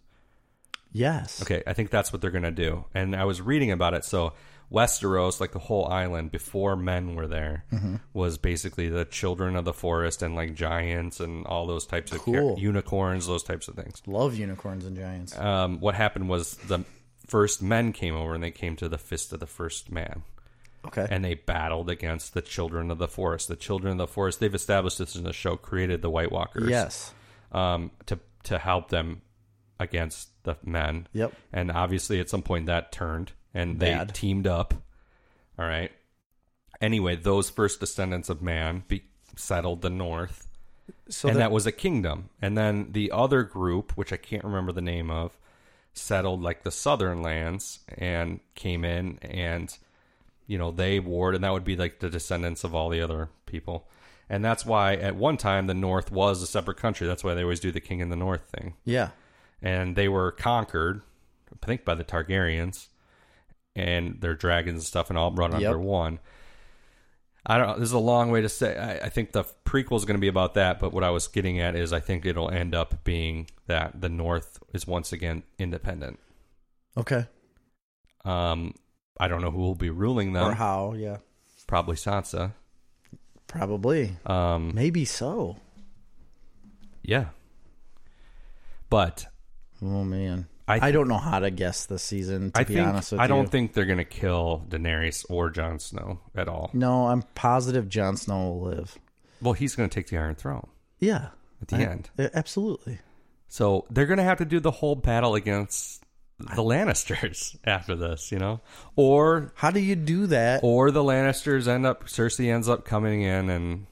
S2: yes.
S1: Okay, I think that's what they're going to do. And I was reading about it. So Westeros, like the whole island before men were there,
S2: Mm-hmm.
S1: was basically the Children of the Forest and like giants and all those types of char-
S2: Cool.
S1: unicorns, those types of things
S2: Love unicorns and giants.
S1: um, what happened was the first men came over and they came to the fist of the first man
S2: Okay.
S1: and they battled against the children of the forest the children of the forest they've established this in the show created the white walkers
S2: yes.
S1: um, to, to help them against the men
S2: Yep.
S1: and obviously at some point that turned and they
S2: Bad.
S1: teamed up all right anyway those first descendants of man be- settled the north
S2: So
S1: and
S2: that,
S1: that was a kingdom. And then the other group, which I can't remember the name of, settled like the southern lands and came in and you know, they warred and that would be like the descendants of all the other people. And that's why at one time the north was a separate country. That's why they always do the king in the north thing.
S2: yeah.
S1: And they were conquered, I think by the Targaryens and their dragons and stuff and all brought under
S2: Yep.
S1: one. I don't know. This is a long way to say. I, I think the prequel is going to be about that, but what I was getting at is I think it'll end up being that the North is once again independent.
S2: Okay.
S1: Um, I don't know who will be ruling
S2: or
S1: them.
S2: how? Yeah.
S1: Probably Sansa.
S2: Probably.
S1: Um,
S2: Maybe so.
S1: yeah. But
S2: Oh man,
S1: I
S2: I,
S1: th-
S2: don't know how to guess this season. To
S1: I
S2: be honest
S1: think
S2: with
S1: I
S2: you,
S1: don't think they're going to kill Daenerys or Jon Snow at all.
S2: No, I'm positive Jon Snow will live.
S1: Well, he's going to take the Iron Throne
S2: Yeah,
S1: at the
S2: I-
S1: end.
S2: uh, absolutely.
S1: So they're going to have to do the whole battle against the Lannisters after this, you know, or
S2: How do you do that?
S1: or the Lannisters end up Cersei ends up coming in and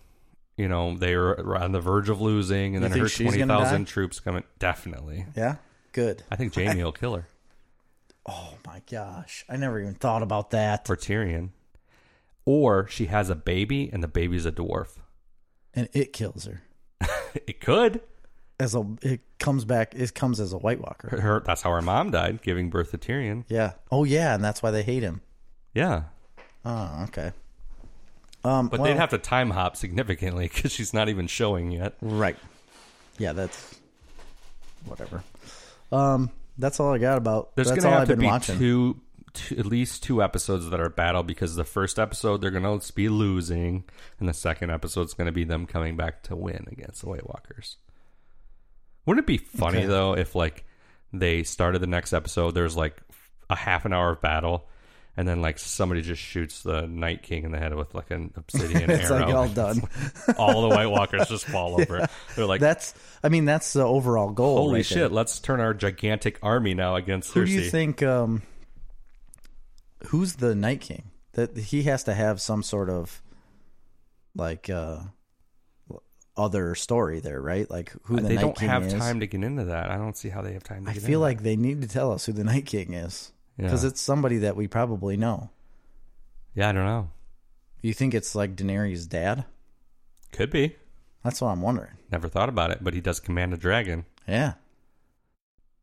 S1: you know they are on the verge of losing, and
S2: You
S1: then
S2: think
S1: her
S2: she's
S1: twenty
S2: gonna
S1: thousand
S2: die?
S1: troops coming. Definitely,
S2: Yeah, good.
S1: I think Jamie will kill her
S2: Oh my gosh, I never even thought about that.
S1: or Tyrion, or she has a baby and the baby's a dwarf.
S2: And it kills her
S1: It could.
S2: as a. It comes back. It comes as a White Walker.
S1: Her, that's how her mom died, giving birth to Tyrion.
S2: Yeah. Oh yeah, and that's why they hate him.
S1: Yeah,
S2: Oh okay. Um,
S1: but
S2: well,
S1: they'd have to time hop significantly because she's not even showing yet.
S2: right. Yeah, that's whatever. Um, that's all I got about.
S1: There's
S2: that's
S1: gonna
S2: all
S1: have to
S2: I've been
S1: be
S2: watching.
S1: two, two, at least two episodes that are battle because the first episode they're gonna be losing, and the second episode's gonna be them coming back to win against the White Walkers. Wouldn't it be funny
S2: Okay.
S1: though if like they started the next episode, there's like a half an hour of battle, and then like somebody just shoots the Night King in the head with like an obsidian
S2: It's
S1: arrow.
S2: like all done.
S1: All the White Walkers just fall over. They're like.
S2: that's I mean that's the overall goal.
S1: Holy
S2: right
S1: shit!
S2: there.
S1: Let's turn our gigantic army now against
S2: Who
S1: Cersei.
S2: do you think? Um, who's the Night King? That he has to have some sort of like uh other story there, right? Like who the
S1: Uh, they
S2: Night
S1: don't
S2: King
S1: have
S2: is.
S1: time to get into that. I don't see how they have time to
S2: I
S1: get
S2: feel
S1: into
S2: like they need to tell us who the Night King is
S1: that.
S2: because
S1: yeah.
S2: it's somebody that we probably know.
S1: yeah, I don't know.
S2: You think it's like Daenerys' dad?
S1: Could be.
S2: That's what I'm wondering.
S1: Never thought about it, but he does command a dragon.
S2: Yeah.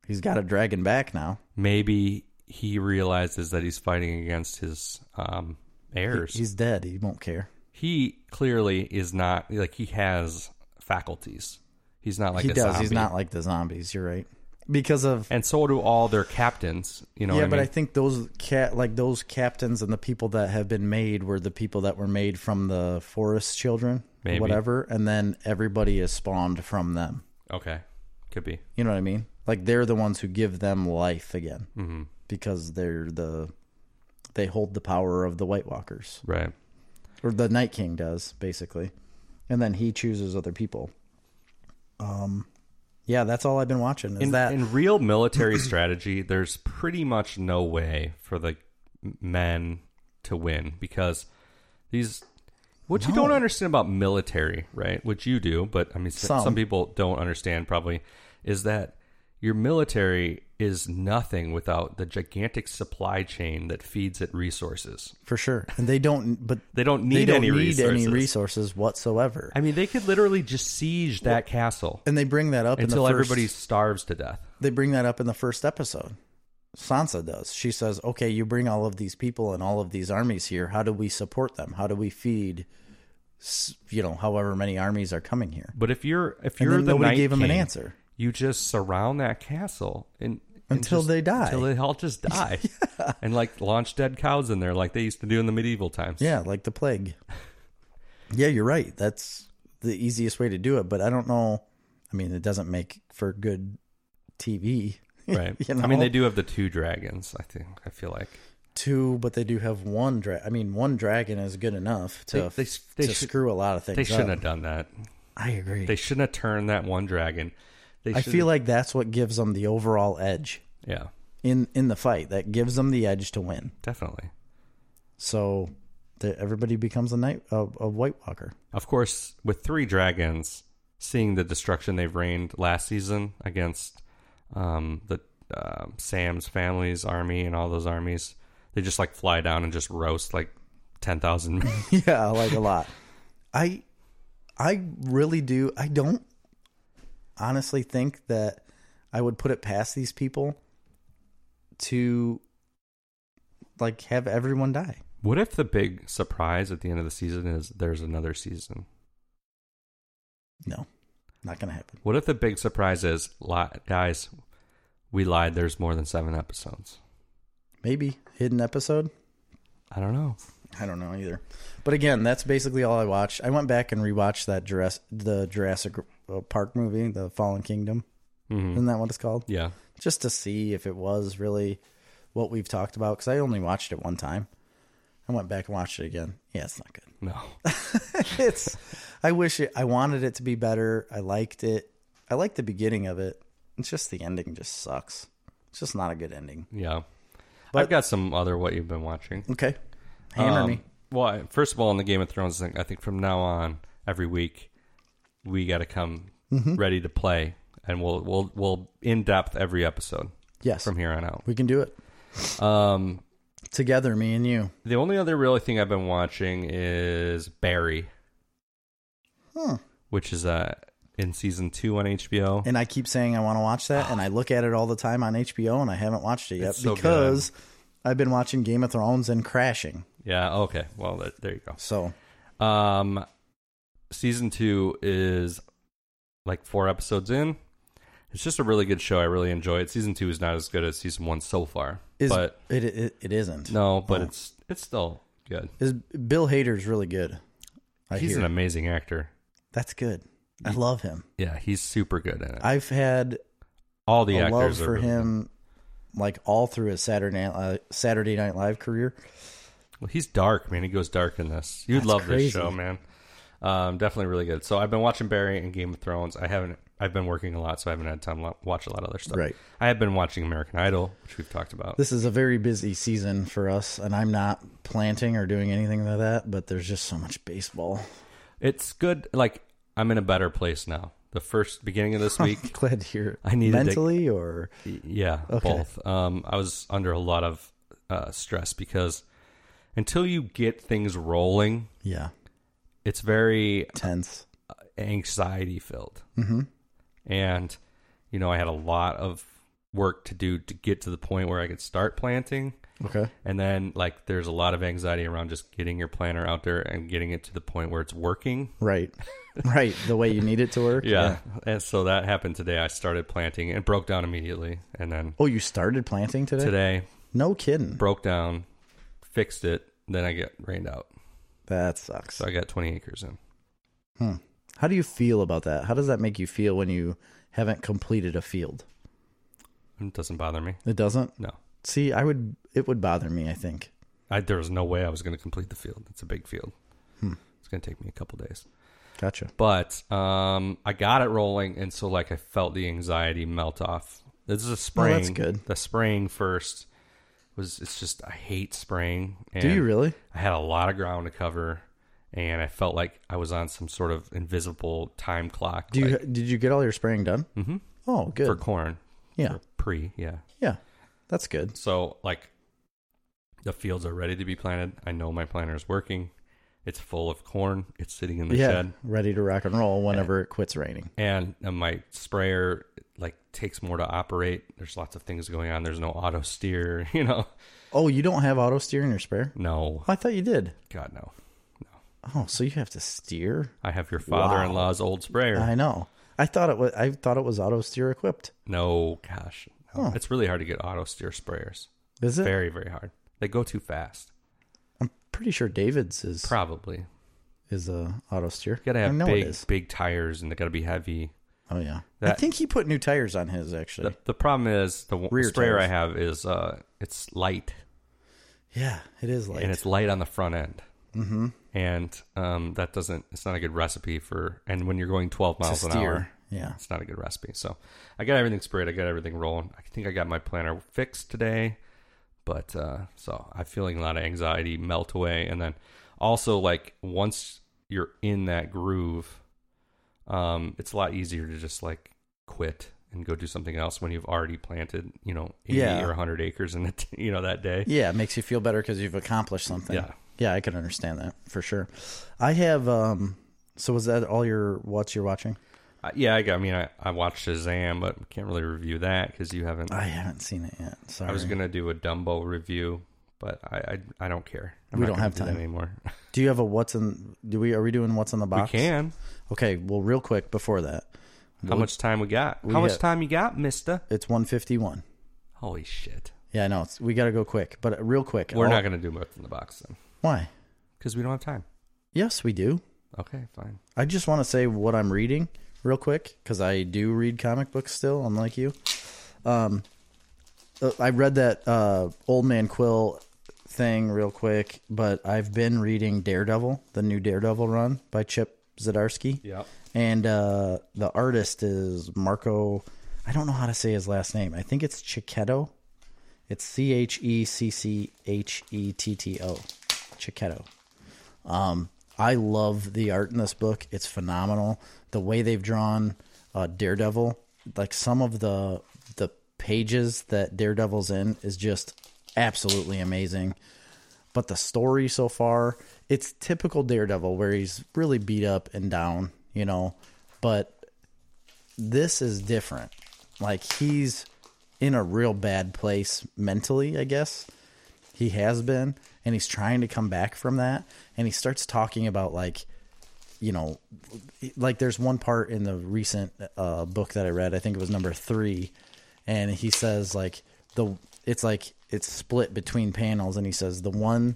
S2: He's got a dragon back now.
S1: Maybe he realizes that he's fighting against his um, heirs.
S2: He's dead. He won't care.
S1: he clearly is not like he has faculties. He's not like
S2: he
S1: a
S2: does. He's
S1: zombie.
S2: not like the zombies. You're right. Because of
S1: and so do all their captains. You know,
S2: yeah,
S1: what I
S2: but
S1: mean?
S2: I think those cat like those captains and the people that have been made were the people that were made from the forest children,
S1: Maybe.
S2: whatever, and then everybody is spawned from them.
S1: okay, could be.
S2: You know what I mean? Like they're the ones who give them life again
S1: Mm-hmm.
S2: because they're the they hold the power of the White Walkers
S1: Right.
S2: or the Night King does basically, and then he chooses other people. Um, yeah, that's all I've been watching. Is
S1: In,
S2: that
S1: in real military strategy, there's pretty much no way for the men to win because these. What you don't understand about military, right? Which you do, but I mean, s-
S2: Some.
S1: some people don't understand probably, is that your military is nothing without the gigantic supply chain that feeds it resources.
S2: for sure? And they don't, but
S1: They don't need
S2: they don't
S1: any
S2: need
S1: resources.
S2: any resources whatsoever.
S1: I mean, they could literally just siege that castle
S2: and they bring that up
S1: until
S2: in the first,
S1: everybody starves to death.
S2: They bring that up in the first episode. Sansa does. She says, "Okay, you bring all of these people and all of these armies here. How do we support them? How do we feed, s- you know, however many armies are coming here?"
S1: But if you're if
S2: And
S1: you're
S2: then
S1: the
S2: nobody
S1: Night
S2: gave him an
S1: King,
S2: answer.
S1: You just surround that castle and, and
S2: Until
S1: just-
S2: they die.
S1: Until they all just die, and like launch dead cows in there, like they used to do in the medieval times.
S2: Yeah, like the plague. yeah, you're right. That's the easiest way to do it. But I don't know. I mean, it doesn't make for good TV.
S1: right.
S2: You know?
S1: I mean, they do have the two dragons. I think I feel like
S2: two, but they do have one dragon. I mean, one dragon is good enough to
S1: They- they- they
S2: to
S1: should-
S2: screw a lot of things.
S1: they shouldn't
S2: Up.
S1: have done that.
S2: I agree.
S1: They shouldn't have turned that one dragon. They
S2: I
S1: should-
S2: feel like that's what gives them the overall edge
S1: yeah,
S2: in in the fight. That gives them the edge to win.
S1: definitely.
S2: So that everybody becomes a night a, a White Walker.
S1: Of course, with three dragons, seeing the destruction they've reigned last season against um, the um Sam's family's army and all those armies, they just like fly down and just roast like ten thousand.
S2: yeah, I like a lot. I I really do. I don't honestly think that I would put it past these people to like have everyone die.
S1: what if the big surprise at the end of the season is there's another season?
S2: No, not gonna happen.
S1: What if the big surprise is li- guys, we lied. There's more than seven episodes.
S2: Maybe hidden episode.
S1: I don't know.
S2: I don't know either. But again, that's basically all I watched. I went back and rewatched that Jurassic, the Jurassic uh, Park movie, The Fallen Kingdom.
S1: hmm
S2: Isn't that what it's called?
S1: Yeah,
S2: Just to see if it was really what we've talked about. Because I only watched it one time. I went back and watched it again. Yeah, it's not good.
S1: no.
S2: it's. I wish it. I wanted it to be better. I liked it. I liked the beginning of it. It's just the ending just sucks. It's just not a good ending.
S1: Yeah, I've
S2: But-
S1: got some other what you've been watching.
S2: Okay, hammer
S1: Um,
S2: me.
S1: Well, I- first of all, in the Game of Thrones thing, I think from now on, every week we got to come
S2: Mm-hmm.
S1: ready to play, and we'll we'll we'll in depth every episode
S2: Yes,
S1: from here on out.
S2: we can do it
S1: Um,
S2: together, me and you.
S1: the only other really thing I've been watching is Barry,
S2: Huh.
S1: which is uh in season two on HBO.
S2: and I keep saying I want to watch that, and I look at it all the time on HBO, and I haven't watched it yet
S1: It's so
S2: because I've been watching Game of Thrones and crashing.
S1: yeah. Okay. Well, th- there you go.
S2: So
S1: Um, season two is like four episodes in. It's just a really good show. I really enjoy it. Season two is not as good as season one so far,
S2: is
S1: but
S2: it, it? It isn't.
S1: no, but
S2: Oh.
S1: it's it's still good.
S2: is Bill Hader's really good. I
S1: He's
S2: hear
S1: an amazing actor.
S2: that's good. I love him.
S1: Yeah, he's super good in it.
S2: I've had
S1: All the
S2: a
S1: actors
S2: love
S1: are
S2: for
S1: really good.
S2: him, like all through his Saturday Night Li- Saturday Night Live career.
S1: Well, he's dark, man. He goes dark in this. You'd
S2: That's
S1: love
S2: crazy.
S1: this show, man. Um, definitely really good. So I've been watching Barry and Game of Thrones. I haven't. I've been working a lot, so I haven't had time to watch a lot of other stuff.
S2: Right.
S1: I have been watching American Idol, which we've talked about.
S2: This is a very busy season for us, and I'm not planting or doing anything like that. But there's just so much baseball.
S1: It's good. Like I'm in a better place now. The first beginning of this week,
S2: Glad to hear.
S1: I needed to-
S2: mentally or
S1: yeah, both. Um, I was under a lot of uh, stress because until you get things rolling,
S2: Yeah.
S1: it's very
S2: Tense.
S1: anxiety filled.
S2: Mm-hmm.
S1: And, you know, I had a lot of work to do to get to the point where I could start planting.
S2: Okay.
S1: And then, like, there's a lot of anxiety around just getting your planter out there and getting it to the point where it's working.
S2: Right. right. The way you need it to work.
S1: Yeah. And so that happened today. I started planting and broke down immediately. And then
S2: Oh, you started planting today?
S1: today,
S2: No kidding.
S1: broke down, fixed it. Then I get rained out.
S2: That sucks.
S1: So I got 20 acres in.
S2: Hmm. How do you feel about that? How does that make you feel when you haven't completed a field?
S1: It doesn't bother me.
S2: It doesn't?
S1: No.
S2: See, I would it would bother me, I think.
S1: I, there was no way I was going to complete the field. It's a big field.
S2: Hmm.
S1: It's going to take me a couple days.
S2: Gotcha.
S1: but um, I got it rolling, and so like I felt the anxiety melt off. This is a spraying.
S2: that's good.
S1: The spraying first was it's just I hate spraying. And
S2: do you really?
S1: I had a lot of ground to cover, and I felt like I was on some sort of invisible time clock.
S2: Do you did you get all your spraying done?
S1: hmm
S2: Oh, good.
S1: for corn?
S2: yeah.
S1: for pre, yeah.
S2: yeah. That's good.
S1: So like the fields are ready to be planted. I know my planter is working. It's full of corn. It's sitting in the
S2: yeah.
S1: shed.
S2: Ready to rock and roll whenever it quits raining.
S1: and, and my sprayer like takes more to operate. There's lots of things going on. There's no auto steer, you know.
S2: Oh, you don't have auto steer in your sprayer?
S1: No,
S2: I thought you did.
S1: God no.
S2: Oh, so you have to steer?
S1: I have your father-in-law's old sprayer.
S2: I know. I thought it was I thought it was auto steer equipped.
S1: no, gosh, no.
S2: Huh.
S1: it's really hard to get auto steer sprayers.
S2: Is it?
S1: Very, very hard. They go too fast.
S2: I'm pretty sure David's is
S1: Probably. You
S2: is a auto steer.
S1: gotta
S2: I
S1: have
S2: know it
S1: big,
S2: is.
S1: big tires, and they gotta be heavy.
S2: Oh yeah. I
S1: That-
S2: think he put new tires on his actually.
S1: The, the problem is the w-
S2: Rear
S1: sprayer
S2: tires.
S1: I have is uh, it's light,
S2: yeah, it is light.
S1: and it's light on the front end. Mm-hmm. And um, that doesn't. It's not a good recipe for. And when you're going 12 miles an hour,
S2: Yeah.
S1: it's not a good recipe. So I got everything sprayed. I got everything rolling. I think I got my planner fixed today, but uh, so I'm feeling a lot of anxiety melt away. And then also like once you're in that groove, um, it's a lot easier to just like quit and go do something else when you've already planted, you know, 80
S2: Yeah.
S1: or 100 acres in it, you know, that day.
S2: Yeah, it makes you feel better because you've accomplished something.
S1: Yeah.
S2: Yeah, I can understand that for sure. I have um so was that all your what's you're watching?
S1: Uh, yeah, I, got, I mean, I, I watched Shazam, but can't really review that because you haven't.
S2: I haven't seen it yet. Sorry.
S1: I was gonna do a Dumbo review, but I I, I don't care. I'm
S2: We
S1: not
S2: don't
S1: gonna
S2: have
S1: do that
S2: time.
S1: anymore.
S2: do you have a what's in do we are we doing what's in the
S1: we
S2: box?
S1: can.
S2: Okay, well real quick before that.
S1: How much time we got?
S2: we
S1: How much
S2: got-
S1: time you got, Mister?
S2: It's one fifty one.
S1: Holy shit!
S2: Yeah, I know. It's, we got to go quick, but real quick.
S1: We're
S2: I'll-
S1: not gonna do much in the box then,
S2: Why?
S1: because we don't have time.
S2: Yes, we do.
S1: Okay, fine.
S2: I just want to say what I'm reading real quick because I do read comic books still, unlike you. Um, uh, I read that uh, Old Man Quill thing real quick, but I've been reading Daredevil, the new Daredevil run by Chip Zdarsky.
S1: Yep.
S2: And uh, the artist is Marco. I don't know how to say his last name. I think it's Chiquetto. It's C H E C C H E T T O. Chiquetto. Um, I love the art in this book. It's phenomenal. The way they've drawn uh, Daredevil, like some of the the pages that Daredevil's in, is just absolutely amazing. But the story so far, it's typical Daredevil, where he's really beat up and down, you know. But this is different. Like he's in a real bad place mentally, I guess he has been and he's trying to come back from that and he starts talking about like you know like there's one part in the recent uh, book that i read i think it was number three and he says like the it's like it's split between panels and he says the one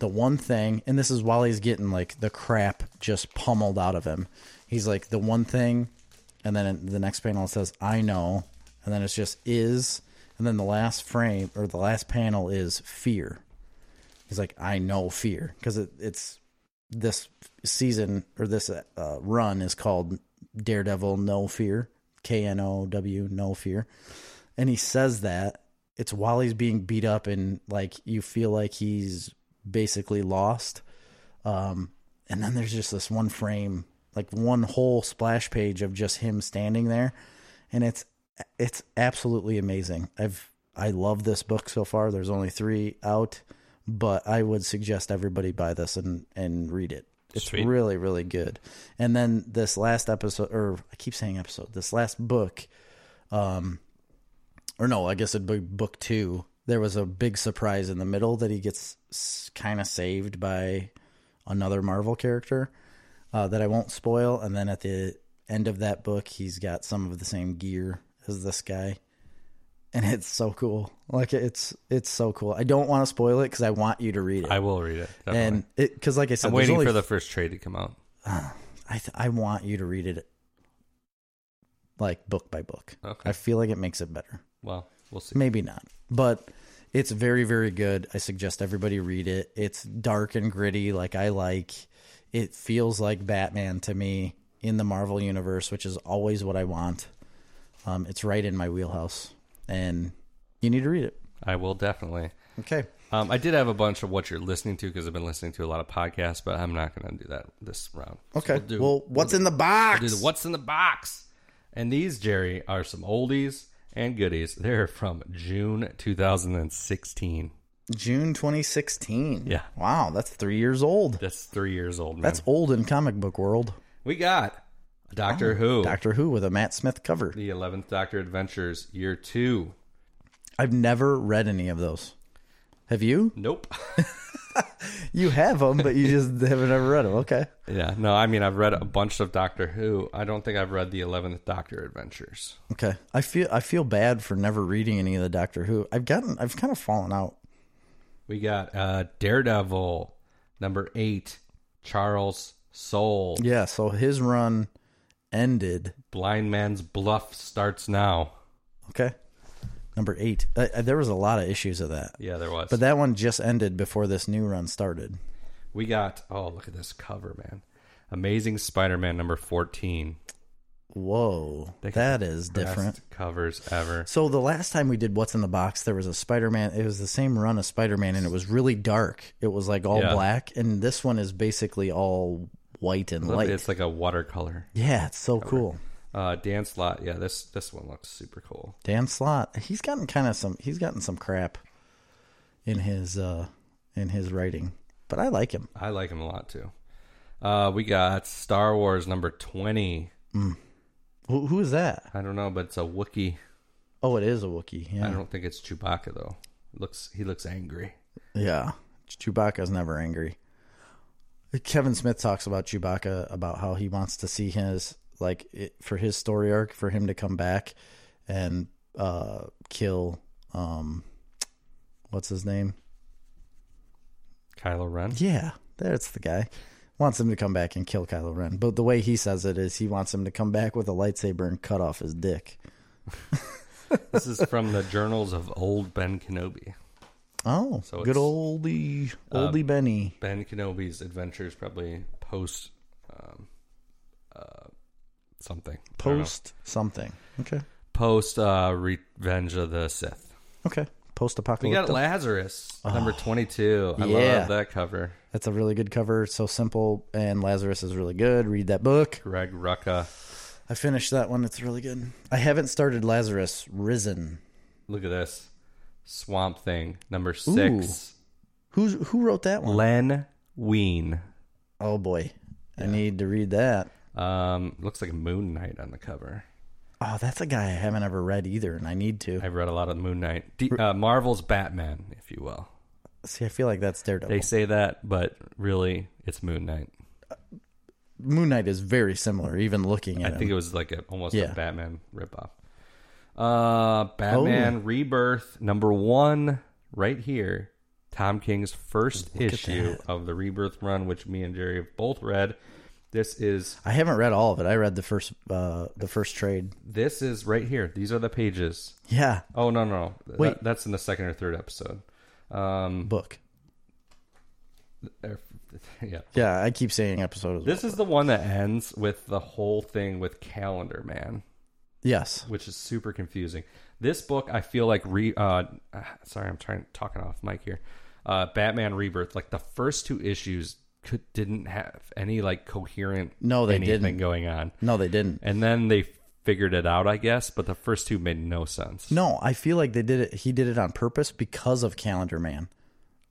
S2: the one thing and this is while he's getting like the crap just pummeled out of him he's like the one thing and then in the next panel it says i know and then it's just is and then the last frame or the last panel is fear he's like i know fear because it, it's this season or this uh, run is called daredevil no fear k-n-o-w no fear and he says that it's while he's being beat up and like you feel like he's basically lost um, and then there's just this one frame, like one whole splash page of just him standing there, and it's it's absolutely amazing. I've I love this book so far. There's only three out, but I would suggest everybody buy this and and read it. It's
S1: Sweet.
S2: really really good. And then this last episode, or I keep saying episode, this last book, um, or no, I guess it'd be book two. There was a big surprise in the middle that he gets kind of saved by another Marvel character uh, that I won't spoil. And then at the end of that book, he's got some of the same gear as this guy, and it's so cool. Like it's it's so cool. I don't want to spoil it because I want you to read it.
S1: I will read it. Definitely.
S2: and it because like I said,
S1: I'm
S2: there's
S1: waiting
S2: only
S1: for the first trade to come out.
S2: I th- I want you to read it like book by book.
S1: Okay.
S2: I feel like it makes it better.
S1: Well, we'll see.
S2: Maybe not, but it's very very good. I suggest everybody read it. It's dark and gritty, like I like. It feels like Batman to me in the Marvel universe, which is always what I want. Um, it's right in my wheelhouse, and you need to read it.
S1: I will definitely.
S2: Okay.
S1: Um, I did have a bunch of what you're listening to because I've been listening to a lot of podcasts, but I'm not going to do that this round. So
S2: Okay.
S1: we'll do-
S2: well, what's in the box?
S1: do the what's in the box. And these, Jerry, are some oldies and goodies. They're from June 2016.
S2: June 2016.
S1: Yeah.
S2: Wow, that's three years old.
S1: That's three years old, man.
S2: That's old in comic book world.
S1: we got
S2: Oh,
S1: Doctor Who,
S2: Doctor Who with a Matt Smith cover.
S1: the 11th Doctor Adventures, year two.
S2: I've never read any of those. Have you?
S1: Nope.
S2: You have them, but you just haven't ever read them. Okay.
S1: yeah, no, I mean, I've read a bunch of Doctor Who. I don't think I've read the 11th Doctor Adventures.
S2: Okay. I feel I feel bad for never reading any of the Doctor Who. I've gotten I've kind of fallen out.
S1: We got uh, Daredevil, number eight, Charles Soule.
S2: Yeah, so his run ended.
S1: Blind Man's Bluff starts now.
S2: Okay. Number 8. Uh, uh, there was a lot of issues of that.
S1: Yeah, there was.
S2: But that one just ended before this new run started.
S1: we got, oh, look at this cover, man. Amazing Spider Man, number 14.
S2: Whoa.
S1: They got
S2: That is
S1: Best
S2: different.
S1: covers ever.
S2: So the last time we did What's in the Box, there was a Spider Man. It was the same run as Spider Man, and it was really dark. It was like all
S1: Yeah.
S2: black, and this one is basically all white and light.
S1: It's like a watercolor.
S2: yeah, it's so cool.
S1: Uh, Dan Slott, yeah, this this one looks super cool.
S2: Dan Slott, he's gotten kind of some. He's gotten some crap in his uh in his writing, but I like him.
S1: I like him a lot too. Uh, we got Star Wars number 20.
S2: Who, who is that?
S1: I don't know, but it's a Wookiee.
S2: Oh, it is a Wookiee.
S1: I
S2: Yeah,
S1: don't think it's Chewbacca though. Looks he looks angry.
S2: yeah. Chewbacca's never angry. Kevin Smith talks about Chewbacca about how he wants to see his like it, for his story arc for him to come back and uh kill um what's his name?
S1: Kylo Ren.
S2: Yeah, that's the guy. Wants him to come back and kill Kylo Ren. But the way he says it is he wants him to come back with a lightsaber and cut off his dick.
S1: This is from the journals of old Ben Kenobi.
S2: Oh,
S1: So it's-
S2: good
S1: um,
S2: oldie oldie Benny.
S1: Ben Kenobi's adventures, probably post um, uh, something. I don't know.
S2: Post something. Okay.
S1: post uh, Revenge of the Sith.
S2: Okay. Post
S1: We got
S2: apocalyptic.
S1: Lazarus, number twenty-two. I
S2: Yeah.
S1: love that cover.
S2: That's a really good cover. It's So simple. And Lazarus is really good. Read that book.
S1: Greg Rucka.
S2: I finished that one. It's really good. I haven't started Lazarus Risen.
S1: Look at this Swamp Thing, number six.
S2: Who's who wrote that one?
S1: Len Wein.
S2: oh boy, I need to read that.
S1: Um, looks like a Moon Knight on the cover.
S2: Oh, that's a guy I haven't ever read either, and I need to.
S1: I've read a lot of Moon Knight. D- uh, Marvel's Batman, if you will.
S2: See, I feel like that's Daredevil.
S1: They say that, but really, it's Moon Knight.
S2: Moon Knight is very similar, even looking at
S1: I
S2: him.
S1: think it was like a, almost
S2: Yeah.
S1: a Batman ripoff. Uh, Batman Rebirth number one, right here. Tom King's first issue of the Rebirth run, which me and Jerry have both read. This is
S2: I haven't read all of it. I read the first uh, the first trade.
S1: this is right here. These are the pages.
S2: Yeah,
S1: Oh no no, no. That-
S2: Wait.
S1: that's in the second or third episode. Um,
S2: book.
S1: er, yeah.
S2: Yeah, I keep saying episode. As well.
S1: This is the one that ends with the whole thing with Calendar Man.
S2: Yes,
S1: which is super confusing. This book, I feel like re. Uh, ah, sorry, I'm trying talking off mic here. Uh, Batman Rebirth, like the first two issues, could didn't have any like coherent
S2: No, they
S1: anything
S2: didn't.
S1: going on,
S2: no, they didn't.
S1: and then they figured it out, I guess. But the first two made no sense.
S2: No, I feel like they did it. He did it on purpose because of Calendar Man.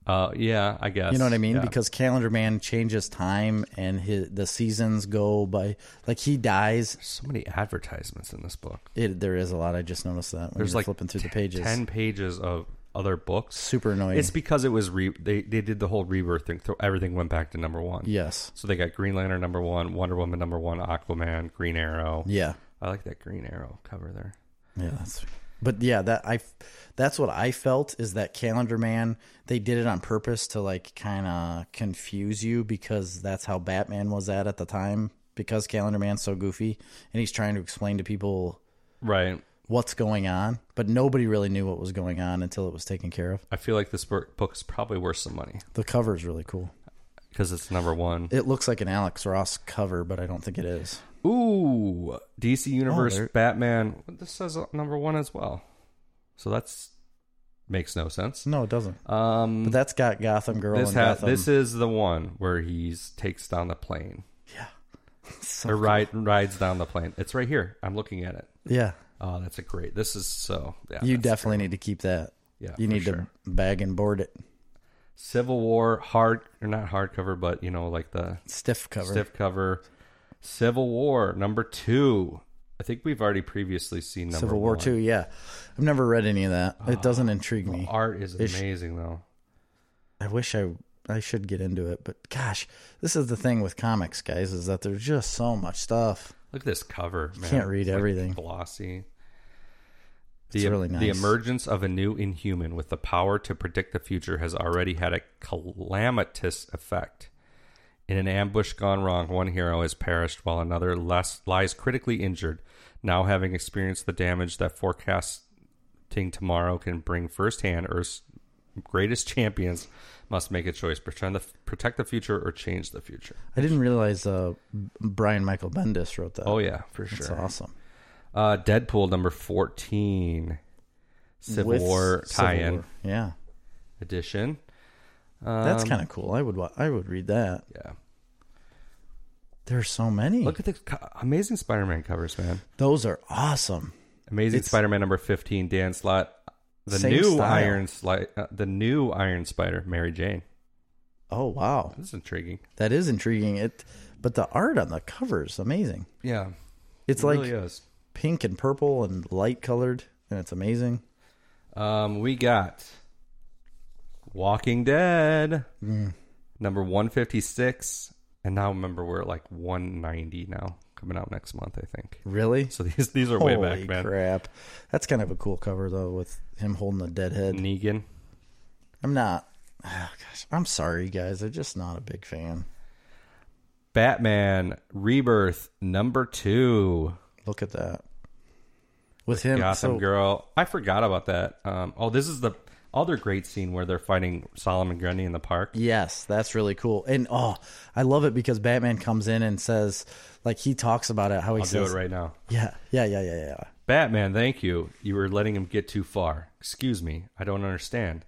S1: Uh, yeah, I guess.
S2: You know what I mean?
S1: Yeah.
S2: Because Calendar Man changes time and his, the seasons go by. Like he dies.
S1: so many advertisements in this book.
S2: It, there is a lot. I just noticed that when
S1: There's
S2: you're
S1: like
S2: flipping through the
S1: t-
S2: pages.
S1: ten pages of other books.
S2: Super annoying.
S1: It's because it was re- they they did the whole rebirth thing. So everything went back to number one.
S2: yes.
S1: So they got Green Lantern number one, Wonder Woman number one, Aquaman, Green Arrow.
S2: Yeah.
S1: I like that Green Arrow cover there.
S2: Yeah. That's, but yeah, that I, that's what I felt is that Calendar Man. They did it on purpose to like kind of confuse you because that's how Batman was at at the time. Because Calendar Man's so goofy and he's trying to explain to people
S1: Right.
S2: what's going on, but nobody really knew what was going on until it was taken care of.
S1: I feel like this book book is probably worth some money
S2: The cover is really cool.
S1: because it's number one.
S2: It looks like an Alex Ross cover, but I don't think it is.
S1: Ooh, DC Universe
S2: there-
S1: Batman. Oh, This says uh, number one as well. So that's makes no sense.
S2: No, it doesn't.
S1: Um,
S2: But that's got Gotham Hmm. Girl
S1: this
S2: and
S1: ha-
S2: Gotham.
S1: this is the one where he's takes down the plane
S2: So-
S1: or ride rides down the plane. It's right here. I'm looking at it.
S2: yeah,
S1: Oh, that's a great. This is so. Yeah,
S2: you
S1: that's-
S2: definitely need to keep that.
S1: Yeah,
S2: you
S1: for
S2: need
S1: sure.
S2: to bag and board it.
S1: Civil War hard or not hardcover, but you know like the
S2: Stiff cover.
S1: stiff cover. Civil War number two. I think we've already previously seen number
S2: Civil War
S1: one. Ah,
S2: Two. Yeah, I've never read any of that. It doesn't intrigue me.
S1: Art is amazing though.
S2: I wish I I should get into it, but gosh, this is the thing with comics, guys, is that there's just so much stuff.
S1: Look at this cover. Man.
S2: Can't read
S1: It's, like,
S2: everything.
S1: glossy. The,
S2: It's really
S1: The
S2: nice.
S1: emergence of a new inhuman with the power to predict the future has already had a calamitous effect. In an ambush gone wrong, one hero has perished while another less, lies critically injured. Now, having experienced the damage that forecasting tomorrow can bring firsthand, Earth's greatest champions must make a choice: pretend the, protect the future or change the future.
S2: I didn't realize uh, Brian Michael Bendis wrote that.
S1: Oh yeah, for sure.
S2: Uh, That's awesome.
S1: Uh, Deadpool number fourteen, Civil
S2: With
S1: War
S2: Civil
S1: tie-in
S2: War. Yeah,
S1: edition.
S2: that's
S1: Um,
S2: kind of cool. I would wa- I would read that.
S1: Yeah,
S2: There are so many.
S1: look at the co- amazing Spider-Man covers, man.
S2: Those are awesome.
S1: Amazing Spider-Man number fifteen, Dan Slott, the
S2: Same
S1: new
S2: style.
S1: Iron Sli- uh, the new Iron Spider, Mary Jane.
S2: Oh wow,
S1: This is intriguing.
S2: that is intriguing. It, but the art on the cover is amazing.
S1: Yeah,
S2: It's
S1: it
S2: like
S1: really is.
S2: pink and purple and light colored, and it's amazing.
S1: Um, we got Walking Dead
S2: Mm.
S1: number one fifty-six, and now remember we're at like one ninety now, coming out next month, I think.
S2: Really,
S1: So these these are way
S2: holy
S1: back, man.
S2: crap! That's kind of a cool cover though, with him holding a dead head.
S1: Negan.
S2: I'm not. Oh, gosh, I'm sorry, guys. I'm just not a big fan.
S1: Batman Rebirth number two
S2: Look at that. With him,
S1: Gotham
S2: so-
S1: Girl. I forgot about that. Um, oh, this is the other great scene where they're fighting Solomon Grundy in the park.
S2: Yes, that's really cool. And oh, I love it because Batman comes in and says, like, he talks about it, how he
S1: I'll do
S2: says,
S1: it right now.
S2: Yeah, yeah, yeah, yeah, yeah.
S1: Batman, thank you. You were letting him get too far. Excuse me, I don't understand.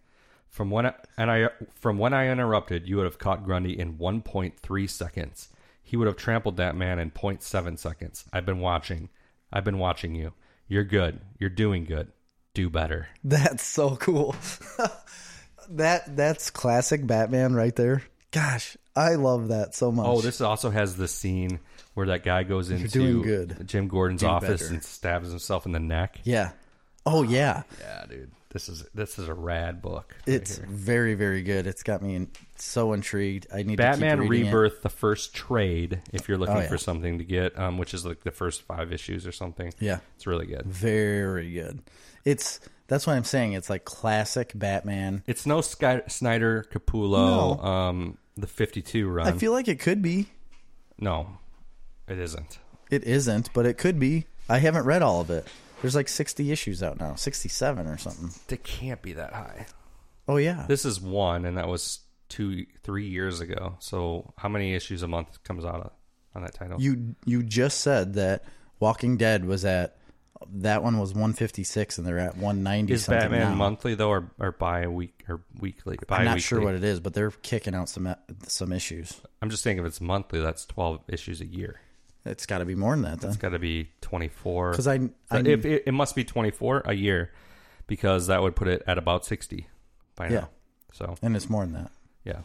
S1: From when I, and I from when I interrupted, you would have caught Grundy in 1.3 seconds. He would have trampled that man in 0.7 seconds. I've been watching. I've been watching you. You're good. You're doing good. Do better.
S2: That's so cool. that that's classic Batman right there. Gosh, I love that so much.
S1: Oh, this also has the scene where that guy goes into
S2: doing good.
S1: Jim Gordon's office
S2: better.
S1: and stabs himself in the neck.
S2: yeah. Oh yeah,
S1: Yeah, dude, this is this is a rad book.
S2: it's very very good. It's got me in, so intrigued. I need to
S1: Batman
S2: keep reading it.
S1: Rebirth, the first trade, if you're looking
S2: Oh, yeah.
S1: for something to get, um, which is like the first five issues or something.
S2: Yeah.
S1: it's really good.
S2: Very good. It's that's why I'm saying it's like classic Batman.
S1: It's no Sky- Snyder Capullo, um, the 52 run.
S2: I feel like it could be.
S1: no, it isn't.
S2: It isn't, but it could be. I haven't read all of it. There's like 60 issues out now, 67 or something.
S1: They can't be that high.
S2: Oh yeah.
S1: This is one, and that was two, three years ago. So how many issues a month comes out of, on that title?
S2: you you just said that Walking Dead was at that one was 156 and they're at 190
S1: is
S2: something
S1: Batman
S2: now.
S1: monthly though, or or bi week or weekly?
S2: I'm not sure what it is, but they're kicking out some some issues.
S1: I'm just saying if it's monthly, that's 12 issues a year.
S2: It's got to be more than that then.
S1: It's got to be 24.
S2: Cuz I, I
S1: if it, it must be 24 a year, because that would put it at about 60 by
S2: yeah.
S1: now. So
S2: and it's more than that.
S1: yeah,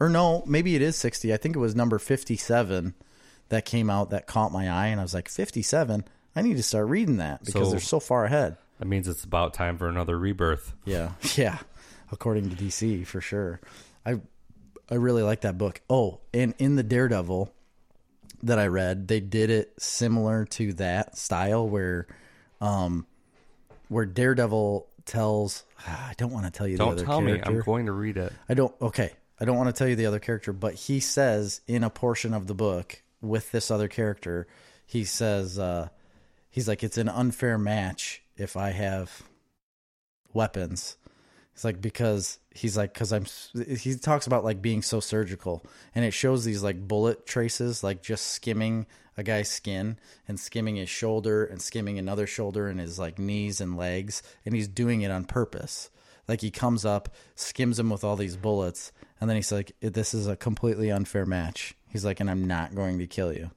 S2: Or no, maybe it is 60. I think it was number 57 that came out that caught my eye and I was like, 57? I need to start reading that because
S1: So-
S2: they're so far ahead.
S1: that means it's about time for another rebirth.
S2: Yeah. Yeah. According to DC for sure. I I really like that book. Oh, and in the Daredevil that I read, they did it similar to that style where um where Daredevil tells ah, I don't want to tell you the
S1: Don't
S2: other
S1: tell
S2: character.
S1: me. I'm going to read it.
S2: I don't. Okay, I don't want to tell you the other character, but he says in a portion of the book with this other character, he says, uh, "He's like it's an unfair match if I have weapons." He's like because he's like because I'm. s- He talks about like being so surgical, and it shows these like bullet traces, like just skimming a guy's skin and skimming his shoulder and skimming another shoulder and his like knees and legs, and he's doing it on purpose. Like he comes up, skims him with all these bullets, and then he's like, "This is a completely unfair match." He's like, "And I'm not going to kill you."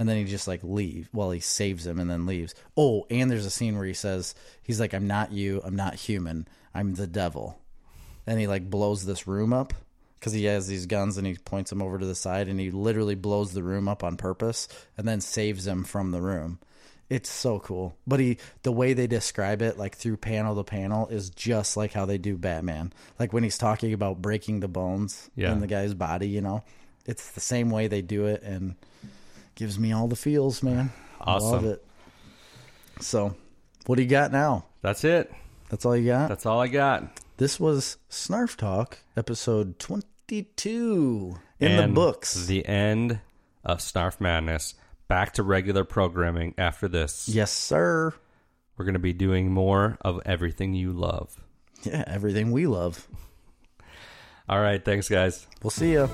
S2: And then he just like leave. Well, he saves him and then leaves. Oh, and there's a scene where he says, "He's like, I'm not you. I'm not human. I'm the devil." And he like blows this room up because he has these guns and he points them over to the side and he literally blows the room up on purpose and then saves him from the room. It's so cool. But he the way they describe it like through panel to panel is just like how they do Batman. Like when he's talking about breaking the bones
S1: Yeah.
S2: in the guy's body, you know. It's the same way they do it and gives me all the feels, man.
S1: Awesome.
S2: Love it. So, what do you got now?
S1: That's it.
S2: That's all you got?
S1: That's all I got.
S2: This was Snarf Talk, episode 22 in the
S1: And
S2: books.
S1: The end of Snarf Madness. Back to regular programming after this.
S2: yes, sir.
S1: We're going to be doing more of everything you love.
S2: Yeah, everything we love.
S1: All right. Thanks, guys.
S2: We'll see ya.